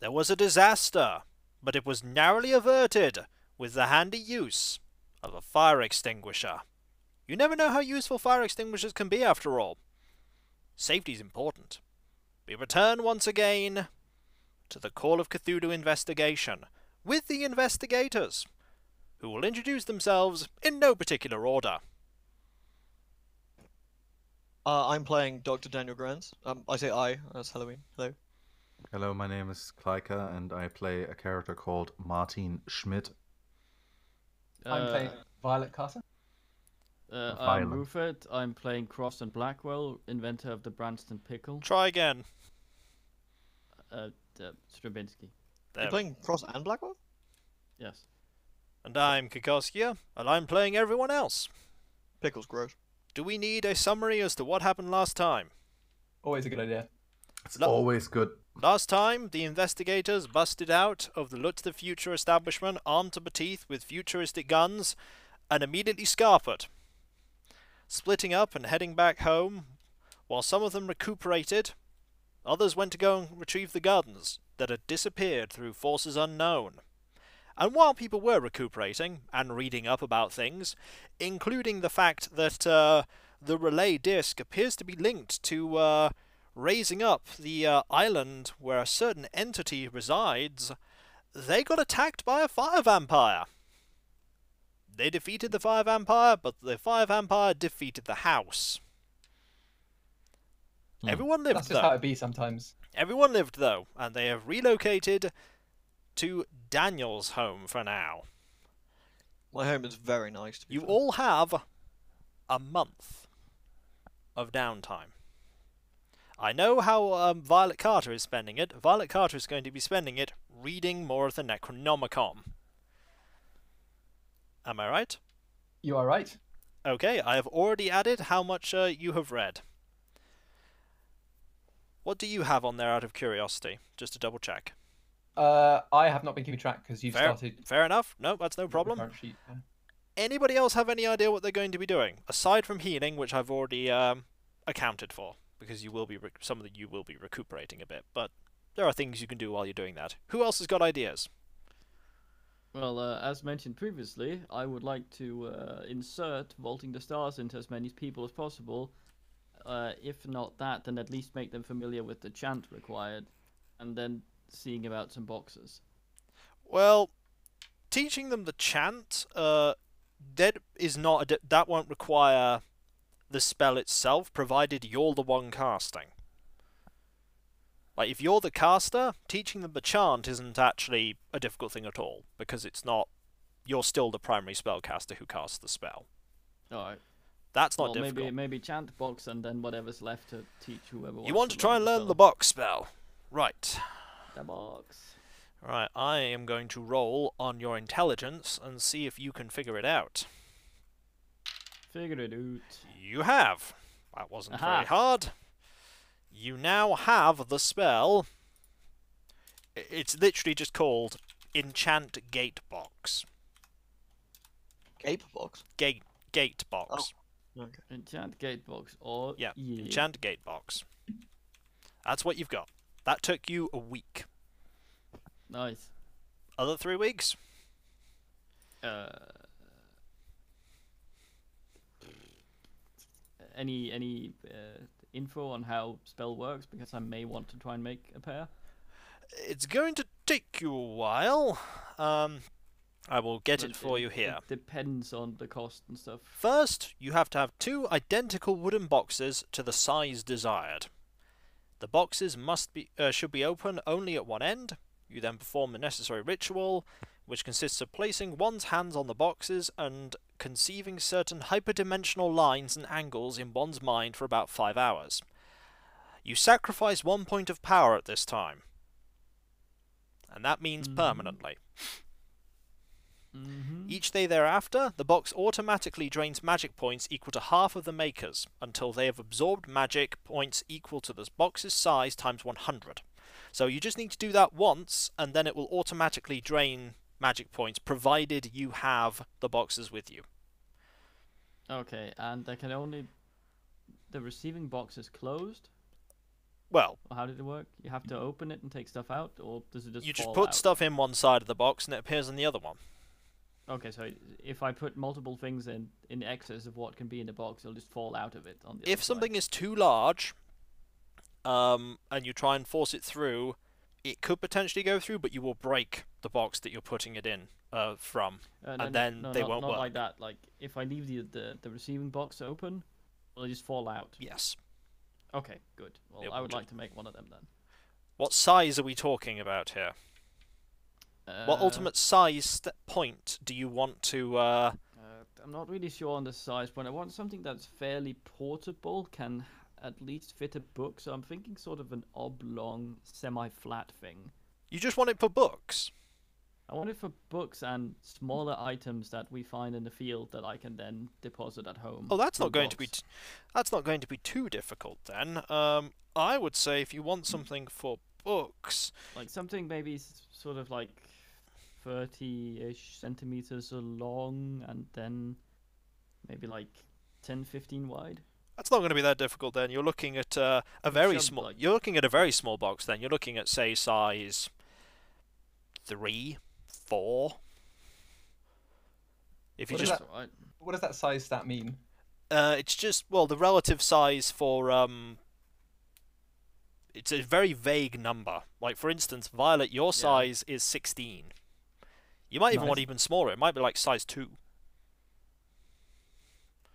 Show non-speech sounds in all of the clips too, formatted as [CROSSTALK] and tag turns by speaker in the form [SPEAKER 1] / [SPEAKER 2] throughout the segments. [SPEAKER 1] There was a disaster, but it was narrowly averted with the handy use of a fire extinguisher. You never know how useful fire extinguishers can be after all. Safety's important. We return once again to the Call of Cthulhu investigation with the investigators, who will introduce themselves in no particular order.
[SPEAKER 2] Uh, I'm playing Dr. Daniel Grants. Um, I say I, that's Halloween. Hello.
[SPEAKER 3] Hello, my name is Kleika, and I play a character called Martin Schmidt.
[SPEAKER 4] I'm
[SPEAKER 5] Uh,
[SPEAKER 4] playing Violet Carter.
[SPEAKER 5] Uh,
[SPEAKER 3] Violent.
[SPEAKER 5] I'm Rupert. I'm playing Crofton Blackwell, inventor of the Branston pickle.
[SPEAKER 1] Try again.
[SPEAKER 5] Uh, uh, Stravinsky.
[SPEAKER 2] You're
[SPEAKER 1] There.
[SPEAKER 2] playing Cross and Blackwell?
[SPEAKER 5] Yes.
[SPEAKER 1] And I'm Kikoskia, and I'm playing everyone else.
[SPEAKER 2] Pickle's gross.
[SPEAKER 1] Do we need a summary as to what happened last time?
[SPEAKER 4] Always a good idea.
[SPEAKER 3] It's
[SPEAKER 1] Lo-
[SPEAKER 3] always good.
[SPEAKER 1] Last time, the investigators busted out of the Look to the Future establishment armed to the teeth with futuristic guns and immediately scarpered, splitting up and heading back home, while some of them recuperated, others went to go and retrieve the guns that had disappeared through forces unknown. And while people were recuperating and reading up about things, including the fact that uh, the relay disc appears to be linked to uh, raising up the uh, island where a certain entity resides, they got attacked by a fire vampire. They defeated the fire vampire, but the fire vampire defeated the house.
[SPEAKER 3] Hmm.
[SPEAKER 1] Everyone lived
[SPEAKER 4] That's
[SPEAKER 1] though.
[SPEAKER 4] just how it be sometimes.
[SPEAKER 1] Everyone lived though, and they have relocated to Daniel's home for now.
[SPEAKER 2] My home is very nice. To be
[SPEAKER 1] You
[SPEAKER 2] fair.
[SPEAKER 1] all have a month of downtime. I know how um, Violet Carter is spending it. Violet Carter is going to be spending it reading more of the Necronomicon. Am I right?
[SPEAKER 4] You are right.
[SPEAKER 1] Okay, I have already added how much uh, you have read. What do you have on there out of curiosity? Just to double check.
[SPEAKER 4] Uh, I have not been keeping track because you've
[SPEAKER 1] Fair,
[SPEAKER 4] started. with
[SPEAKER 1] fair enough. No, that's no
[SPEAKER 4] the
[SPEAKER 1] problem.
[SPEAKER 4] current sheet. Yeah.
[SPEAKER 1] anybody else have any idea what they're going to be doing aside from healing, which I've already um, accounted for because you will be rec- some of the, you will be recuperating a bit, but there are things you can do while you're doing that. Who else has got ideas?
[SPEAKER 5] Well, uh, as mentioned previously, I would like to uh, insert Vaulting the Stars into as many people as possible. Uh, if not that, then at least make them familiar with the chant required, and then seeing about some boxes.
[SPEAKER 1] Well, teaching them the chant uh, that is not a d- that won't require the spell itself, provided you're the one casting. Like if you're the caster, teaching them the chant isn't actually a difficult thing at all because it's not. You're still the primary spellcaster who casts the spell.
[SPEAKER 5] All right.
[SPEAKER 1] That's not
[SPEAKER 5] Well,
[SPEAKER 1] difficult.
[SPEAKER 5] maybe maybe chant box, and then whatever's left to teach whoever. Wants
[SPEAKER 1] you want to try and learn the
[SPEAKER 5] spell.
[SPEAKER 1] box spell, right?
[SPEAKER 5] The box.
[SPEAKER 1] All right. I am going to roll on your intelligence and see if you can figure it out.
[SPEAKER 5] Figure it out.
[SPEAKER 1] You have. That wasn't very
[SPEAKER 5] Aha.
[SPEAKER 1] hard. You now have the spell. I- It's literally just called Enchant Gate Box.
[SPEAKER 2] Cape box.
[SPEAKER 1] Gate Gate Box.
[SPEAKER 2] Okay.
[SPEAKER 5] Enchant Gatebox or
[SPEAKER 1] Yeah. Enchant Gate Box. That's what you've got. That took you a week.
[SPEAKER 5] Nice.
[SPEAKER 1] Other three weeks?
[SPEAKER 5] Uh, any any uh, info on how spell works because I may want to try and make a pair.
[SPEAKER 1] It's going to take you a while. Um, I will get
[SPEAKER 5] but
[SPEAKER 1] it for you here.
[SPEAKER 5] It depends on the cost and stuff.
[SPEAKER 1] First, you have to have two identical wooden boxes to the size desired. The boxes must be uh, should be open only at one end. You then perform the necessary ritual, which consists of placing one's hands on the boxes and conceiving certain hyperdimensional lines and angles in one's mind for about five hours. You sacrifice one point of power at this time, and that means
[SPEAKER 5] Mhm.
[SPEAKER 1] permanently.
[SPEAKER 5] Mm-hmm.
[SPEAKER 1] Each day thereafter, the box automatically drains magic points equal to half of the makers until they have absorbed magic points equal to this box's size times 100. So you just need to do that once, and then it will automatically drain magic points, provided you have the boxes with you.
[SPEAKER 5] Okay, and I can only the receiving box is closed.
[SPEAKER 1] Well,
[SPEAKER 5] Or how did it work? You have to open it and take stuff out, or does it just
[SPEAKER 1] you just
[SPEAKER 5] fall
[SPEAKER 1] put
[SPEAKER 5] out?
[SPEAKER 1] stuff in one side of the box and it appears on the other one.
[SPEAKER 5] Okay, so if I put multiple things in in excess of what can be in the box, it'll just fall out of it. On the other
[SPEAKER 1] if
[SPEAKER 5] side.
[SPEAKER 1] something is too large um, and you try and force it through, it could potentially go through, but you will break the box that you're putting it in uh, from.
[SPEAKER 5] Uh,
[SPEAKER 1] and then they
[SPEAKER 5] not,
[SPEAKER 1] won't
[SPEAKER 5] not like that. Like if I leave the the, the receiving box open, it'll just fall out.
[SPEAKER 1] Yes.
[SPEAKER 5] Okay, good. Well,
[SPEAKER 1] It
[SPEAKER 5] I
[SPEAKER 1] will
[SPEAKER 5] would
[SPEAKER 1] ju-
[SPEAKER 5] like to make one of them then.
[SPEAKER 1] What size are we talking about here?
[SPEAKER 5] Uh,
[SPEAKER 1] what ultimate size st- point do you want to? Uh,
[SPEAKER 5] Uh, I'm not really sure on the size, but I want something that's fairly portable, can at least fit a book. So I'm thinking sort of an oblong, semi-flat thing.
[SPEAKER 1] you just want it for books.
[SPEAKER 5] I want it for books and smaller items that we find in the field that I can then deposit at home.
[SPEAKER 1] Oh, that's
[SPEAKER 5] in a
[SPEAKER 1] not going to be.
[SPEAKER 5] box.
[SPEAKER 1] T- that's not going to be too difficult then. Um, I would say if you want something for books,
[SPEAKER 5] like something maybe s- sort of like 30-ish centimeters long and then maybe like 10 15 wide
[SPEAKER 1] That's not going to be that difficult then. You're looking at uh, a very
[SPEAKER 5] Sub-
[SPEAKER 1] small.
[SPEAKER 5] like-
[SPEAKER 1] You're looking at a very small box then. You're looking at say size three, four. If you
[SPEAKER 4] What is
[SPEAKER 1] just,
[SPEAKER 4] that? What does that size stat mean?
[SPEAKER 1] uh, it's just well the relative size for um. It's a very vague number. Like for instance, Violet, your
[SPEAKER 5] Yeah.
[SPEAKER 1] size is sixteen. You might even want
[SPEAKER 4] Nice.
[SPEAKER 1] even smaller. It might be like size two.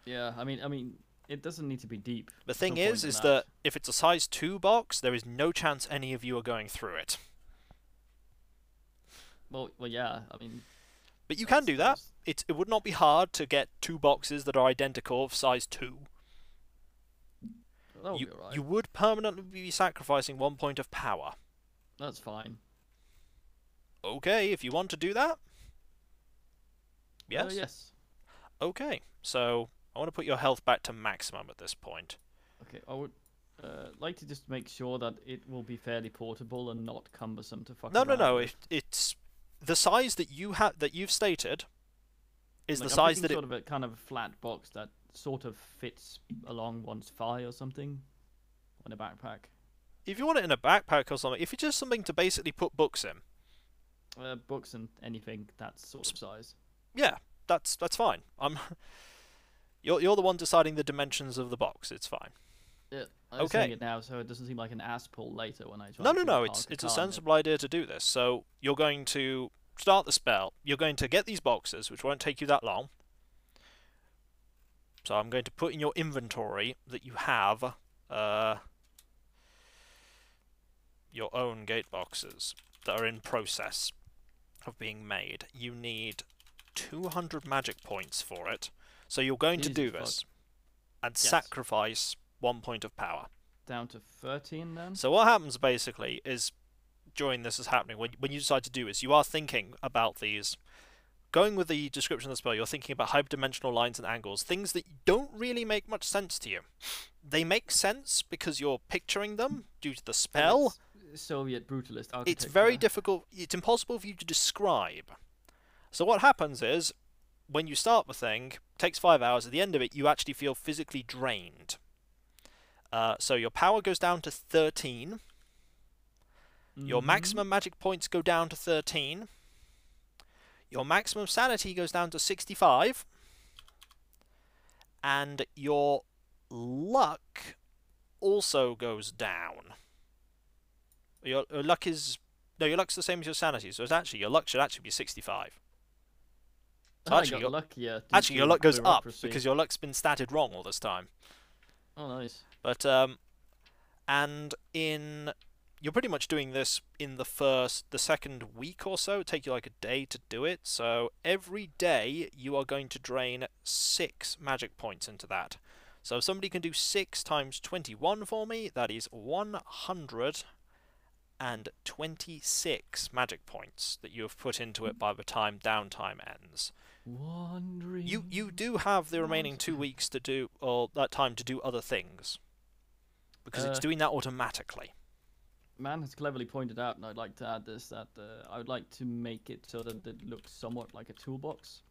[SPEAKER 5] yeah i mean i mean it doesn't need to be deep
[SPEAKER 1] The thing
[SPEAKER 5] point
[SPEAKER 1] is,
[SPEAKER 5] in
[SPEAKER 1] is
[SPEAKER 5] that.
[SPEAKER 1] that if it's a size two box, there is no chance any of you are going through it.
[SPEAKER 5] well well yeah i mean
[SPEAKER 1] But you can
[SPEAKER 5] That's-
[SPEAKER 1] do that.
[SPEAKER 5] that's-
[SPEAKER 1] It it would not be hard to get two boxes that are identical of size two.
[SPEAKER 5] that'll
[SPEAKER 1] you
[SPEAKER 5] be alright
[SPEAKER 1] you would permanently be sacrificing one point of power.
[SPEAKER 5] that's fine
[SPEAKER 1] Okay, if you want to do that.
[SPEAKER 5] Uh,
[SPEAKER 1] Yes.
[SPEAKER 5] yes
[SPEAKER 1] Okay. So I want to put your health back to maximum at this point.
[SPEAKER 5] okay i would uh, like to just make sure that it will be fairly portable and not cumbersome to fuck
[SPEAKER 1] No, no,
[SPEAKER 5] around
[SPEAKER 1] no.
[SPEAKER 5] with.
[SPEAKER 1] It, it's the size that you have that you've stated is
[SPEAKER 5] Like,
[SPEAKER 1] the
[SPEAKER 5] I'm
[SPEAKER 1] size
[SPEAKER 5] thinking
[SPEAKER 1] that it
[SPEAKER 5] sort of a kind of flat box that sort of fits along one's thigh or something on a backpack.
[SPEAKER 1] if you want it in a backpack or something, if it's just something to basically put books in.
[SPEAKER 5] Uh, books and anything that sort of size.
[SPEAKER 1] Yeah, that's that's fine. I'm [LAUGHS] You're you're the one deciding the dimensions of the box. It's fine.
[SPEAKER 5] Yeah, I'm just
[SPEAKER 1] Okay.
[SPEAKER 5] saying it now, so it doesn't seem like an ass pull later when I try.
[SPEAKER 1] No,
[SPEAKER 5] to
[SPEAKER 1] no,
[SPEAKER 5] do the
[SPEAKER 1] no. It's
[SPEAKER 5] Harker
[SPEAKER 1] it's a
[SPEAKER 5] Khan bit.
[SPEAKER 1] sensible idea to do this. So you're going to start the spell. You're going to get these boxes, which won't take you that long. So I'm going to put in your inventory that you have uh, your own gate boxes that are in process of being made. You need 200 magic points for it. So you're going to do
[SPEAKER 5] Jesus fuck.
[SPEAKER 1] this and
[SPEAKER 5] Yes.
[SPEAKER 1] sacrifice one point of power.
[SPEAKER 5] Down to thirteen then.
[SPEAKER 1] So what happens basically is during this is happening when when you decide to do is you are thinking about these going with the description of the spell you're thinking about hyperdimensional lines and angles things that don't really make much sense to you they make sense because you're picturing them due to the spell
[SPEAKER 5] It's Soviet brutalist architecture.
[SPEAKER 1] it's very difficult it's impossible for you to describe so what happens is when you start the thing takes 5 hours at the end of it you actually feel physically drained uh, so your power goes down to 13 your
[SPEAKER 5] Mhm.
[SPEAKER 1] maximum magic points go down to 13. Your maximum sanity goes down to 65. And your luck also goes down. Your, your luck is. No, your luck's the same as your sanity, so it's actually your luck should actually be 65. So
[SPEAKER 5] [LAUGHS] I
[SPEAKER 1] actually
[SPEAKER 5] got
[SPEAKER 1] your-
[SPEAKER 5] luckier. due
[SPEAKER 1] Actually, your
[SPEAKER 5] to
[SPEAKER 1] luck goes up
[SPEAKER 5] bureaucracy.
[SPEAKER 1] because your luck's been statted wrong all this time.
[SPEAKER 5] Oh, nice.
[SPEAKER 1] But um, and in you're pretty much doing this in the first, the second week or so. It'd take you like a day to do it. So every day you are going to drain six magic points into that. So if somebody can do six times twenty-one for me, that is one hundred and twenty-six magic points that you have put into it by the time downtime ends.
[SPEAKER 5] Wandering.
[SPEAKER 1] You you do have the remaining two weeks to do, or that time to do other things, because it's
[SPEAKER 5] Uh,
[SPEAKER 1] doing that automatically.
[SPEAKER 5] Man has cleverly pointed out, and I'd like to add this, that uh, I would like to make it so that it looks somewhat like a toolbox.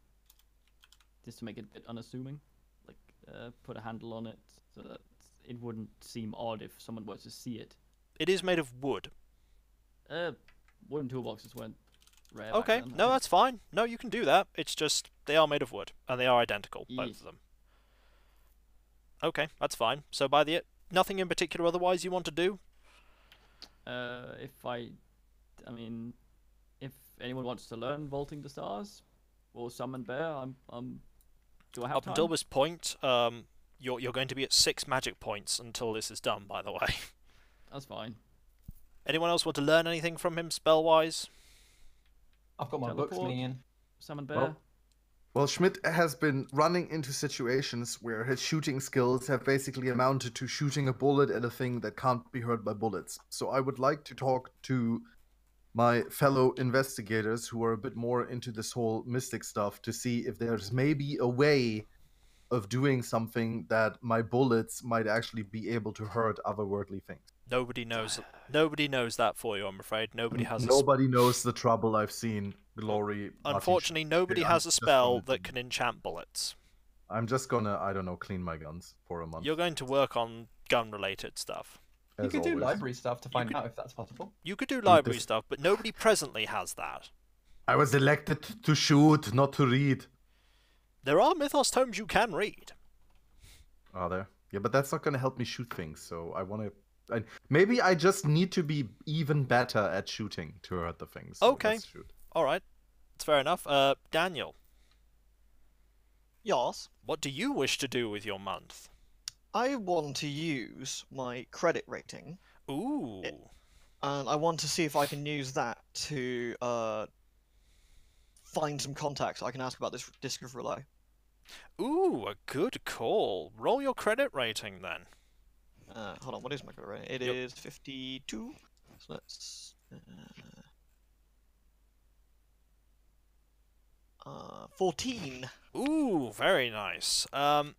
[SPEAKER 5] Just to make it a bit unassuming. Like, uh, put a handle on it so that it wouldn't seem odd if someone were to see it.
[SPEAKER 1] It is made of wood.
[SPEAKER 5] Uh, wooden toolboxes weren't rare. back
[SPEAKER 1] Okay,
[SPEAKER 5] then,
[SPEAKER 1] no,
[SPEAKER 5] I think.
[SPEAKER 1] that's fine. No, you can do that. It's just they are made of wood and they are identical,
[SPEAKER 5] Ye-
[SPEAKER 1] both of them. Okay, that's fine. So by the e, nothing in particular otherwise you want to do.
[SPEAKER 5] Uh, if I, I mean, if anyone wants to learn vaulting the stars or summon bear, I'm I'm. Do I have
[SPEAKER 1] Up
[SPEAKER 5] time?
[SPEAKER 1] until this point, um, you're you're going to be at six magic points until this is done. By the way, [LAUGHS]
[SPEAKER 5] That's fine.
[SPEAKER 1] anyone else want to learn anything from him spell wise?
[SPEAKER 4] I've got my books
[SPEAKER 5] Teleport.
[SPEAKER 4] coming in.
[SPEAKER 5] Summon bear.
[SPEAKER 6] Well- Well, Schmidt has been running into situations where his shooting skills have basically amounted to shooting a bullet at a thing that can't be hurt by bullets. So I would like to talk to my fellow investigators who are a bit more into this whole mystic stuff to see if there's maybe a way of doing something that my bullets might actually be able to hurt otherworldly things.
[SPEAKER 1] Nobody knows. Nobody knows that for you. I'm afraid nobody has. A sp-
[SPEAKER 6] Nobody knows the trouble I've seen. Glory. Martin Sch-
[SPEAKER 1] unfortunately, nobody
[SPEAKER 6] I'm
[SPEAKER 1] has a
[SPEAKER 6] just
[SPEAKER 1] spell
[SPEAKER 6] gonna-
[SPEAKER 1] that can enchant bullets.
[SPEAKER 6] I'm just gonna, I don't know, clean my guns for a month.
[SPEAKER 1] You're going to work on gun-related stuff.
[SPEAKER 4] You
[SPEAKER 6] as
[SPEAKER 4] could do
[SPEAKER 6] always.
[SPEAKER 4] library stuff to find
[SPEAKER 1] could-
[SPEAKER 4] out if that's possible.
[SPEAKER 1] You could do library
[SPEAKER 6] this-
[SPEAKER 1] stuff, but nobody presently has that.
[SPEAKER 6] I was elected to shoot, not to read.
[SPEAKER 1] There are Mythos tomes you can read.
[SPEAKER 6] Are Ah, there? Yeah, but that's not going to help me shoot things. So I want to. I, maybe I just need to be even better at shooting to hurt the things. so
[SPEAKER 1] Okay.
[SPEAKER 6] let's shoot.
[SPEAKER 1] All right, it's fair enough. Uh, Daniel,
[SPEAKER 2] Yes.
[SPEAKER 1] what do you wish to do with your month?
[SPEAKER 2] I want to use my credit rating,
[SPEAKER 6] Eh.
[SPEAKER 1] Ooh,
[SPEAKER 2] and I want to see if I can use that to uh, find some contacts I can ask about this Disc of Relay.
[SPEAKER 1] ooh, a good call. Roll your credit rating then.
[SPEAKER 2] Uh, hold on, what is my credit rating? It
[SPEAKER 1] Yep.
[SPEAKER 2] is 52. So let's. Uh, uh, 14.
[SPEAKER 1] Ooh, very nice. Um,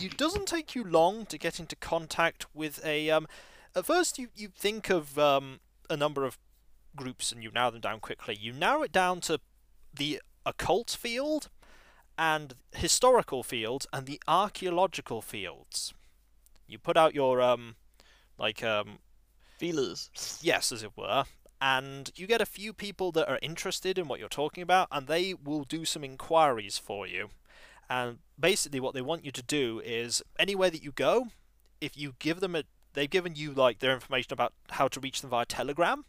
[SPEAKER 1] it doesn't take you long to get into contact with a. Um, at first, you, you think of um, a number of groups and you narrow them down quickly. You narrow it down to the occult field, and historical field, and the archaeological fields. You put out your um, like um,
[SPEAKER 2] Feelers.
[SPEAKER 1] yes, as it were. And you get a few people that are interested in what you're talking about, and they will do some inquiries for you. And basically, what they want you to do is anywhere that you go, if you give them a, they've given you like their information about how to reach them via Telegram.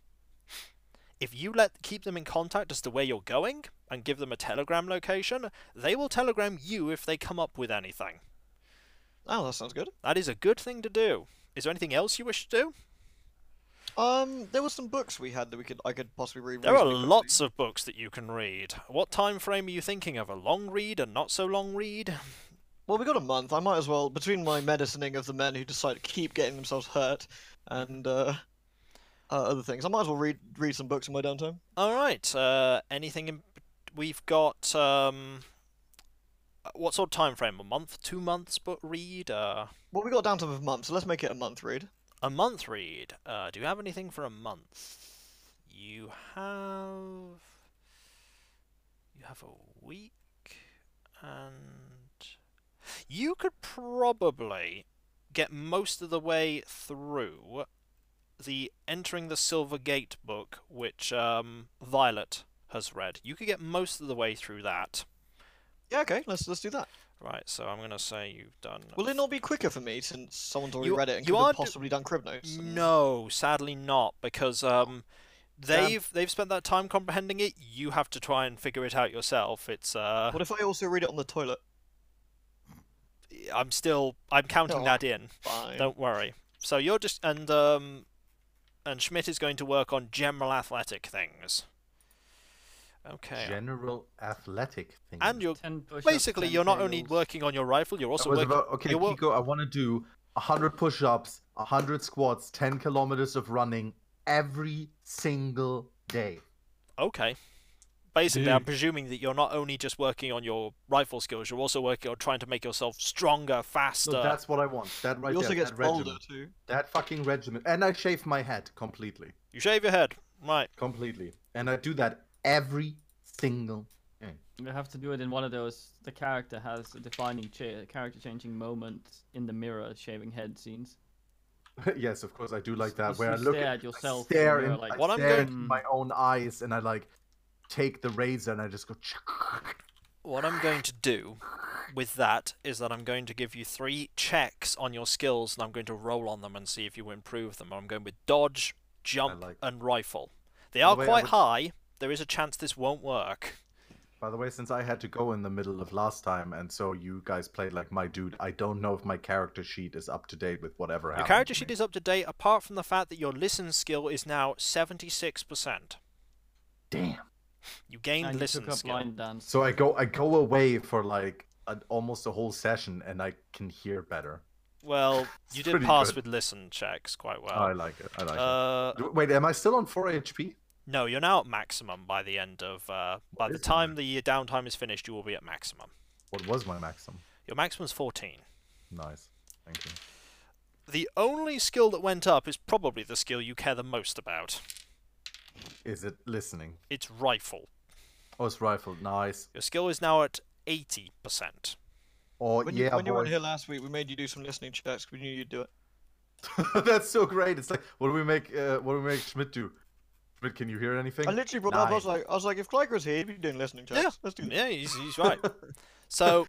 [SPEAKER 1] If you let keep them in contact as to where you're going and give them a Telegram location, they will Telegram you if they come up with anything.
[SPEAKER 2] Oh, that sounds good.
[SPEAKER 1] That is a good thing to do. Is there anything else you wish to do?
[SPEAKER 2] Um, there were some books we had that we could I could possibly read.
[SPEAKER 1] There are
[SPEAKER 2] reasonably quickly.
[SPEAKER 1] lots of books that you can read. What time frame are you thinking of? A long read, a not so long read?
[SPEAKER 2] Well, we got a month. I might as well between my medicining of the men who decide to keep getting themselves hurt, and uh, uh, other things. I might as well read read some books in my downtime.
[SPEAKER 1] All right. Uh, anything in? We've got um. uh, What sort of time frame? A month, two months, but read. Uh,
[SPEAKER 2] Well, we got a downtime of a month, so let's make it a month read.
[SPEAKER 1] a month read. Uh, do you have anything for a month? You have. You have a week, and you could probably get most of the way through the entering the Silver Gate book, which um, Violet has read. You could get most of the way through that.
[SPEAKER 2] Yeah, okay, let's let's do that.
[SPEAKER 1] Right, so I'm gonna say you've done.
[SPEAKER 2] Will it not be quicker for me since someone's already
[SPEAKER 1] You-
[SPEAKER 2] read it and
[SPEAKER 1] you
[SPEAKER 2] could
[SPEAKER 1] are
[SPEAKER 2] have
[SPEAKER 1] do-
[SPEAKER 2] possibly done crib notes? and-
[SPEAKER 1] No, sadly not, because um, they've they've spent that time comprehending it. You have to try and figure it out yourself. It's uh,
[SPEAKER 2] What if I also read it on the toilet?
[SPEAKER 1] I'm still I'm counting
[SPEAKER 2] Oh,
[SPEAKER 1] that in.
[SPEAKER 2] Fine.
[SPEAKER 1] Don't worry. So you're just and um, and Schmidt is going to work on general athletic things. Okay.
[SPEAKER 6] General athletic thing.
[SPEAKER 1] and you're
[SPEAKER 5] Ten push-ups,
[SPEAKER 1] basically
[SPEAKER 5] 10
[SPEAKER 1] you're not only
[SPEAKER 5] tables.
[SPEAKER 1] working on your rifle, you're
[SPEAKER 6] I
[SPEAKER 1] also
[SPEAKER 6] was
[SPEAKER 1] working.
[SPEAKER 6] about, okay,
[SPEAKER 1] you're wor-
[SPEAKER 6] Kiko, I want to do 100 push ups, 100 squats, 10 kilometers of running every single day.
[SPEAKER 1] Okay. Basically, I'm presuming that you're not only just working on your rifle skills, you're also working on trying to make yourself stronger, faster.
[SPEAKER 6] So that's what I want. That right
[SPEAKER 2] he also
[SPEAKER 6] there.
[SPEAKER 2] gets
[SPEAKER 6] that
[SPEAKER 2] older
[SPEAKER 6] regiment.
[SPEAKER 2] too.
[SPEAKER 6] That fucking regiment. And I shave my head completely.
[SPEAKER 1] You shave your head. Right.
[SPEAKER 6] Completely. And I do that every single day.
[SPEAKER 5] You have to do it in one of those. The character has a defining cha- character changing moment in the mirror shaving head scenes.
[SPEAKER 3] [LAUGHS] yes, of course I do like
[SPEAKER 5] s-
[SPEAKER 3] that.
[SPEAKER 5] you
[SPEAKER 3] Where I
[SPEAKER 5] s-
[SPEAKER 3] look
[SPEAKER 5] stare
[SPEAKER 3] at,
[SPEAKER 5] at yourself
[SPEAKER 3] I stare,
[SPEAKER 5] and you're
[SPEAKER 3] in,
[SPEAKER 5] like,
[SPEAKER 3] I
[SPEAKER 1] What I'm
[SPEAKER 3] stare
[SPEAKER 1] going-
[SPEAKER 3] into my own eyes, and I like take the razor and I just go. [LAUGHS]
[SPEAKER 1] What I'm going to do with that is that I'm going to give you three checks on your skills and I'm going to roll on them and see if you improve them. I'm going with dodge, jump,
[SPEAKER 3] like-
[SPEAKER 1] and rifle. They
[SPEAKER 3] By the
[SPEAKER 1] are
[SPEAKER 3] way, I
[SPEAKER 1] quite
[SPEAKER 3] would-
[SPEAKER 1] high. There is a chance this won't work.
[SPEAKER 3] By the way, since I had to go in the middle of last time, and so you guys played like my dude, I don't know if my character sheet is up to date with whatever
[SPEAKER 1] Your
[SPEAKER 3] happened.
[SPEAKER 1] character
[SPEAKER 3] to
[SPEAKER 1] sheet
[SPEAKER 3] me.
[SPEAKER 1] is up to date, apart from the fact that your listen skill is now 76%.
[SPEAKER 3] Damn.
[SPEAKER 1] You gained
[SPEAKER 5] and you
[SPEAKER 1] listen
[SPEAKER 5] took up
[SPEAKER 1] skill.
[SPEAKER 5] line dance.
[SPEAKER 3] So I go, I go away for like an, almost a whole session, and I can hear better.
[SPEAKER 1] Well, you did
[SPEAKER 3] pretty
[SPEAKER 1] pass
[SPEAKER 3] good. Oh,
[SPEAKER 1] with listen checks quite
[SPEAKER 3] I
[SPEAKER 1] well.
[SPEAKER 3] like it. I like
[SPEAKER 1] Uh,
[SPEAKER 3] it. Wait, am I still on four HP?
[SPEAKER 1] no, you're now at maximum by the end of. Uh, by
[SPEAKER 3] What
[SPEAKER 1] the
[SPEAKER 3] is it
[SPEAKER 1] time the downtime is finished, you will be at maximum.
[SPEAKER 3] What was my maximum?
[SPEAKER 1] Your maximum's 14.
[SPEAKER 3] Nice. Thank you.
[SPEAKER 1] The only skill that went up is probably the skill you care the most about.
[SPEAKER 3] Is it listening?
[SPEAKER 1] It's rifle.
[SPEAKER 3] Oh, it's rifle. Nice.
[SPEAKER 1] Your skill is now at 80%.
[SPEAKER 3] Oh
[SPEAKER 2] When, you,
[SPEAKER 3] yeah,
[SPEAKER 2] when you were in
[SPEAKER 3] boy.
[SPEAKER 2] here last week, we made you do some listening checks. 'cause We knew you'd do it.
[SPEAKER 3] [LAUGHS] That's so great. It's like, what do we make? Uh, what do we make Schmidt do? Schmidt, can you hear anything?
[SPEAKER 2] I literally brought that up. I was
[SPEAKER 3] Nine.
[SPEAKER 2] like, I was like, if Clyde was here, he'd be doing listening checks.
[SPEAKER 1] Yeah.
[SPEAKER 2] Let's do that.
[SPEAKER 1] Yeah, he's,
[SPEAKER 3] [LAUGHS]
[SPEAKER 1] he's right. so,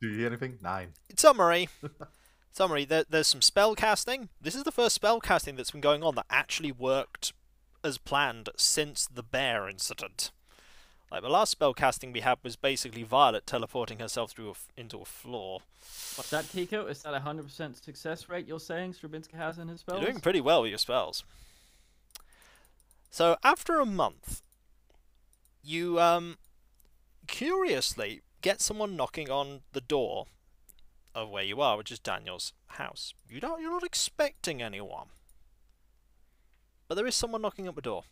[SPEAKER 3] Do you hear anything? Nine.
[SPEAKER 1] in summary, [LAUGHS] summary there, there's some spell casting. This is the first spell casting that's been going on that actually worked as planned since the bear incident. Like the last spell casting we had was basically Violet teleporting herself through a f into a floor.
[SPEAKER 5] What's that, Kiko? Is that a 100% success rate you're saying Strabinsky has in his spells?
[SPEAKER 1] You're doing pretty well with your spells. So after a month, you um, curiously get someone knocking on the door of where you are, which is Daniel's house. You don't, you're not expecting anyone, but there is someone knocking at the door.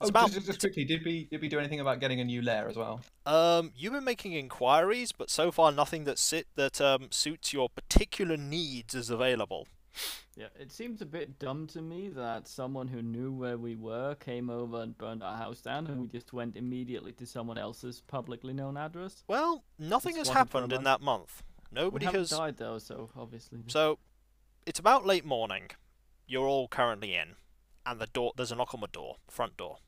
[SPEAKER 1] It's
[SPEAKER 4] Oh,
[SPEAKER 1] about-
[SPEAKER 4] just, just- just quickly, did we did we do anything about getting a new lair as well?
[SPEAKER 1] Um, you've been making inquiries, but so far nothing that sit that um, suits your particular needs is available.
[SPEAKER 5] Yeah, it seems a bit dumb to me that someone who knew where we were came over and burned our house down, and we just went immediately to someone else's publicly known address.
[SPEAKER 1] Well, nothing has
[SPEAKER 5] It's wasn't for a
[SPEAKER 1] happened in
[SPEAKER 5] month.
[SPEAKER 1] that month. Nobody
[SPEAKER 5] we haven't
[SPEAKER 1] has
[SPEAKER 5] died though, so obviously.
[SPEAKER 1] So, it's about late morning. You're all currently in, and the door. There's a knock on the door, front door.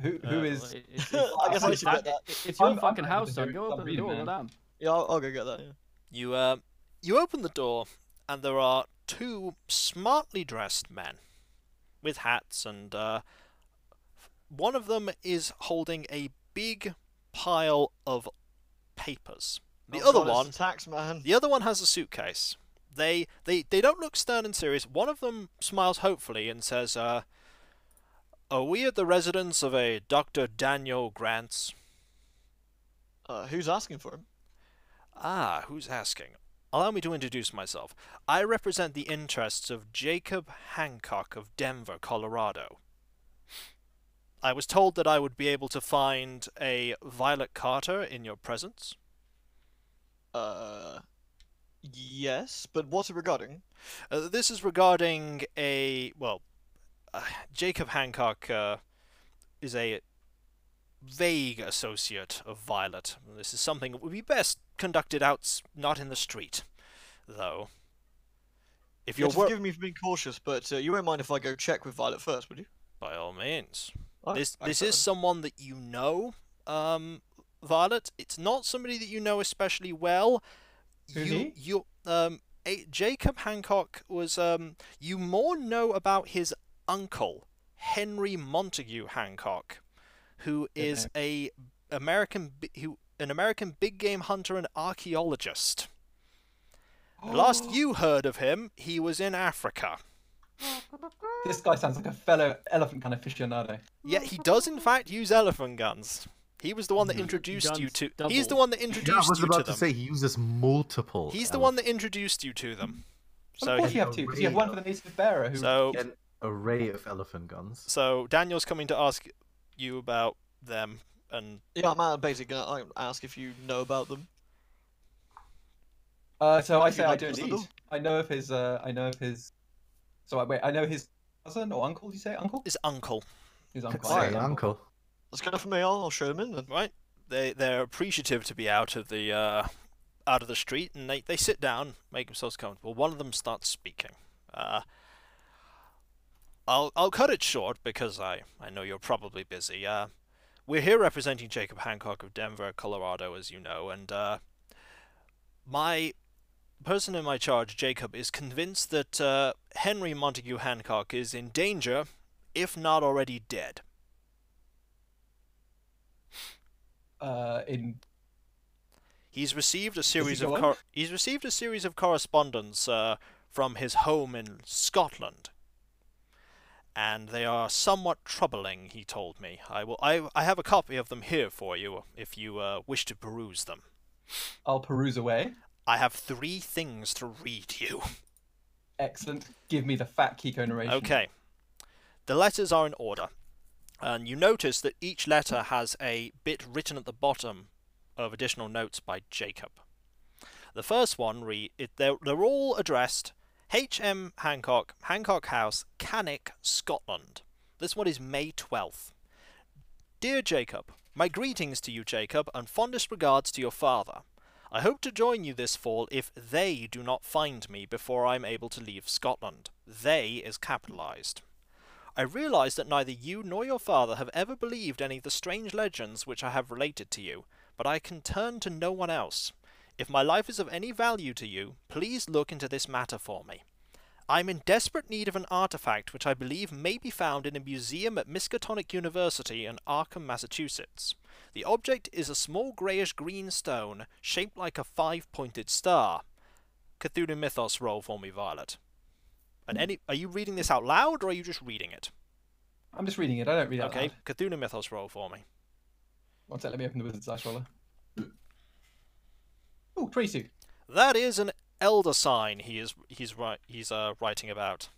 [SPEAKER 4] Who
[SPEAKER 5] Uh,
[SPEAKER 4] who
[SPEAKER 5] well,
[SPEAKER 4] is?
[SPEAKER 5] it- it's-
[SPEAKER 1] [LAUGHS]
[SPEAKER 2] I
[SPEAKER 5] it's-
[SPEAKER 2] guess I
[SPEAKER 5] it's
[SPEAKER 2] should get
[SPEAKER 5] that-
[SPEAKER 2] that.
[SPEAKER 5] it- It's your
[SPEAKER 4] I'm- I'm
[SPEAKER 5] fucking
[SPEAKER 4] happy to
[SPEAKER 5] house, son.
[SPEAKER 4] do it.
[SPEAKER 5] Go
[SPEAKER 4] I'm
[SPEAKER 5] open the
[SPEAKER 4] reading
[SPEAKER 5] door,
[SPEAKER 4] now.
[SPEAKER 5] madame.
[SPEAKER 2] Yeah, I'll, I'll go get that. Yeah.
[SPEAKER 1] You uh, you open the door, and there are two smartly dressed men, with hats, and uh, one of them is holding a big pile of papers. The
[SPEAKER 2] Oh
[SPEAKER 1] other
[SPEAKER 2] God, it's
[SPEAKER 1] one
[SPEAKER 2] the tax man.
[SPEAKER 1] The other one has a suitcase. They they they don't look stern and serious. One of them smiles hopefully and says, uh, "Are we at the residence of a Dr. Daniel Grants?"
[SPEAKER 2] Uh, who's asking for him?
[SPEAKER 1] Ah, who's asking? Allow me to introduce myself. I represent the interests of Jacob Hancock of Denver, Colorado. I was told that I would be able to find a Violet Carter in your presence.
[SPEAKER 2] Uh, yes, but what's it regarding?
[SPEAKER 1] Uh, this is regarding a well, uh, Jacob Hancock uh, is a vague associate of Violet. This is something that would be best conducted out, s- not in the street, though. If
[SPEAKER 2] You're
[SPEAKER 1] you're wor-
[SPEAKER 2] forgive me for being cautious, but uh, you won't mind if I go check with Violet first, would you?
[SPEAKER 1] by all means,
[SPEAKER 2] Alright,
[SPEAKER 1] this
[SPEAKER 2] thanks,
[SPEAKER 1] this is someone that you know, um, Violet. It's not somebody that you know especially well.
[SPEAKER 4] Who's
[SPEAKER 1] you,
[SPEAKER 4] he?
[SPEAKER 1] You, um, a, Jacob Hancock was um. You more know about his uncle Henry Montague Hancock, who
[SPEAKER 4] Good
[SPEAKER 1] is a American bi- who an American big game hunter and archaeologist. The Last you heard of him, he was in Africa.
[SPEAKER 4] This guy sounds like a fellow elephant kind of aficionado.
[SPEAKER 1] Yet he does in fact use elephant guns. He was the one that introduced you
[SPEAKER 5] Hmm. Guns
[SPEAKER 1] to. He's
[SPEAKER 5] double.
[SPEAKER 1] the one that
[SPEAKER 3] Yeah, I
[SPEAKER 1] introduced
[SPEAKER 3] was
[SPEAKER 1] you to
[SPEAKER 3] about to
[SPEAKER 1] them.
[SPEAKER 3] say he uses multiple.
[SPEAKER 1] He's the one that introduced you to them.
[SPEAKER 4] of
[SPEAKER 1] So
[SPEAKER 4] course
[SPEAKER 1] he,
[SPEAKER 4] you have two, because you have one for the niece of Bearer. Who
[SPEAKER 1] so
[SPEAKER 3] an array of elephant guns.
[SPEAKER 1] so Daniel's coming to ask you about them, and
[SPEAKER 2] Yeah, I'm uh, basically going to ask if you know about them.
[SPEAKER 4] Uh, so I
[SPEAKER 2] If
[SPEAKER 4] say
[SPEAKER 2] you'd
[SPEAKER 4] I
[SPEAKER 2] like
[SPEAKER 4] do
[SPEAKER 2] to listen
[SPEAKER 4] indeed. I know of his. Uh, I know of his. So I, wait, I know his cousin or uncle. Do you say uncle?
[SPEAKER 1] his uncle,
[SPEAKER 4] His uncle. I know
[SPEAKER 3] Say,
[SPEAKER 4] his
[SPEAKER 3] uncle.
[SPEAKER 2] That's good enough for me. I'll, I'll show them in then.
[SPEAKER 1] right? They they're appreciative to be out of the uh, out of the street and they, they sit down, make themselves comfortable. One of them starts speaking. Uh, I'll I'll cut it short because I, I know you're probably busy. Uh, we're here representing Jacob Hancock of Denver, Colorado, as you know, and uh, my person in my charge, Jacob, is convinced that uh, Henry Montague Hancock is in danger, if not already dead.
[SPEAKER 4] Uh, in
[SPEAKER 1] He's received a series of
[SPEAKER 4] gone?
[SPEAKER 1] cor- he's received a series of correspondence uh, from his home in Scotland, and they are somewhat troubling. He told me. I will. I I have a copy of them here for you if you uh, wish to peruse them.
[SPEAKER 4] I'll peruse away.
[SPEAKER 1] I have three things to read you.
[SPEAKER 4] Excellent. Give me the fat Kiko narration.
[SPEAKER 1] Okay. The letters are in order. And you notice that each letter has a bit written at the bottom of additional notes by Jacob. The first one, re- it, they're, they're all addressed H.M. Hancock, Hancock House, Cannock, Scotland. This one is May 12th. Dear Jacob, my greetings to you, Jacob, and fondest regards to your father. I hope to join you this fall if they do not find me before I am able to leave Scotland. They is capitalized. I realize that neither you nor your father have ever believed any of the strange legends which I have related to you, but I can turn to no one else. If my life is of any value to you, please look into this matter for me. I am in desperate need of an artifact which I believe may be found in a museum at Miskatonic University in Arkham, Massachusetts. The object is a small greyish green stone shaped like a five pointed star. Cthulhu Mythos roll for me, Violet. And any are you reading this out loud or are you just reading it?
[SPEAKER 4] I'm just reading it. I don't read it. out
[SPEAKER 1] Okay,
[SPEAKER 4] loud.
[SPEAKER 1] Cthulhu Mythos roll for me.
[SPEAKER 4] One sec. Let me open the wizard slash roller. Oh, 22.
[SPEAKER 1] That is an elder sign he is he's ri- he's uh, writing about.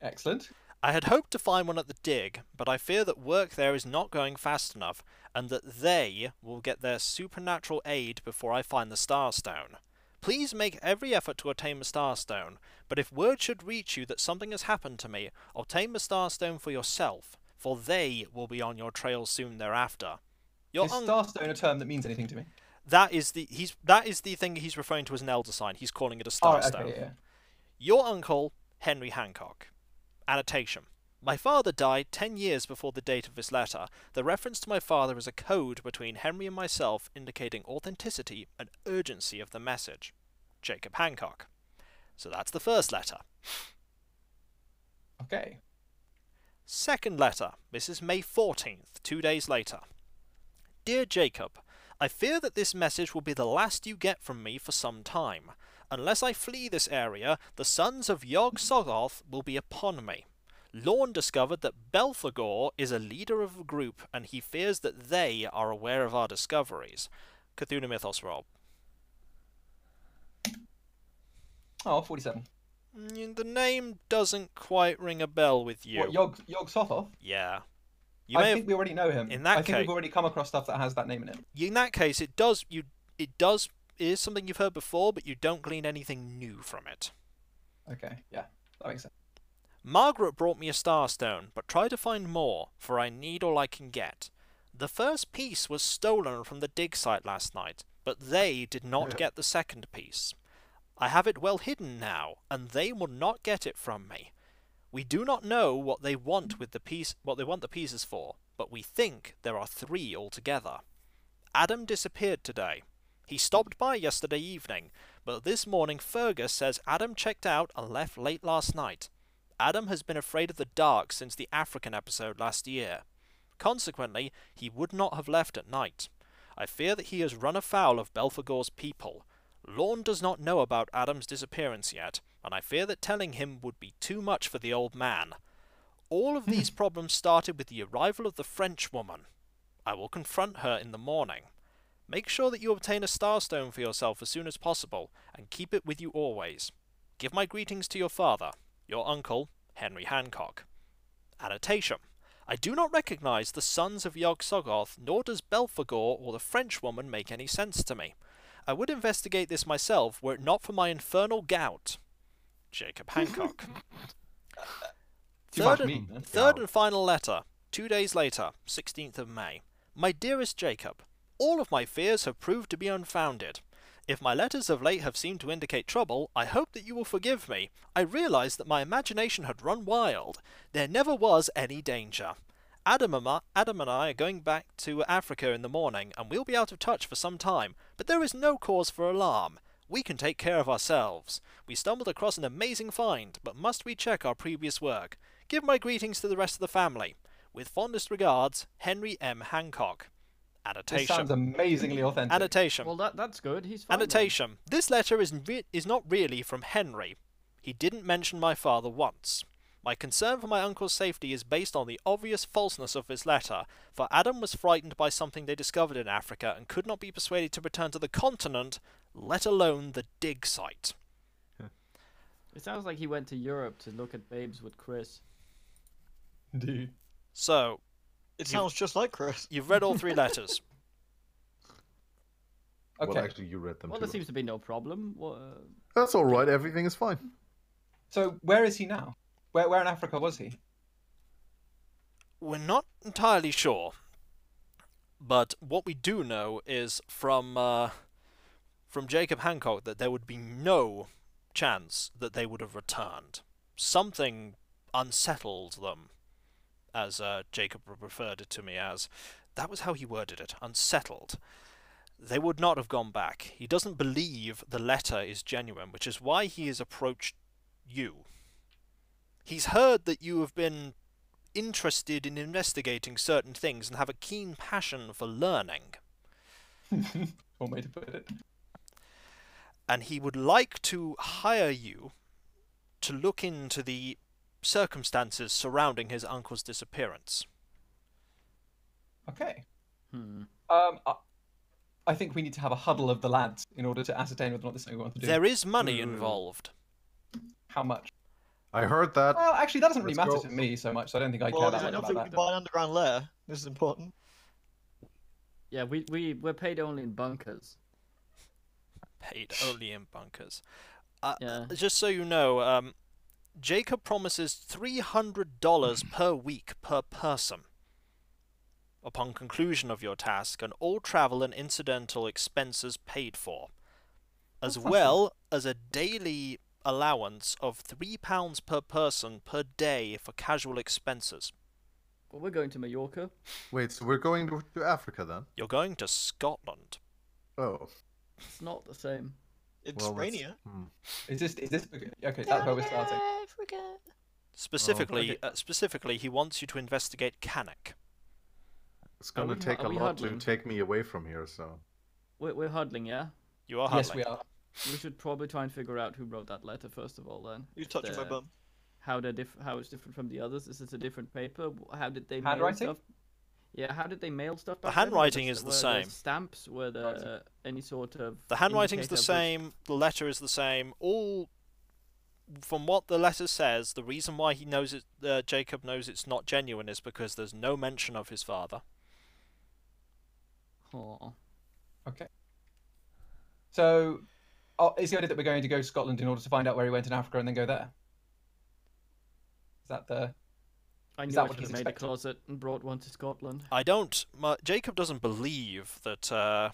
[SPEAKER 4] Excellent.
[SPEAKER 1] I had hoped to find one at the dig, but I fear that work there is not going fast enough, and that they will get their supernatural aid before I find the Starstone. Please make every effort to obtain the Starstone, but if word should reach you that something has happened to me, obtain the Starstone for yourself, for they will be on your trail soon thereafter. Your
[SPEAKER 4] Is
[SPEAKER 1] un-
[SPEAKER 4] Starstone a term that means anything to me?
[SPEAKER 1] that is the he's that is the thing he's referring to as an elder sign. He's calling it a
[SPEAKER 4] Oh,
[SPEAKER 1] Starstone.
[SPEAKER 4] okay, yeah.
[SPEAKER 1] Your uncle, Henry Hancock. Annotation. My father died ten years before the date of this letter. The reference to my father is a code between Henry and myself indicating authenticity and urgency of the message. Jacob Hancock. So that's the first letter.
[SPEAKER 4] Okay.
[SPEAKER 1] Second letter. This is May 14th, two days later. Dear Jacob, I fear that this message will be the last you get from me for some time. Unless I flee this area, the sons of Yog Sothoth will be upon me. Lorne discovered that Belphegor is a leader of a group, and he fears that they are aware of our discoveries. Cthulhu Mythos Rob.
[SPEAKER 4] Oh, 47.
[SPEAKER 1] Mm, The name doesn't quite ring a bell with you.
[SPEAKER 4] What, Yog, Yog Sothoth?
[SPEAKER 1] yeah. You
[SPEAKER 4] I
[SPEAKER 1] may have
[SPEAKER 4] think we already know him.
[SPEAKER 1] in that
[SPEAKER 4] I think
[SPEAKER 1] case-
[SPEAKER 4] we've already come across stuff that has that name in it.
[SPEAKER 1] in that case, it does you it does it is something you've heard before, but you don't glean anything new from it.
[SPEAKER 4] Okay, yeah. That makes sense.
[SPEAKER 1] Margaret brought me a starstone, but try to find more, for I need all I can get. The first piece was stolen from the dig site last night, but they did not get the second piece. I have it well hidden now, and they will not get it from me. We do not know what they want with the piece what they want the pieces for, but we think there are three altogether. Adam disappeared today. He stopped by yesterday evening, but this morning Fergus says Adam checked out and left late last night. Adam has been afraid of the dark since the African episode last year. Consequently, he would not have left at night. I fear that he has run afoul of Belphegor's people. Lorne does not know about Adam's disappearance yet, and I fear that telling him would be too much for the old man. All of these problems started with the arrival of the French woman. I will confront her in the morning. Make sure that you obtain a starstone for yourself as soon as possible, and keep it with you always. Give my greetings to your father, your uncle, Henry Hancock. Annotation. I do not recognize the sons of Yog Soggoth, nor does Belphegor or the French woman make any sense to me. I would investigate this myself were it not for my infernal gout. Jacob Hancock.
[SPEAKER 4] Too
[SPEAKER 1] Third
[SPEAKER 4] much
[SPEAKER 1] and-
[SPEAKER 4] meat, man.
[SPEAKER 1] Third and final letter, two days later, 16th of May. My dearest Jacob, all of my fears have proved to be unfounded. If my letters of late have seemed to indicate trouble, I hope that you will forgive me. I realized that my imagination had run wild. There never was any danger. Adam and, I, Adam and I are going back to Africa in the morning, and we'll be out of touch for some time, but there is no cause for alarm. We can take care of ourselves. We stumbled across an amazing find, but must recheck our previous work. Give my greetings to the rest of the family. With fondest regards, Henry M. Hancock.
[SPEAKER 4] This
[SPEAKER 1] Annotation.
[SPEAKER 4] sounds amazingly authentic.
[SPEAKER 1] Annotation.
[SPEAKER 5] Well, that that's good. He's fine. then.
[SPEAKER 1] Annotation. This letter is, re- is not really from Henry. He didn't mention my father once. My concern for my uncle's safety is based on the obvious falseness of his letter, for Adam was frightened by something they discovered in Africa and could not be persuaded to return to the continent, let alone the dig site.
[SPEAKER 5] It sounds like he went to Europe to look at babes with Chris.
[SPEAKER 4] [LAUGHS] Dude.
[SPEAKER 1] So,
[SPEAKER 2] It sounds just like Chris.
[SPEAKER 1] you've read all three letters.
[SPEAKER 4] Okay.
[SPEAKER 6] Well, actually, you read them
[SPEAKER 5] Well,
[SPEAKER 6] too.
[SPEAKER 5] there seems to be no problem. What, uh,
[SPEAKER 3] That's all right. Everything is fine.
[SPEAKER 4] So where is he now? Where where in Africa was he? [LAUGHS]
[SPEAKER 1] We're not entirely sure, but what we do know is from uh, from Jacob Hancock that there would be no chance that they would have returned. Something unsettled them, as uh, Jacob referred it to me as. That was how he worded it. Unsettled. They would not have gone back. He doesn't believe the letter is genuine, which is why he has approached you. He's heard that you have been interested in investigating certain things and have a keen passion for learning,
[SPEAKER 4] One way to put it.
[SPEAKER 1] and he would like to hire you to look into the circumstances surrounding his uncle's disappearance.
[SPEAKER 4] Okay.
[SPEAKER 5] hmm.
[SPEAKER 4] Um, I, I think we need to have a huddle of the lads in order to ascertain whether or not this is something we want to do.
[SPEAKER 1] There is money
[SPEAKER 6] Mm.
[SPEAKER 1] involved.
[SPEAKER 4] How much?
[SPEAKER 6] I heard that.
[SPEAKER 4] Well, actually, that doesn't really
[SPEAKER 6] Let's
[SPEAKER 4] matter
[SPEAKER 6] go.
[SPEAKER 4] to me so much. So I don't think I
[SPEAKER 2] well,
[SPEAKER 4] care
[SPEAKER 2] I
[SPEAKER 4] that much
[SPEAKER 2] don't
[SPEAKER 4] about
[SPEAKER 2] think we
[SPEAKER 4] that.
[SPEAKER 2] can buy an underground lair. This is important.
[SPEAKER 5] Yeah, we we we're paid only in bunkers.
[SPEAKER 1] paid only in bunkers. Uh,
[SPEAKER 5] Yeah.
[SPEAKER 1] Just so you know, um, Jacob promises three hundred
[SPEAKER 4] [CLEARS THROAT]
[SPEAKER 1] dollars per week per person. Upon conclusion of your task, and all travel and incidental expenses paid for, as
[SPEAKER 4] That's awesome.
[SPEAKER 1] well as a daily allowance of three pounds per person per day for casual expenses.
[SPEAKER 5] Well, we're going to Mallorca.
[SPEAKER 3] Wait, so we're going to, to Africa then?
[SPEAKER 1] You're going to Scotland.
[SPEAKER 3] Oh,
[SPEAKER 5] It's not the same.
[SPEAKER 2] It's
[SPEAKER 6] well, that's-
[SPEAKER 2] Rainier.
[SPEAKER 6] hmm.
[SPEAKER 4] Is this is this okay? That's where we're starting.
[SPEAKER 1] Specifically, uh, specifically, he wants you to investigate Canuck.
[SPEAKER 6] It's going to
[SPEAKER 5] we hu-
[SPEAKER 6] take
[SPEAKER 5] are
[SPEAKER 6] a
[SPEAKER 5] we
[SPEAKER 6] lot
[SPEAKER 5] huddling?
[SPEAKER 6] to take me away from here, so.
[SPEAKER 5] We're we're huddling, yeah.
[SPEAKER 1] You are
[SPEAKER 4] Yes,
[SPEAKER 1] huddling.
[SPEAKER 4] we are.
[SPEAKER 5] We should probably try and figure out who wrote that letter first of all. Then
[SPEAKER 2] You
[SPEAKER 5] If
[SPEAKER 2] touching my
[SPEAKER 5] they're-
[SPEAKER 2] bum.
[SPEAKER 5] How they're diff- How it's different from the others? Is it a different paper? Wh- How did they
[SPEAKER 4] Handwriting?
[SPEAKER 5] mail stuff? Yeah, how did they mail stuff?
[SPEAKER 1] The
[SPEAKER 5] back then? Were there
[SPEAKER 1] handwriting
[SPEAKER 5] s-
[SPEAKER 1] is the
[SPEAKER 5] were there
[SPEAKER 1] same.
[SPEAKER 5] Stamps? Were
[SPEAKER 4] Handwriting.
[SPEAKER 5] there any sort of?
[SPEAKER 1] The handwriting's the
[SPEAKER 5] indicator of which-
[SPEAKER 1] same, the letter is the same. All from what the letter says, the reason why he knows it, uh, Jacob knows it's not genuine, is because there's no mention of his father.
[SPEAKER 5] Aw.
[SPEAKER 4] So, oh, is the idea that we're going to go to Scotland in order to find out where he went in Africa and then go there? Is that the?
[SPEAKER 5] I
[SPEAKER 4] Is
[SPEAKER 5] knew
[SPEAKER 4] that
[SPEAKER 5] I
[SPEAKER 4] what
[SPEAKER 5] should have
[SPEAKER 4] he's
[SPEAKER 5] made a
[SPEAKER 4] expecting?
[SPEAKER 5] closet and brought one to Scotland.
[SPEAKER 1] I don't. My, Jacob doesn't believe that uh,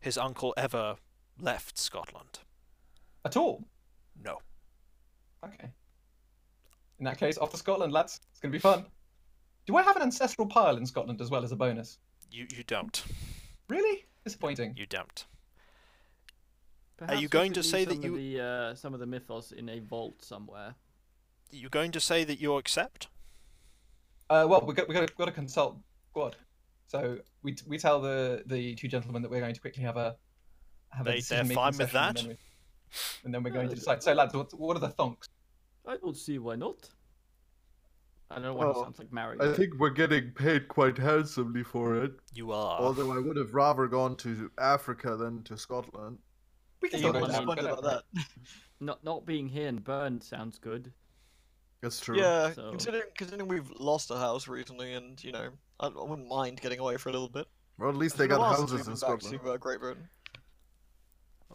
[SPEAKER 1] his uncle ever left Scotland.
[SPEAKER 4] At all?
[SPEAKER 1] No.
[SPEAKER 4] Okay. In that case, off to Scotland, lads. It's going to be fun. Do I have an ancestral pile in Scotland as well as a bonus?
[SPEAKER 1] You you don't.
[SPEAKER 4] Really? Disappointing.
[SPEAKER 1] You don't.
[SPEAKER 5] Perhaps we
[SPEAKER 1] going
[SPEAKER 5] should
[SPEAKER 1] to
[SPEAKER 5] leave
[SPEAKER 1] say that
[SPEAKER 5] some of
[SPEAKER 1] you-
[SPEAKER 5] the, uh, some of the mythos in a vault somewhere?
[SPEAKER 1] You're going to say that you accept?
[SPEAKER 4] Uh, well, we've got, we got, got to consult squad. So we, t- we tell the, the two gentlemen that we're going to quickly have a have
[SPEAKER 1] They-
[SPEAKER 4] a
[SPEAKER 1] they're
[SPEAKER 4] decision-making
[SPEAKER 1] fine with
[SPEAKER 4] session,
[SPEAKER 1] that?
[SPEAKER 4] And then, we, and then we're going
[SPEAKER 5] Yeah.
[SPEAKER 4] to decide. So, lads, what, what are the thonks?
[SPEAKER 5] I don't see why not. I don't know why he
[SPEAKER 3] Well,
[SPEAKER 5] sounds like Mario.
[SPEAKER 6] I think we're getting paid quite handsomely for it.
[SPEAKER 1] You
[SPEAKER 5] Ah.
[SPEAKER 1] are.
[SPEAKER 3] although I would have rather gone to Africa than to Scotland.
[SPEAKER 4] We can
[SPEAKER 2] You
[SPEAKER 4] still
[SPEAKER 5] got
[SPEAKER 2] were
[SPEAKER 4] go
[SPEAKER 5] one
[SPEAKER 4] down,
[SPEAKER 2] disappointed
[SPEAKER 4] go
[SPEAKER 2] about
[SPEAKER 4] down.
[SPEAKER 2] that.
[SPEAKER 5] Not not being here in Bern sounds good.
[SPEAKER 3] That's true.
[SPEAKER 2] Yeah,
[SPEAKER 5] So-
[SPEAKER 2] considering considering we've lost a house recently, and you know, I, I wouldn't mind getting away for a little bit.
[SPEAKER 3] Or at least
[SPEAKER 2] It's
[SPEAKER 3] they
[SPEAKER 2] been a
[SPEAKER 3] got
[SPEAKER 2] while since
[SPEAKER 3] houses
[SPEAKER 2] we've
[SPEAKER 3] in
[SPEAKER 2] been back
[SPEAKER 3] Scotland.
[SPEAKER 2] To, uh, Great Britain.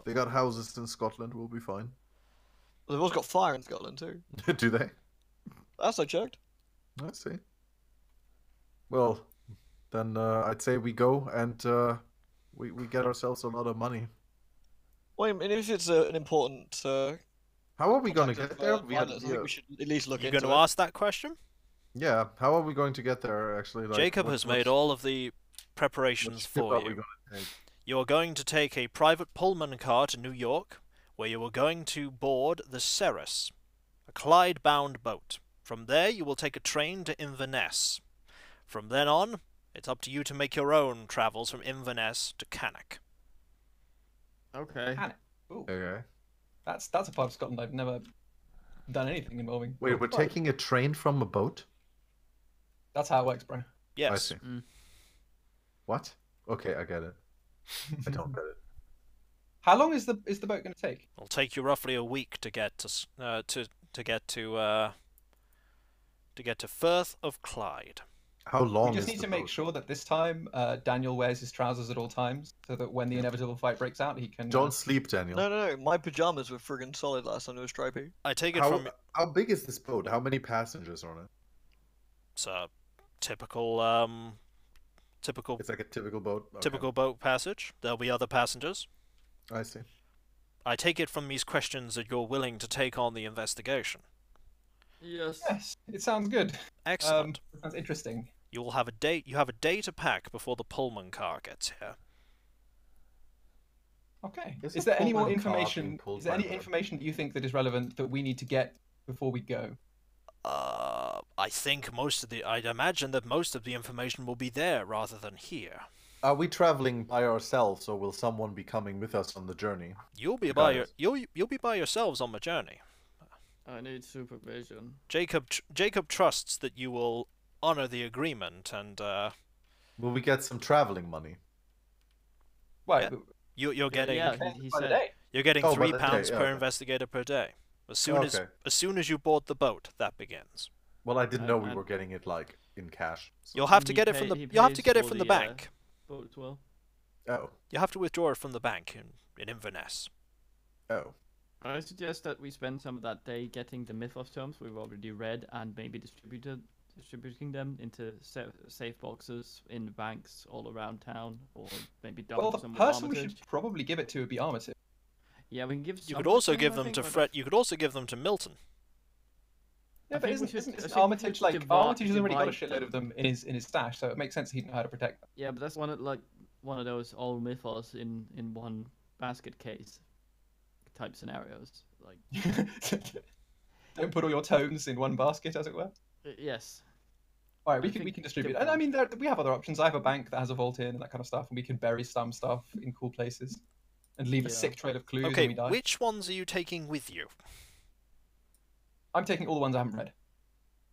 [SPEAKER 3] They got houses in Scotland. We'll be fine. [LAUGHS]
[SPEAKER 2] They've also got fire in Scotland too.
[SPEAKER 3] Do they?
[SPEAKER 2] That's I checked.
[SPEAKER 3] I see. Well, then uh, I'd say we go and uh, we we get ourselves a lot of money.
[SPEAKER 2] Well, I mean, if it's uh, an important. Uh,
[SPEAKER 6] How are we going to
[SPEAKER 2] contact
[SPEAKER 6] get
[SPEAKER 2] of, uh,
[SPEAKER 6] there? We had-
[SPEAKER 2] finance, I think
[SPEAKER 6] yeah.
[SPEAKER 2] we should at least look
[SPEAKER 1] You're
[SPEAKER 2] into
[SPEAKER 1] going to
[SPEAKER 2] it.
[SPEAKER 1] ask that question?
[SPEAKER 6] yeah. How are we going to get there? Actually, like,
[SPEAKER 1] Jacob
[SPEAKER 6] what-
[SPEAKER 1] has
[SPEAKER 6] what's-
[SPEAKER 1] made all of the
[SPEAKER 6] [LAUGHS] what
[SPEAKER 1] preparations
[SPEAKER 6] ship
[SPEAKER 1] for
[SPEAKER 6] are
[SPEAKER 1] you.
[SPEAKER 6] we gonna take?
[SPEAKER 1] You're going to take a private Pullman car to New York, where you are going to board the Ceres, a Clyde bound boat. From there, you will take a train to Inverness. From then on, it's up to you to make your own travels from Inverness to Cannock.
[SPEAKER 5] Okay.
[SPEAKER 4] Panic. Ooh,
[SPEAKER 6] Okay.
[SPEAKER 4] that's that's a part of Scotland I've never done anything involving.
[SPEAKER 6] Wait, we're taking a train from a boat.
[SPEAKER 4] That's how it works, bro.
[SPEAKER 1] Yes.
[SPEAKER 6] I see.
[SPEAKER 5] Mm.
[SPEAKER 6] What? Okay, I get it. I don't
[SPEAKER 4] [LAUGHS]
[SPEAKER 6] get it.
[SPEAKER 4] How long is the is the boat going to take?
[SPEAKER 1] It'll take you roughly a week to get to s- uh, to to get to uh, to get to Firth of Clyde.
[SPEAKER 6] How long
[SPEAKER 4] we just
[SPEAKER 6] is
[SPEAKER 4] need
[SPEAKER 6] the
[SPEAKER 4] to make
[SPEAKER 6] boat?
[SPEAKER 4] sure that this time uh, Daniel wears his trousers at all times, so that when the inevitable fight breaks out, he can. uh,
[SPEAKER 6] Don't sleep, Daniel.
[SPEAKER 2] No, no, no. My pajamas were friggin' solid last time it was stripy.
[SPEAKER 1] I take it
[SPEAKER 6] how,
[SPEAKER 1] from
[SPEAKER 6] how big is this boat? How many passengers on it?
[SPEAKER 1] it's a typical um typical
[SPEAKER 6] It's like a typical boat. Okay,
[SPEAKER 1] typical boat passage. There'll be other passengers.
[SPEAKER 6] I see.
[SPEAKER 1] I take it from these questions that you're willing to take on the investigation.
[SPEAKER 5] Yes.
[SPEAKER 4] Yes, it sounds good. Um,
[SPEAKER 1] Excellent.
[SPEAKER 4] it sounds interesting.
[SPEAKER 1] you will have a date. You have a day to pack before the Pullman car gets here.
[SPEAKER 4] Okay.
[SPEAKER 6] Is
[SPEAKER 4] Is,
[SPEAKER 6] a
[SPEAKER 4] there any more
[SPEAKER 6] Pullman car being
[SPEAKER 4] information?
[SPEAKER 6] pulled
[SPEAKER 4] Is there
[SPEAKER 6] by
[SPEAKER 4] any
[SPEAKER 6] the-
[SPEAKER 4] information that you think that is relevant that we need to get before we go?
[SPEAKER 1] Uh, I think most of the. I'd imagine that most of the information will be there rather than here.
[SPEAKER 6] Are we traveling by ourselves, or will someone be coming with us on the journey?
[SPEAKER 1] You'll be
[SPEAKER 6] Got
[SPEAKER 1] by
[SPEAKER 6] it.
[SPEAKER 1] your, you'll you'll be by yourselves on the journey.
[SPEAKER 5] I need supervision.
[SPEAKER 1] Jacob tr- Jacob trusts that you will honor the agreement, and uh,
[SPEAKER 6] Will we get some traveling money?
[SPEAKER 4] Well,
[SPEAKER 1] Yeah. you, you're getting
[SPEAKER 5] yeah,
[SPEAKER 4] but-
[SPEAKER 5] he, he
[SPEAKER 4] by the
[SPEAKER 5] said.
[SPEAKER 4] day.
[SPEAKER 1] you're getting
[SPEAKER 6] Oh,
[SPEAKER 1] three
[SPEAKER 6] by the day,
[SPEAKER 1] pounds
[SPEAKER 6] yeah,
[SPEAKER 1] per
[SPEAKER 6] okay.
[SPEAKER 1] investigator per day. As soon as
[SPEAKER 6] Okay.
[SPEAKER 1] as soon as you board the boat, that begins.
[SPEAKER 6] Well, I didn't know we
[SPEAKER 5] I-
[SPEAKER 6] were getting it like in cash. so-
[SPEAKER 1] You'll have to
[SPEAKER 5] He
[SPEAKER 1] get it from
[SPEAKER 5] pay-
[SPEAKER 1] the
[SPEAKER 5] he
[SPEAKER 1] you'll have to
[SPEAKER 5] pays
[SPEAKER 1] get it
[SPEAKER 5] for
[SPEAKER 1] from the
[SPEAKER 5] the, uh,
[SPEAKER 1] bank.
[SPEAKER 5] Boat as well.
[SPEAKER 6] Oh,
[SPEAKER 1] You have to withdraw it from the bank in, in Inverness.
[SPEAKER 6] oh,
[SPEAKER 5] I suggest that we spend some of that day getting the mythos terms we've already read and maybe distributed distributing them into sa- safe boxes in banks all around town or maybe dump
[SPEAKER 4] Well, the
[SPEAKER 5] some with
[SPEAKER 4] person we
[SPEAKER 5] Armitage.
[SPEAKER 4] should probably give it to would be Armitage.
[SPEAKER 5] Yeah, we can give.
[SPEAKER 1] You
[SPEAKER 5] some
[SPEAKER 1] could
[SPEAKER 5] to
[SPEAKER 1] also
[SPEAKER 5] him,
[SPEAKER 1] give
[SPEAKER 5] I
[SPEAKER 1] them
[SPEAKER 5] think,
[SPEAKER 1] to
[SPEAKER 5] but I
[SPEAKER 1] Fred. You could also give them to Milton.
[SPEAKER 4] Yeah,
[SPEAKER 5] think
[SPEAKER 4] but
[SPEAKER 5] we
[SPEAKER 4] isn't,
[SPEAKER 5] should-
[SPEAKER 4] isn't,
[SPEAKER 5] I
[SPEAKER 4] isn't
[SPEAKER 5] think we
[SPEAKER 4] Armitage
[SPEAKER 5] should
[SPEAKER 4] like
[SPEAKER 5] divide-
[SPEAKER 4] Armitage has already got a
[SPEAKER 5] divide
[SPEAKER 4] shitload of them in his in his stash, so it makes sense he'd know how to protect them.
[SPEAKER 5] Yeah, but that's one of like one of those all mythos in in one basket case type scenarios. Like [LAUGHS]
[SPEAKER 4] Don't put all your tomes in one basket, as it were.
[SPEAKER 5] y- uh, yes,
[SPEAKER 4] All right, we
[SPEAKER 5] I
[SPEAKER 4] can we
[SPEAKER 5] think
[SPEAKER 4] can
[SPEAKER 5] it's
[SPEAKER 4] distribute.
[SPEAKER 5] different.
[SPEAKER 4] And I mean, there, we have other options. I have a bank that has a vault in and that kind of stuff, and we can bury some stuff in cool places, and leave a
[SPEAKER 5] Yeah.
[SPEAKER 4] sick trail of clues. when
[SPEAKER 1] Okay,
[SPEAKER 4] we die.
[SPEAKER 1] which ones are you taking with you?
[SPEAKER 4] I'm taking all the ones I haven't read.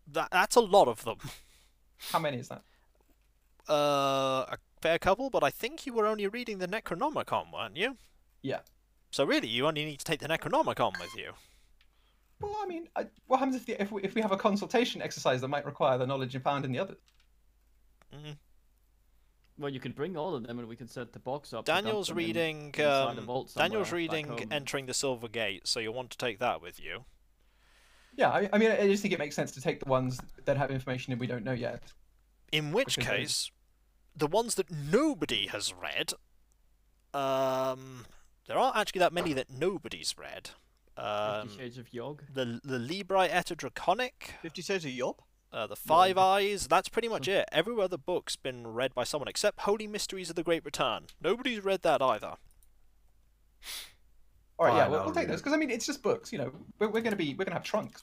[SPEAKER 1] That that's a lot of them.
[SPEAKER 4] How many is that?
[SPEAKER 1] Uh, a fair couple, but I think you were only reading the Necronomicon, weren't you?
[SPEAKER 4] Yeah.
[SPEAKER 1] So really, you only need to take the Necronomicon with you.
[SPEAKER 4] Well, I mean, I, what happens if, the, if, we, if we have a consultation exercise that might require the knowledge you found in the others?
[SPEAKER 5] well, you can bring all of them and we can set the box up. to dump
[SPEAKER 1] Daniel's
[SPEAKER 5] them in-
[SPEAKER 1] reading.
[SPEAKER 5] inside a
[SPEAKER 1] um,
[SPEAKER 5] vault
[SPEAKER 1] Daniel's
[SPEAKER 5] somewhere back
[SPEAKER 1] reading
[SPEAKER 5] home.
[SPEAKER 1] entering the Silver Gate, so you'll want to take that with you.
[SPEAKER 4] Yeah, I, I mean, I just think it makes sense to take the ones that have information and we don't know yet.
[SPEAKER 1] In which
[SPEAKER 4] Because there's-
[SPEAKER 1] case, the ones that nobody has read, um, there aren't actually that many that nobody's read. Um,
[SPEAKER 5] Fifty Shades of Yog.
[SPEAKER 1] the the Librae Etta Draconic,
[SPEAKER 2] Fifty Shades of Yop?
[SPEAKER 1] uh, the Five Eyes. That's pretty much it. Every other book's been read by someone except Holy Mysteries of the Great Return. Nobody's read that either.
[SPEAKER 4] All right, yeah,
[SPEAKER 6] Fine,
[SPEAKER 4] we'll,
[SPEAKER 6] I'll
[SPEAKER 4] we'll take
[SPEAKER 6] read
[SPEAKER 4] those
[SPEAKER 6] it.
[SPEAKER 4] because I mean, it's just books. You know, we're, we're gonna be we're gonna have trunks.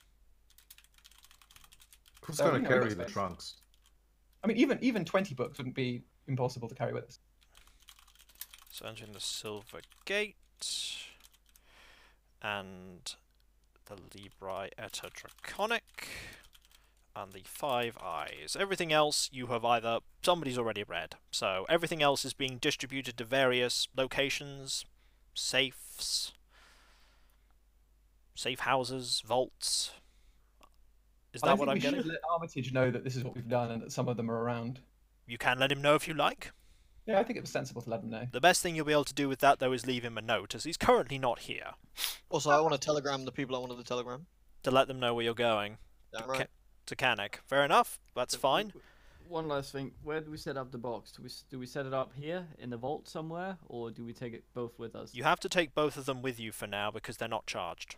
[SPEAKER 6] who's
[SPEAKER 4] So,
[SPEAKER 6] gonna
[SPEAKER 4] you know,
[SPEAKER 6] carry
[SPEAKER 4] it's
[SPEAKER 6] the
[SPEAKER 4] nice.
[SPEAKER 6] trunks?
[SPEAKER 4] I mean, even even twenty books wouldn't be impossible to carry with us.
[SPEAKER 1] So entering the Silver Gate and the Librae Etta Draconic and the Five Eyes. Everything else you have either somebody's already read. So everything else is being distributed to various locations, safes, safe houses, vaults. Is
[SPEAKER 4] And I
[SPEAKER 1] that what
[SPEAKER 4] think
[SPEAKER 1] I'm
[SPEAKER 4] we should
[SPEAKER 1] getting?
[SPEAKER 4] Let Armitage know that this is what we've done and that some of them are around.
[SPEAKER 1] You can let him know if you like.
[SPEAKER 4] Yeah, I think it was sensible to let them know.
[SPEAKER 1] The best thing you'll be able to do with that though is leave him a note as he's currently not here
[SPEAKER 2] Also, I want to telegram the people I wanted to telegram.
[SPEAKER 1] to let them know where you're going.
[SPEAKER 2] Damn
[SPEAKER 1] Okay.
[SPEAKER 2] right.
[SPEAKER 1] to Canic. Fair enough. That's fine.
[SPEAKER 5] one last thing. Where do we set up the box? Do we s- do we set it up here in the vault somewhere, or do we take it both with us?
[SPEAKER 1] You have to take both of them with you for now because they're not charged.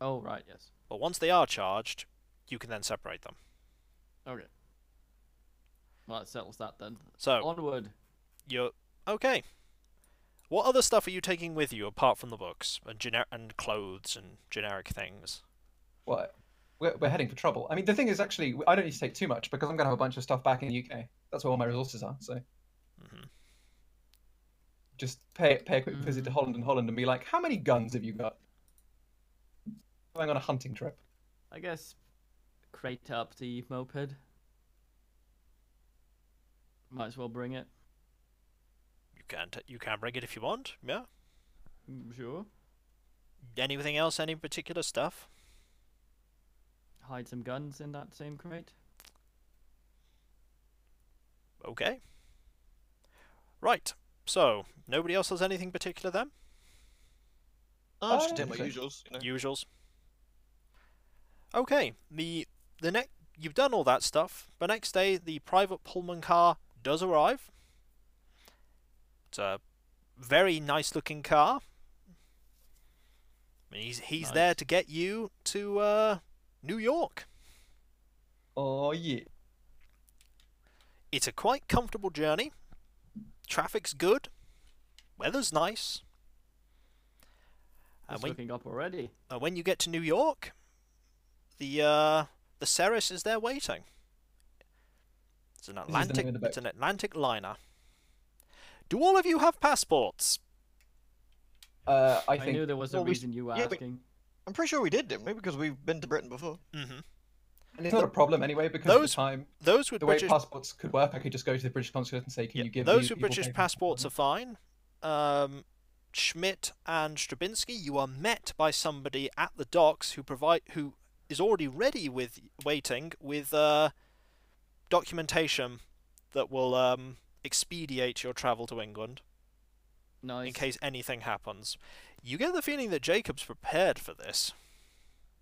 [SPEAKER 5] Oh right, yes.
[SPEAKER 1] But once they are charged, you can then separate them.
[SPEAKER 5] Okay. Well, that settles that then.
[SPEAKER 1] So
[SPEAKER 5] Onward.
[SPEAKER 1] you're okay. What other stuff are you taking with you apart from the books and gener- and clothes and generic things?
[SPEAKER 4] What? We're, we're heading for trouble. I mean, the thing is, actually, I don't need to take too much because I'm going to have a bunch of stuff back in the UK. That's where all my resources are. So
[SPEAKER 1] hmm
[SPEAKER 4] just pay pay a quick visit to
[SPEAKER 5] Mm.
[SPEAKER 4] Holland and Holland and be like, how many guns have you got? Going on a hunting trip.
[SPEAKER 5] I guess crate up the moped. Might as well bring it.
[SPEAKER 1] You can t- you can bring it if you want. Yeah.
[SPEAKER 5] Mm, Sure.
[SPEAKER 1] Anything else? Any particular stuff?
[SPEAKER 5] Hide some guns in that same crate.
[SPEAKER 1] Okay. Right. So nobody else has anything particular then.
[SPEAKER 2] I just
[SPEAKER 4] Oh,
[SPEAKER 2] did my
[SPEAKER 4] okay.
[SPEAKER 2] usuals. You know.
[SPEAKER 1] usuals. Okay, the the next you've done all that stuff. The next day, the private Pullman car does arrive. It's a very nice looking car. And he's he's there
[SPEAKER 5] Nice.
[SPEAKER 1] to get you to uh, New York.
[SPEAKER 4] Oh yeah.
[SPEAKER 1] It's a quite comfortable journey. Traffic's good. Weather's nice. And
[SPEAKER 5] It's
[SPEAKER 1] when,
[SPEAKER 5] looking up already.
[SPEAKER 1] And Uh, when you get to New York, the uh, the Ceres is there waiting. It's an
[SPEAKER 4] is the name of
[SPEAKER 1] Atlantic.
[SPEAKER 4] the boat.
[SPEAKER 1] It's an Atlantic liner. Do all of you have passports?
[SPEAKER 4] Uh, I
[SPEAKER 5] I,
[SPEAKER 4] think
[SPEAKER 5] knew there was a
[SPEAKER 2] well, we s-
[SPEAKER 5] reason you were
[SPEAKER 2] yeah, we-
[SPEAKER 5] asking.
[SPEAKER 2] I'm pretty sure we did, didn't we? Because we've been to Britain before.
[SPEAKER 4] Mm-hmm.
[SPEAKER 1] hmm
[SPEAKER 4] and it's not a problem anyway because at
[SPEAKER 1] Those-
[SPEAKER 4] the time
[SPEAKER 1] Those with
[SPEAKER 4] the way
[SPEAKER 1] British.
[SPEAKER 4] passports could work, I could just go to the British consulate and say, can
[SPEAKER 1] yeah,
[SPEAKER 4] you give
[SPEAKER 1] those
[SPEAKER 4] you
[SPEAKER 1] with British passports are
[SPEAKER 4] Of...
[SPEAKER 1] fine. Um, Schmidt and Strabinsky, you are met by somebody at the docks who provide who is already ready with waiting with uh, documentation that will um, expedite your travel to England.
[SPEAKER 5] Nice.
[SPEAKER 1] in case anything happens. You get the feeling that Jacob's prepared for this.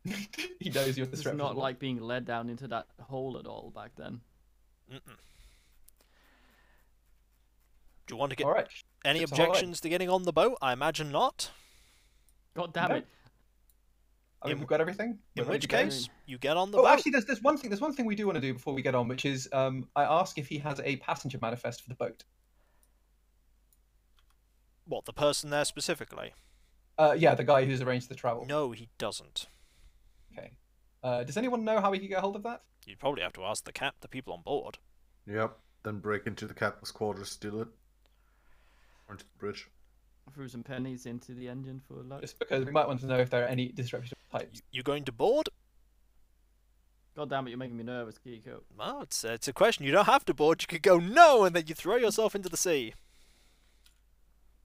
[SPEAKER 4] [LAUGHS] he knows you're
[SPEAKER 5] It's
[SPEAKER 4] disreputable.
[SPEAKER 5] not like being led down into that hole at all back then.
[SPEAKER 1] Mm-mm. Do you want to get
[SPEAKER 4] All right.
[SPEAKER 1] any
[SPEAKER 4] it's all right.
[SPEAKER 1] objections to getting on the boat? I imagine not.
[SPEAKER 5] God damn
[SPEAKER 4] No.
[SPEAKER 5] it.
[SPEAKER 4] I mean,
[SPEAKER 1] In-
[SPEAKER 4] we've got everything. We're
[SPEAKER 1] In
[SPEAKER 4] ready
[SPEAKER 1] which
[SPEAKER 4] to go.
[SPEAKER 1] case, you get on the
[SPEAKER 4] Oh,
[SPEAKER 1] boat.
[SPEAKER 4] actually, there's there's one thing. There's one thing we do want to do before we get on, which is um, I ask if he has a passenger manifest for the boat.
[SPEAKER 1] What, the person there specifically?
[SPEAKER 4] Uh, yeah, the guy who's arranged the travel.
[SPEAKER 1] No, he doesn't.
[SPEAKER 4] Okay. Uh, does anyone know how we can get hold of that?
[SPEAKER 1] You'd probably have to ask the cap, the people on board.
[SPEAKER 6] Yep. Then break into the captain's quarters, steal it. Or into the bridge.
[SPEAKER 5] Threw some pennies into the engine for luck.
[SPEAKER 4] Just because we might want to know if there are any disreputable types.
[SPEAKER 1] Uh, You, you going to board?
[SPEAKER 5] God damn it, you're making me nervous, Kiko.
[SPEAKER 1] No, it's, uh, it's a question. You don't have to board. You could go no, and then you throw yourself into the sea.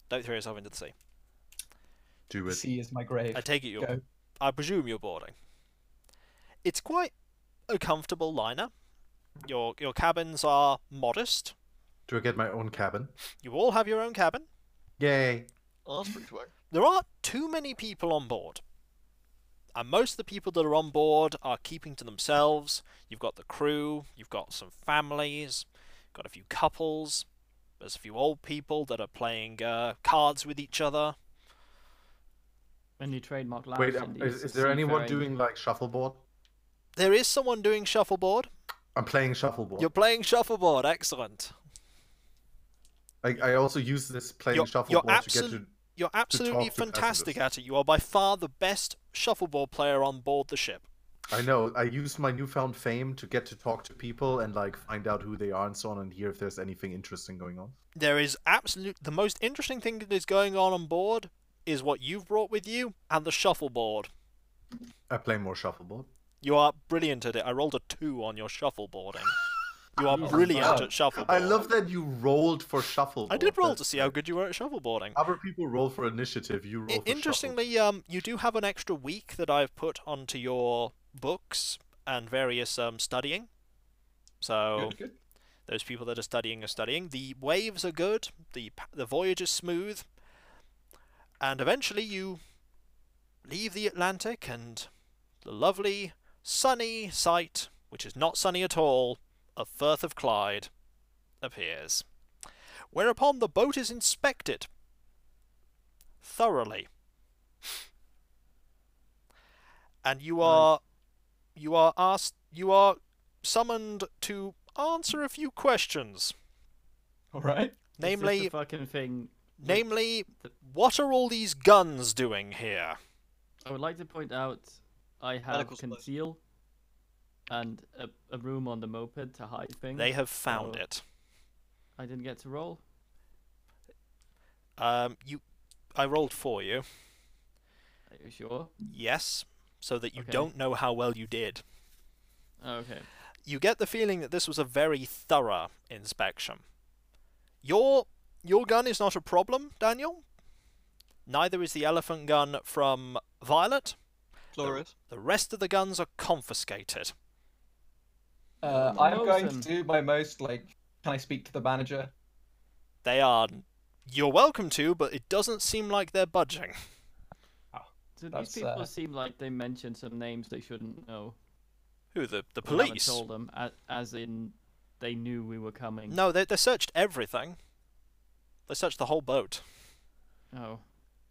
[SPEAKER 1] Don't throw yourself into the sea.
[SPEAKER 6] Do
[SPEAKER 4] The
[SPEAKER 6] it.
[SPEAKER 4] sea is my grave.
[SPEAKER 1] I take it you're
[SPEAKER 4] Go.
[SPEAKER 1] I presume you're boarding. It's quite a comfortable liner. Your your cabins are modest.
[SPEAKER 6] Do I get my own cabin?
[SPEAKER 1] You all have your own cabin.
[SPEAKER 6] Yay.
[SPEAKER 2] Oh, that's pretty swag.
[SPEAKER 1] There aren't too many people on board. And most of the people that are on board are keeping to themselves. You've got the crew, you've got some families, got a few couples, there's a few old people that are playing uh, cards with each other.
[SPEAKER 5] When you trademark lounge
[SPEAKER 6] Wait,
[SPEAKER 5] in
[SPEAKER 6] um,
[SPEAKER 5] the
[SPEAKER 6] is, is there anyone
[SPEAKER 5] seafaring- [LAUGHS]
[SPEAKER 6] doing like shuffleboard?
[SPEAKER 1] There is someone doing shuffleboard.
[SPEAKER 6] I'm playing shuffleboard.
[SPEAKER 1] You're playing shuffleboard, excellent.
[SPEAKER 6] I, I also use this playing
[SPEAKER 1] You're- you're
[SPEAKER 6] shuffleboard to
[SPEAKER 1] absolute-
[SPEAKER 6] get to
[SPEAKER 1] You're absolutely
[SPEAKER 6] talk to
[SPEAKER 1] fantastic at
[SPEAKER 6] passengers.
[SPEAKER 1] it. You are by far the best shuffleboard player on board the ship.
[SPEAKER 6] I know. I use my newfound fame to get to talk to people and like find out who they are and so on, and hear if there's anything interesting going on.
[SPEAKER 1] There is absolute the most interesting thing that is going on on board is what you've brought with you and the shuffleboard.
[SPEAKER 6] I play more shuffleboard.
[SPEAKER 1] You are brilliant at it. I rolled a two on your shuffleboarding. You
[SPEAKER 6] [LAUGHS]
[SPEAKER 1] are
[SPEAKER 5] Jesus
[SPEAKER 1] brilliant
[SPEAKER 6] Christ.
[SPEAKER 1] at shuffleboard.
[SPEAKER 6] I love that you rolled for shuffleboard.
[SPEAKER 1] I did roll to
[SPEAKER 6] That's
[SPEAKER 1] see how
[SPEAKER 6] great.
[SPEAKER 1] good you were at shuffleboarding.
[SPEAKER 6] Other people roll for initiative. You roll.
[SPEAKER 1] I-
[SPEAKER 6] for
[SPEAKER 1] interestingly, um, you do have an extra week that I've put onto your books and various um, studying. So
[SPEAKER 4] Good, good.
[SPEAKER 1] Those people that are studying are studying. The waves are good. The p- the voyage is smooth. And eventually you leave the Atlantic and the lovely sunny sight, which is not sunny at all, of Firth of Clyde appears. Whereupon the boat is inspected thoroughly. And you are you are asked you are summoned to answer a few questions.
[SPEAKER 4] All
[SPEAKER 5] Is
[SPEAKER 4] right.
[SPEAKER 5] this
[SPEAKER 1] Namely
[SPEAKER 5] the fucking thing.
[SPEAKER 1] namely what are all these guns doing here?
[SPEAKER 5] I would like to point out I have
[SPEAKER 2] Medical supplies.
[SPEAKER 5] conceal and a, a room on the moped to hide things.
[SPEAKER 1] They have found
[SPEAKER 5] Oh.
[SPEAKER 1] it.
[SPEAKER 5] I didn't get to roll.
[SPEAKER 1] Um you I rolled for you.
[SPEAKER 5] Are you sure?
[SPEAKER 1] Yes, so that you
[SPEAKER 5] Okay.
[SPEAKER 1] don't know how well you did.
[SPEAKER 5] Okay.
[SPEAKER 1] You get the feeling that this was a very thorough inspection. Your your gun is not a problem, Daniel. Neither is the elephant gun from Violet.
[SPEAKER 2] Glorious.
[SPEAKER 1] The rest of the guns are confiscated.
[SPEAKER 4] Uh, I'm going to
[SPEAKER 5] Awesome.
[SPEAKER 4] do my most. Like, can I speak to the manager?
[SPEAKER 1] They are you're welcome to, but it doesn't seem like they're budging.
[SPEAKER 5] Do
[SPEAKER 4] That's,
[SPEAKER 5] these people
[SPEAKER 4] uh,
[SPEAKER 5] seem like they mentioned some names they shouldn't know?
[SPEAKER 1] Who the the
[SPEAKER 5] We haven't
[SPEAKER 1] police?
[SPEAKER 5] told them, as, as in they knew we were coming.
[SPEAKER 1] No, they they searched everything. They searched the whole boat.
[SPEAKER 5] Oh,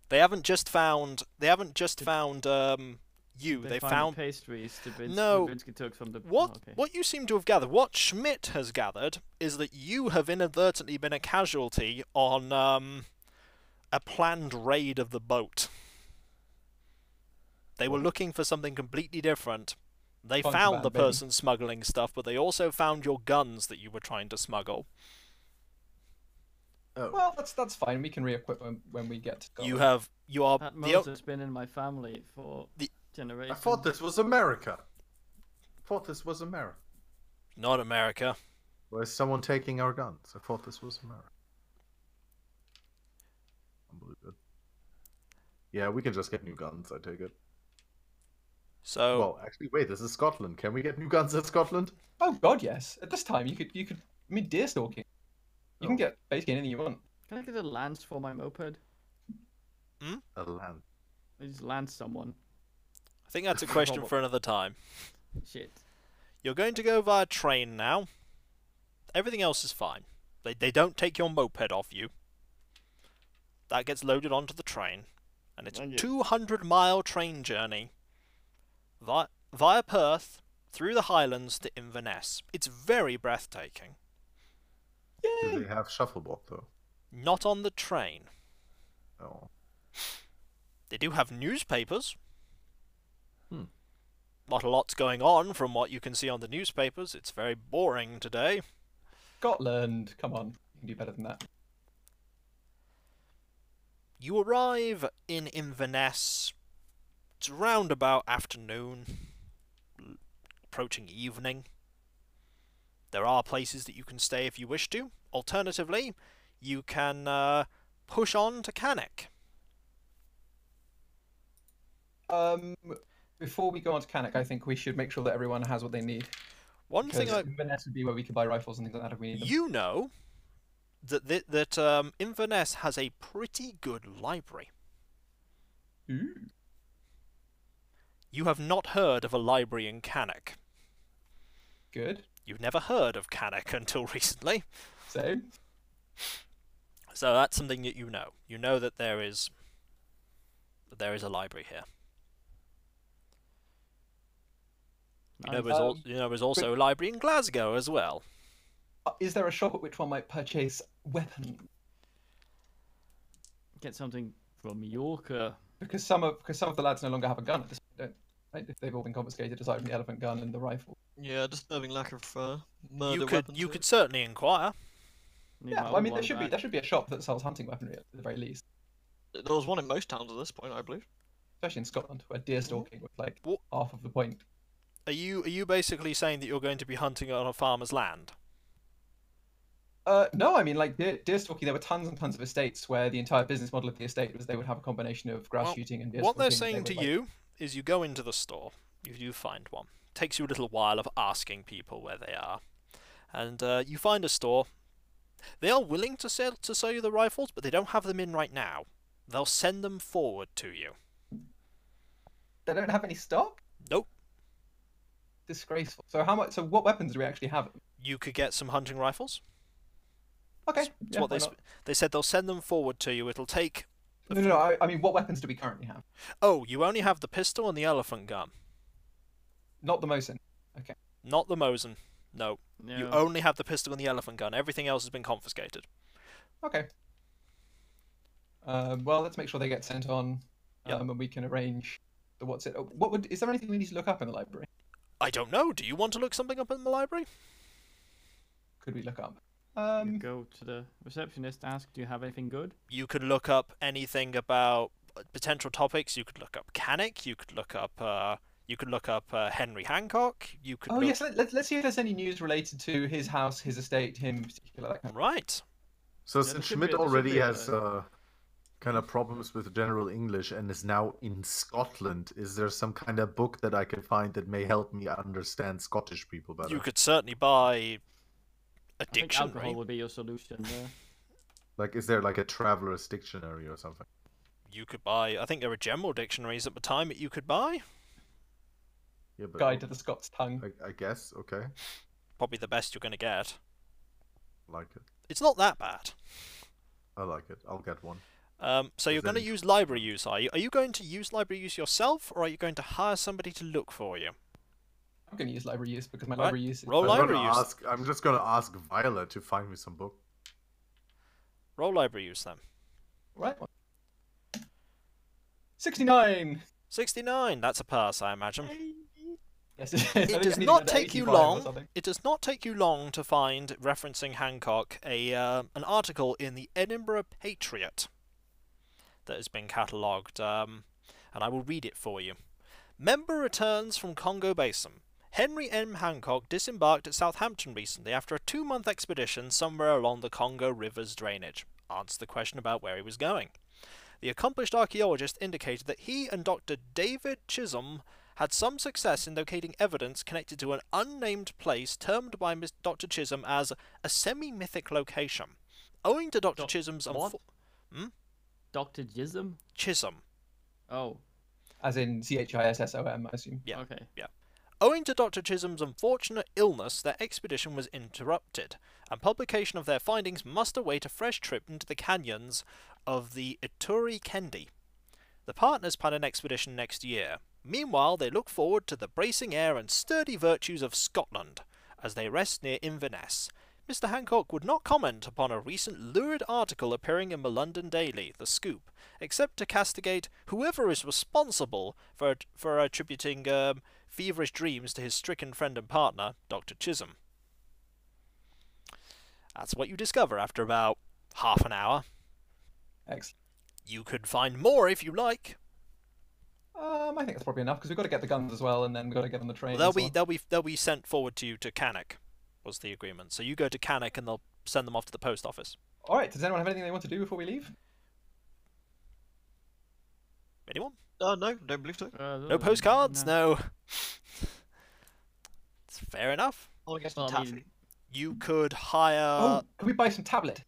[SPEAKER 1] They haven't just found they haven't just found um you.
[SPEAKER 5] they,
[SPEAKER 1] They,
[SPEAKER 5] find
[SPEAKER 1] found
[SPEAKER 5] the pastries. Dubinsky,
[SPEAKER 1] No.
[SPEAKER 5] Dubinsky took from the.
[SPEAKER 1] What
[SPEAKER 5] oh, okay.
[SPEAKER 1] what you seem to have gathered, what Schmidt has gathered, is that you have inadvertently been a casualty on um, a planned raid of the boat. They were looking for something completely different. They found
[SPEAKER 4] Contraband,
[SPEAKER 1] the
[SPEAKER 4] baby.
[SPEAKER 1] person smuggling stuff, but they also found your guns that you were trying to smuggle.
[SPEAKER 3] Oh.
[SPEAKER 4] Well, that's that's fine. We can re-equip when, when we get to go.
[SPEAKER 1] You have you are
[SPEAKER 5] That
[SPEAKER 1] the,
[SPEAKER 5] motor
[SPEAKER 1] o-
[SPEAKER 5] has been in my family for
[SPEAKER 1] The-
[SPEAKER 6] I
[SPEAKER 5] generations.
[SPEAKER 6] thought this was America. I thought this was America.
[SPEAKER 1] not America.
[SPEAKER 6] Where is someone taking our guns? I thought this was America. Unbelievable. Yeah, we can just get new guns, I take it.
[SPEAKER 1] So
[SPEAKER 6] Well, actually, wait, this is Scotland. Can we get new guns at Scotland?
[SPEAKER 4] Oh God, yes. At this time, you could you could. I mean, deer stalking. You
[SPEAKER 6] Oh.
[SPEAKER 4] can get basically anything you want.
[SPEAKER 5] Can I get a lance for my moped?
[SPEAKER 6] A land.
[SPEAKER 5] I just lance someone.
[SPEAKER 1] I think
[SPEAKER 6] [LAUGHS]
[SPEAKER 1] that's a question for another time.
[SPEAKER 5] Shit.
[SPEAKER 1] You're going to go via train now. Everything else is fine. They, they don't take your moped off you. That gets loaded onto the train. And it's a
[SPEAKER 5] Thank you.
[SPEAKER 1] 200 mile train journey via, via Perth through the Highlands to Inverness. It's very breathtaking.
[SPEAKER 4] Yay!
[SPEAKER 6] Do they have shuffleboard, though?
[SPEAKER 1] Not on the train.
[SPEAKER 6] Oh.
[SPEAKER 1] They do have newspapers.
[SPEAKER 6] Hmm.
[SPEAKER 1] Not a lot's going on from what you can see on the newspapers. It's very boring today.
[SPEAKER 4] Scotland. Come on, you can do better than that.
[SPEAKER 1] You arrive in Inverness. It's round about afternoon, l- approaching evening. There are places that you can stay if you wish to. Alternatively, you can uh, push on to Cannock.
[SPEAKER 4] Um, before we go on to Canuck, I think we should make sure that everyone has what they need.
[SPEAKER 1] One thing
[SPEAKER 4] because
[SPEAKER 1] I,
[SPEAKER 4] Inverness would be where we could buy rifles and things like that if we need them.
[SPEAKER 1] you know that that, that um, Inverness has a pretty good library.
[SPEAKER 4] Ooh.
[SPEAKER 1] You have not heard of a library in Cannock.
[SPEAKER 4] Good.
[SPEAKER 1] You've never heard of Cannock [LAUGHS] until recently.
[SPEAKER 4] So,
[SPEAKER 1] So that's something that you know. You know that there is that there is a library here. You know,
[SPEAKER 5] Nice.
[SPEAKER 1] there's al-
[SPEAKER 4] Um,
[SPEAKER 1] you know there's also a library in Glasgow as well.
[SPEAKER 4] uh, is there a shop at which one might purchase weapons?
[SPEAKER 5] Get something from Yorker.
[SPEAKER 4] Because some of because some of the lads no longer have a gun at this point. Don't, they? they've all been confiscated aside from the elephant gun and the rifle.
[SPEAKER 2] Yeah, disturbing lack of uh, murder
[SPEAKER 1] you could
[SPEAKER 2] weapons.
[SPEAKER 1] you
[SPEAKER 2] here.
[SPEAKER 1] could certainly inquire.
[SPEAKER 5] Need
[SPEAKER 4] Yeah,
[SPEAKER 5] my
[SPEAKER 4] well, I
[SPEAKER 5] old
[SPEAKER 4] mean there
[SPEAKER 5] one
[SPEAKER 4] should be
[SPEAKER 5] back.
[SPEAKER 4] there should be a shop that sells hunting weaponry at the very least,
[SPEAKER 2] There was one in most towns at this point, I believe.
[SPEAKER 4] especially in Scotland where deer stalking was like
[SPEAKER 1] Wha-
[SPEAKER 4] half of the point.
[SPEAKER 1] Are you are you basically saying that you're going to be hunting on a farmer's land?
[SPEAKER 4] Uh, no, I mean like deer, deer stalking. There were tons and tons of estates where the entire business model of the estate was they would have a combination of grouse
[SPEAKER 1] Well,
[SPEAKER 4] shooting and deer
[SPEAKER 1] what they're
[SPEAKER 4] stalking,
[SPEAKER 1] saying
[SPEAKER 4] and they
[SPEAKER 1] to
[SPEAKER 4] would, like-
[SPEAKER 1] you is you go into the store, you do find one. Takes you a little while of asking people where they are, and uh, you find a store. They are willing to sell to sell you the rifles, but they don't have them in right now. They'll send them forward to you.
[SPEAKER 4] they don't have any stock.
[SPEAKER 1] Nope.
[SPEAKER 4] Disgraceful. So how much? So what weapons do we actually have?
[SPEAKER 1] you could get some hunting rifles.
[SPEAKER 4] Okay.
[SPEAKER 1] It's
[SPEAKER 4] yeah,
[SPEAKER 1] what
[SPEAKER 4] why
[SPEAKER 1] they
[SPEAKER 4] not?
[SPEAKER 1] s they said they'll send them forward to you. It'll take.
[SPEAKER 4] No, no, no. I, I mean, what weapons do we currently have?
[SPEAKER 1] Oh, you only have the pistol and the elephant gun,
[SPEAKER 4] Not the Mosin.
[SPEAKER 1] not the Mosin. No, you
[SPEAKER 5] Yeah.
[SPEAKER 1] only have the pistol and the elephant gun. Everything else has been confiscated.
[SPEAKER 4] Okay. Um, well, let's make sure they get sent on,
[SPEAKER 1] Yeah.
[SPEAKER 4] um, and we can arrange the what's it. oh, What would is there anything we need to look up in the library?
[SPEAKER 1] I don't know. Do you want to look something up in the library?
[SPEAKER 4] Could we look up?
[SPEAKER 5] You
[SPEAKER 4] Um,
[SPEAKER 5] go to the receptionist, ask, do you have anything good?
[SPEAKER 1] You could look up anything about potential topics. You could look up Canic. You could look up. Uh, you could look up uh, Henry Hancock. You could.
[SPEAKER 4] oh
[SPEAKER 1] look...
[SPEAKER 4] yes, let, let, let's see if there's any news related to his house, his estate, him in particular. that kind of-
[SPEAKER 1] Right.
[SPEAKER 6] So
[SPEAKER 5] Yeah, there
[SPEAKER 6] since
[SPEAKER 5] should
[SPEAKER 6] Schmidt
[SPEAKER 5] be a- there should
[SPEAKER 6] already
[SPEAKER 5] be a-
[SPEAKER 6] has uh, kind of problems with general English and is now in Scotland, is there some kind of book that I can find that may help me understand Scottish people better?
[SPEAKER 1] You could certainly buy a
[SPEAKER 5] I think alcohol
[SPEAKER 1] dictionary.
[SPEAKER 5] would be your solution. Yeah.
[SPEAKER 6] Like, is there like a traveler's dictionary or something?
[SPEAKER 1] You could buy. I think there were general dictionaries at the time that you could buy.
[SPEAKER 6] Yeah, but
[SPEAKER 4] Guide to the Scots tongue.
[SPEAKER 6] I, I guess okay,
[SPEAKER 1] Probably the best you're going to get.
[SPEAKER 6] like it.
[SPEAKER 1] It's not that bad.
[SPEAKER 6] I like it. I'll get one.
[SPEAKER 1] Um, so you're
[SPEAKER 6] Then-
[SPEAKER 1] going to use library use, are you? Are you going to use library use yourself, or are you going to hire somebody to look for you?
[SPEAKER 4] I'm going to use library use because my
[SPEAKER 1] Right.
[SPEAKER 4] library use. Is...
[SPEAKER 1] Roll
[SPEAKER 6] I'm gonna
[SPEAKER 1] library use.
[SPEAKER 6] ask- I'm just gonna ask Violet to find me some book.
[SPEAKER 1] Roll library use then.
[SPEAKER 4] Right. Sixty-nine.
[SPEAKER 1] 69. That's a pass, I imagine.
[SPEAKER 4] Yes.
[SPEAKER 1] It
[SPEAKER 4] [LAUGHS]
[SPEAKER 1] does not take you long. It does not take you long to find referencing Hancock a uh, an article in the Edinburgh Patriot that has been catalogued, um, and I will read it for you. Member returns from Congo Basin. Henry M. Hancock disembarked at Southampton recently after a two month expedition somewhere along the Congo River's drainage. Answer the question about where he was going. The accomplished archaeologist indicated that he and Dr. David Chisholm had some success in locating evidence connected to an unnamed place termed by Ms. Dr. Chisholm as a semi mythic location. Owing to Dr.
[SPEAKER 5] Doc-
[SPEAKER 1] Chisholm's.
[SPEAKER 5] what?
[SPEAKER 1] unfo-
[SPEAKER 5] Dr. Jism?
[SPEAKER 1] Chisholm.
[SPEAKER 5] Oh,
[SPEAKER 4] As in C H I S S O M, I assume.
[SPEAKER 1] Yeah.
[SPEAKER 5] okay.
[SPEAKER 1] Owing to Dr. Chisholm's unfortunate illness, their expedition was interrupted, and publication of their findings must await a fresh trip into the canyons of the Ituri Kendi. The partners plan an expedition next year. Meanwhile, they look forward to the bracing air and sturdy virtues of Scotland as they rest near Inverness. Mr. Hancock would not comment upon a recent lurid article appearing in the London Daily, The Scoop, except to castigate whoever is responsible for, for attributing um, feverish dreams to his stricken friend and partner, Dr. Chisholm. That's what you discover after about half an hour.
[SPEAKER 4] Excellent.
[SPEAKER 1] You could find more if you like.
[SPEAKER 4] Um, I think that's probably enough because we've got to get the guns as well, and then we've got to get on the train.
[SPEAKER 1] they'll
[SPEAKER 4] as
[SPEAKER 1] be
[SPEAKER 4] well.
[SPEAKER 1] they'll be they'll be sent forward to you to Canuck, was the agreement. So you go to Canuck and they'll send them off to the post office.
[SPEAKER 4] All right. Does anyone have anything they want to do before we leave?
[SPEAKER 1] Anyone?
[SPEAKER 2] Uh, no, don't believe so.
[SPEAKER 5] Uh,
[SPEAKER 1] No postcards. No. [LAUGHS] it's fair enough.
[SPEAKER 2] I want to get some
[SPEAKER 5] Well, I mean-
[SPEAKER 2] taffy.
[SPEAKER 1] You could hire
[SPEAKER 4] oh, can we buy some tablet? A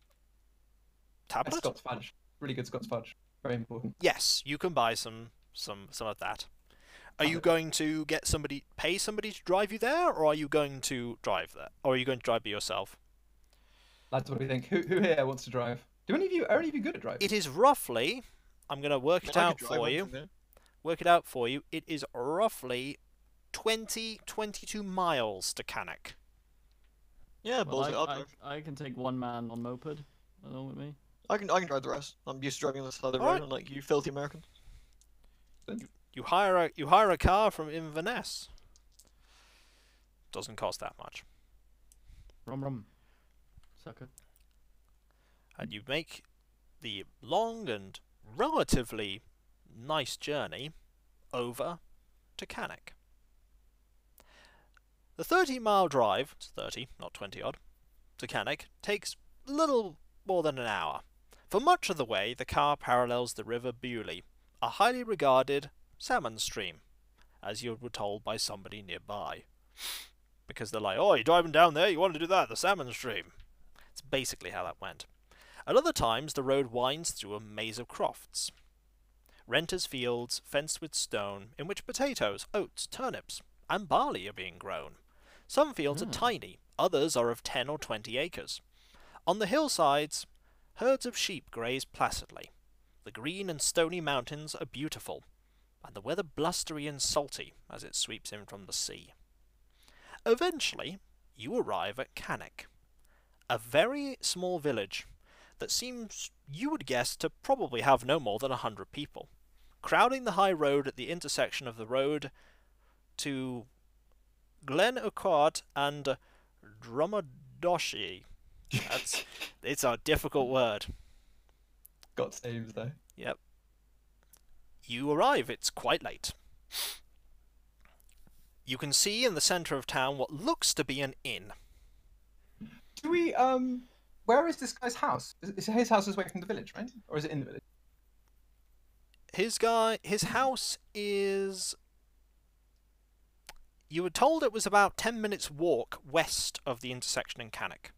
[SPEAKER 1] Uh, tablet.
[SPEAKER 4] Scots fudge. Really good Scots fudge. Very important.
[SPEAKER 1] Yes, you can buy some some some of that. Are you
[SPEAKER 4] Tablet.
[SPEAKER 1] going to get somebody, pay somebody to drive you there, or are you going to drive there, or are you going to drive by yourself?
[SPEAKER 4] Lads, what do we think? Who, who here wants to drive? Do any of you are any of you good at driving?
[SPEAKER 1] It is roughly. I'm going to work it
[SPEAKER 2] I
[SPEAKER 1] out
[SPEAKER 2] could drive
[SPEAKER 1] for
[SPEAKER 2] one
[SPEAKER 1] you.
[SPEAKER 2] from here.
[SPEAKER 1] work it out for you, it is roughly 20, 22 miles to Canuck.
[SPEAKER 2] Yeah,
[SPEAKER 5] Well,
[SPEAKER 2] balls it. I'll
[SPEAKER 5] I,
[SPEAKER 2] drive.
[SPEAKER 5] I, I can take one man on moped along with me.
[SPEAKER 2] I can I can drive the rest. I'm used to driving on the side of the
[SPEAKER 1] Alright.
[SPEAKER 2] road, unlike you filthy Americans.
[SPEAKER 1] You hire a you hire a car from Inverness. Doesn't cost that much,
[SPEAKER 5] Rum rum. Sucker.
[SPEAKER 1] and you make the long and relatively nice journey over to Canuck. The 30 mile drive, it's 30, not 20 odd, to Canuck takes little more than an hour. For much of the way, the car parallels the River Bewley, a highly regarded salmon stream, as you were told by somebody nearby. Because they're like, oh, you're driving down there, you want to do that, the salmon stream. It's basically how that went. At other times, the road winds through a maze of crofts renters' fields fenced with stone, in which potatoes, oats, turnips, and barley are being grown. Some fields are
[SPEAKER 5] Ah.
[SPEAKER 1] tiny, others are of 10 or 20 acres. On the hillsides, herds of sheep graze placidly. The green and stony mountains are beautiful, and the weather blustery and salty as it sweeps in from the sea. Eventually, you arrive at Cannock, a very small village that seems, you would guess, to probably have no more than a hundred people, crowding the high road at the intersection of the road to Glen O'Cart and Dromadoshi. That's it's a difficult word.
[SPEAKER 4] Got names though.
[SPEAKER 1] Yep. You arrive, it's quite late. You can see in the centre of town what looks to be an inn.
[SPEAKER 4] Do we um? Where is this guy's house? Is, is his house is away from the village, right? Or is it in the village?
[SPEAKER 1] His guy his house is you were told it was about ten minutes walk west of the intersection in Cannock.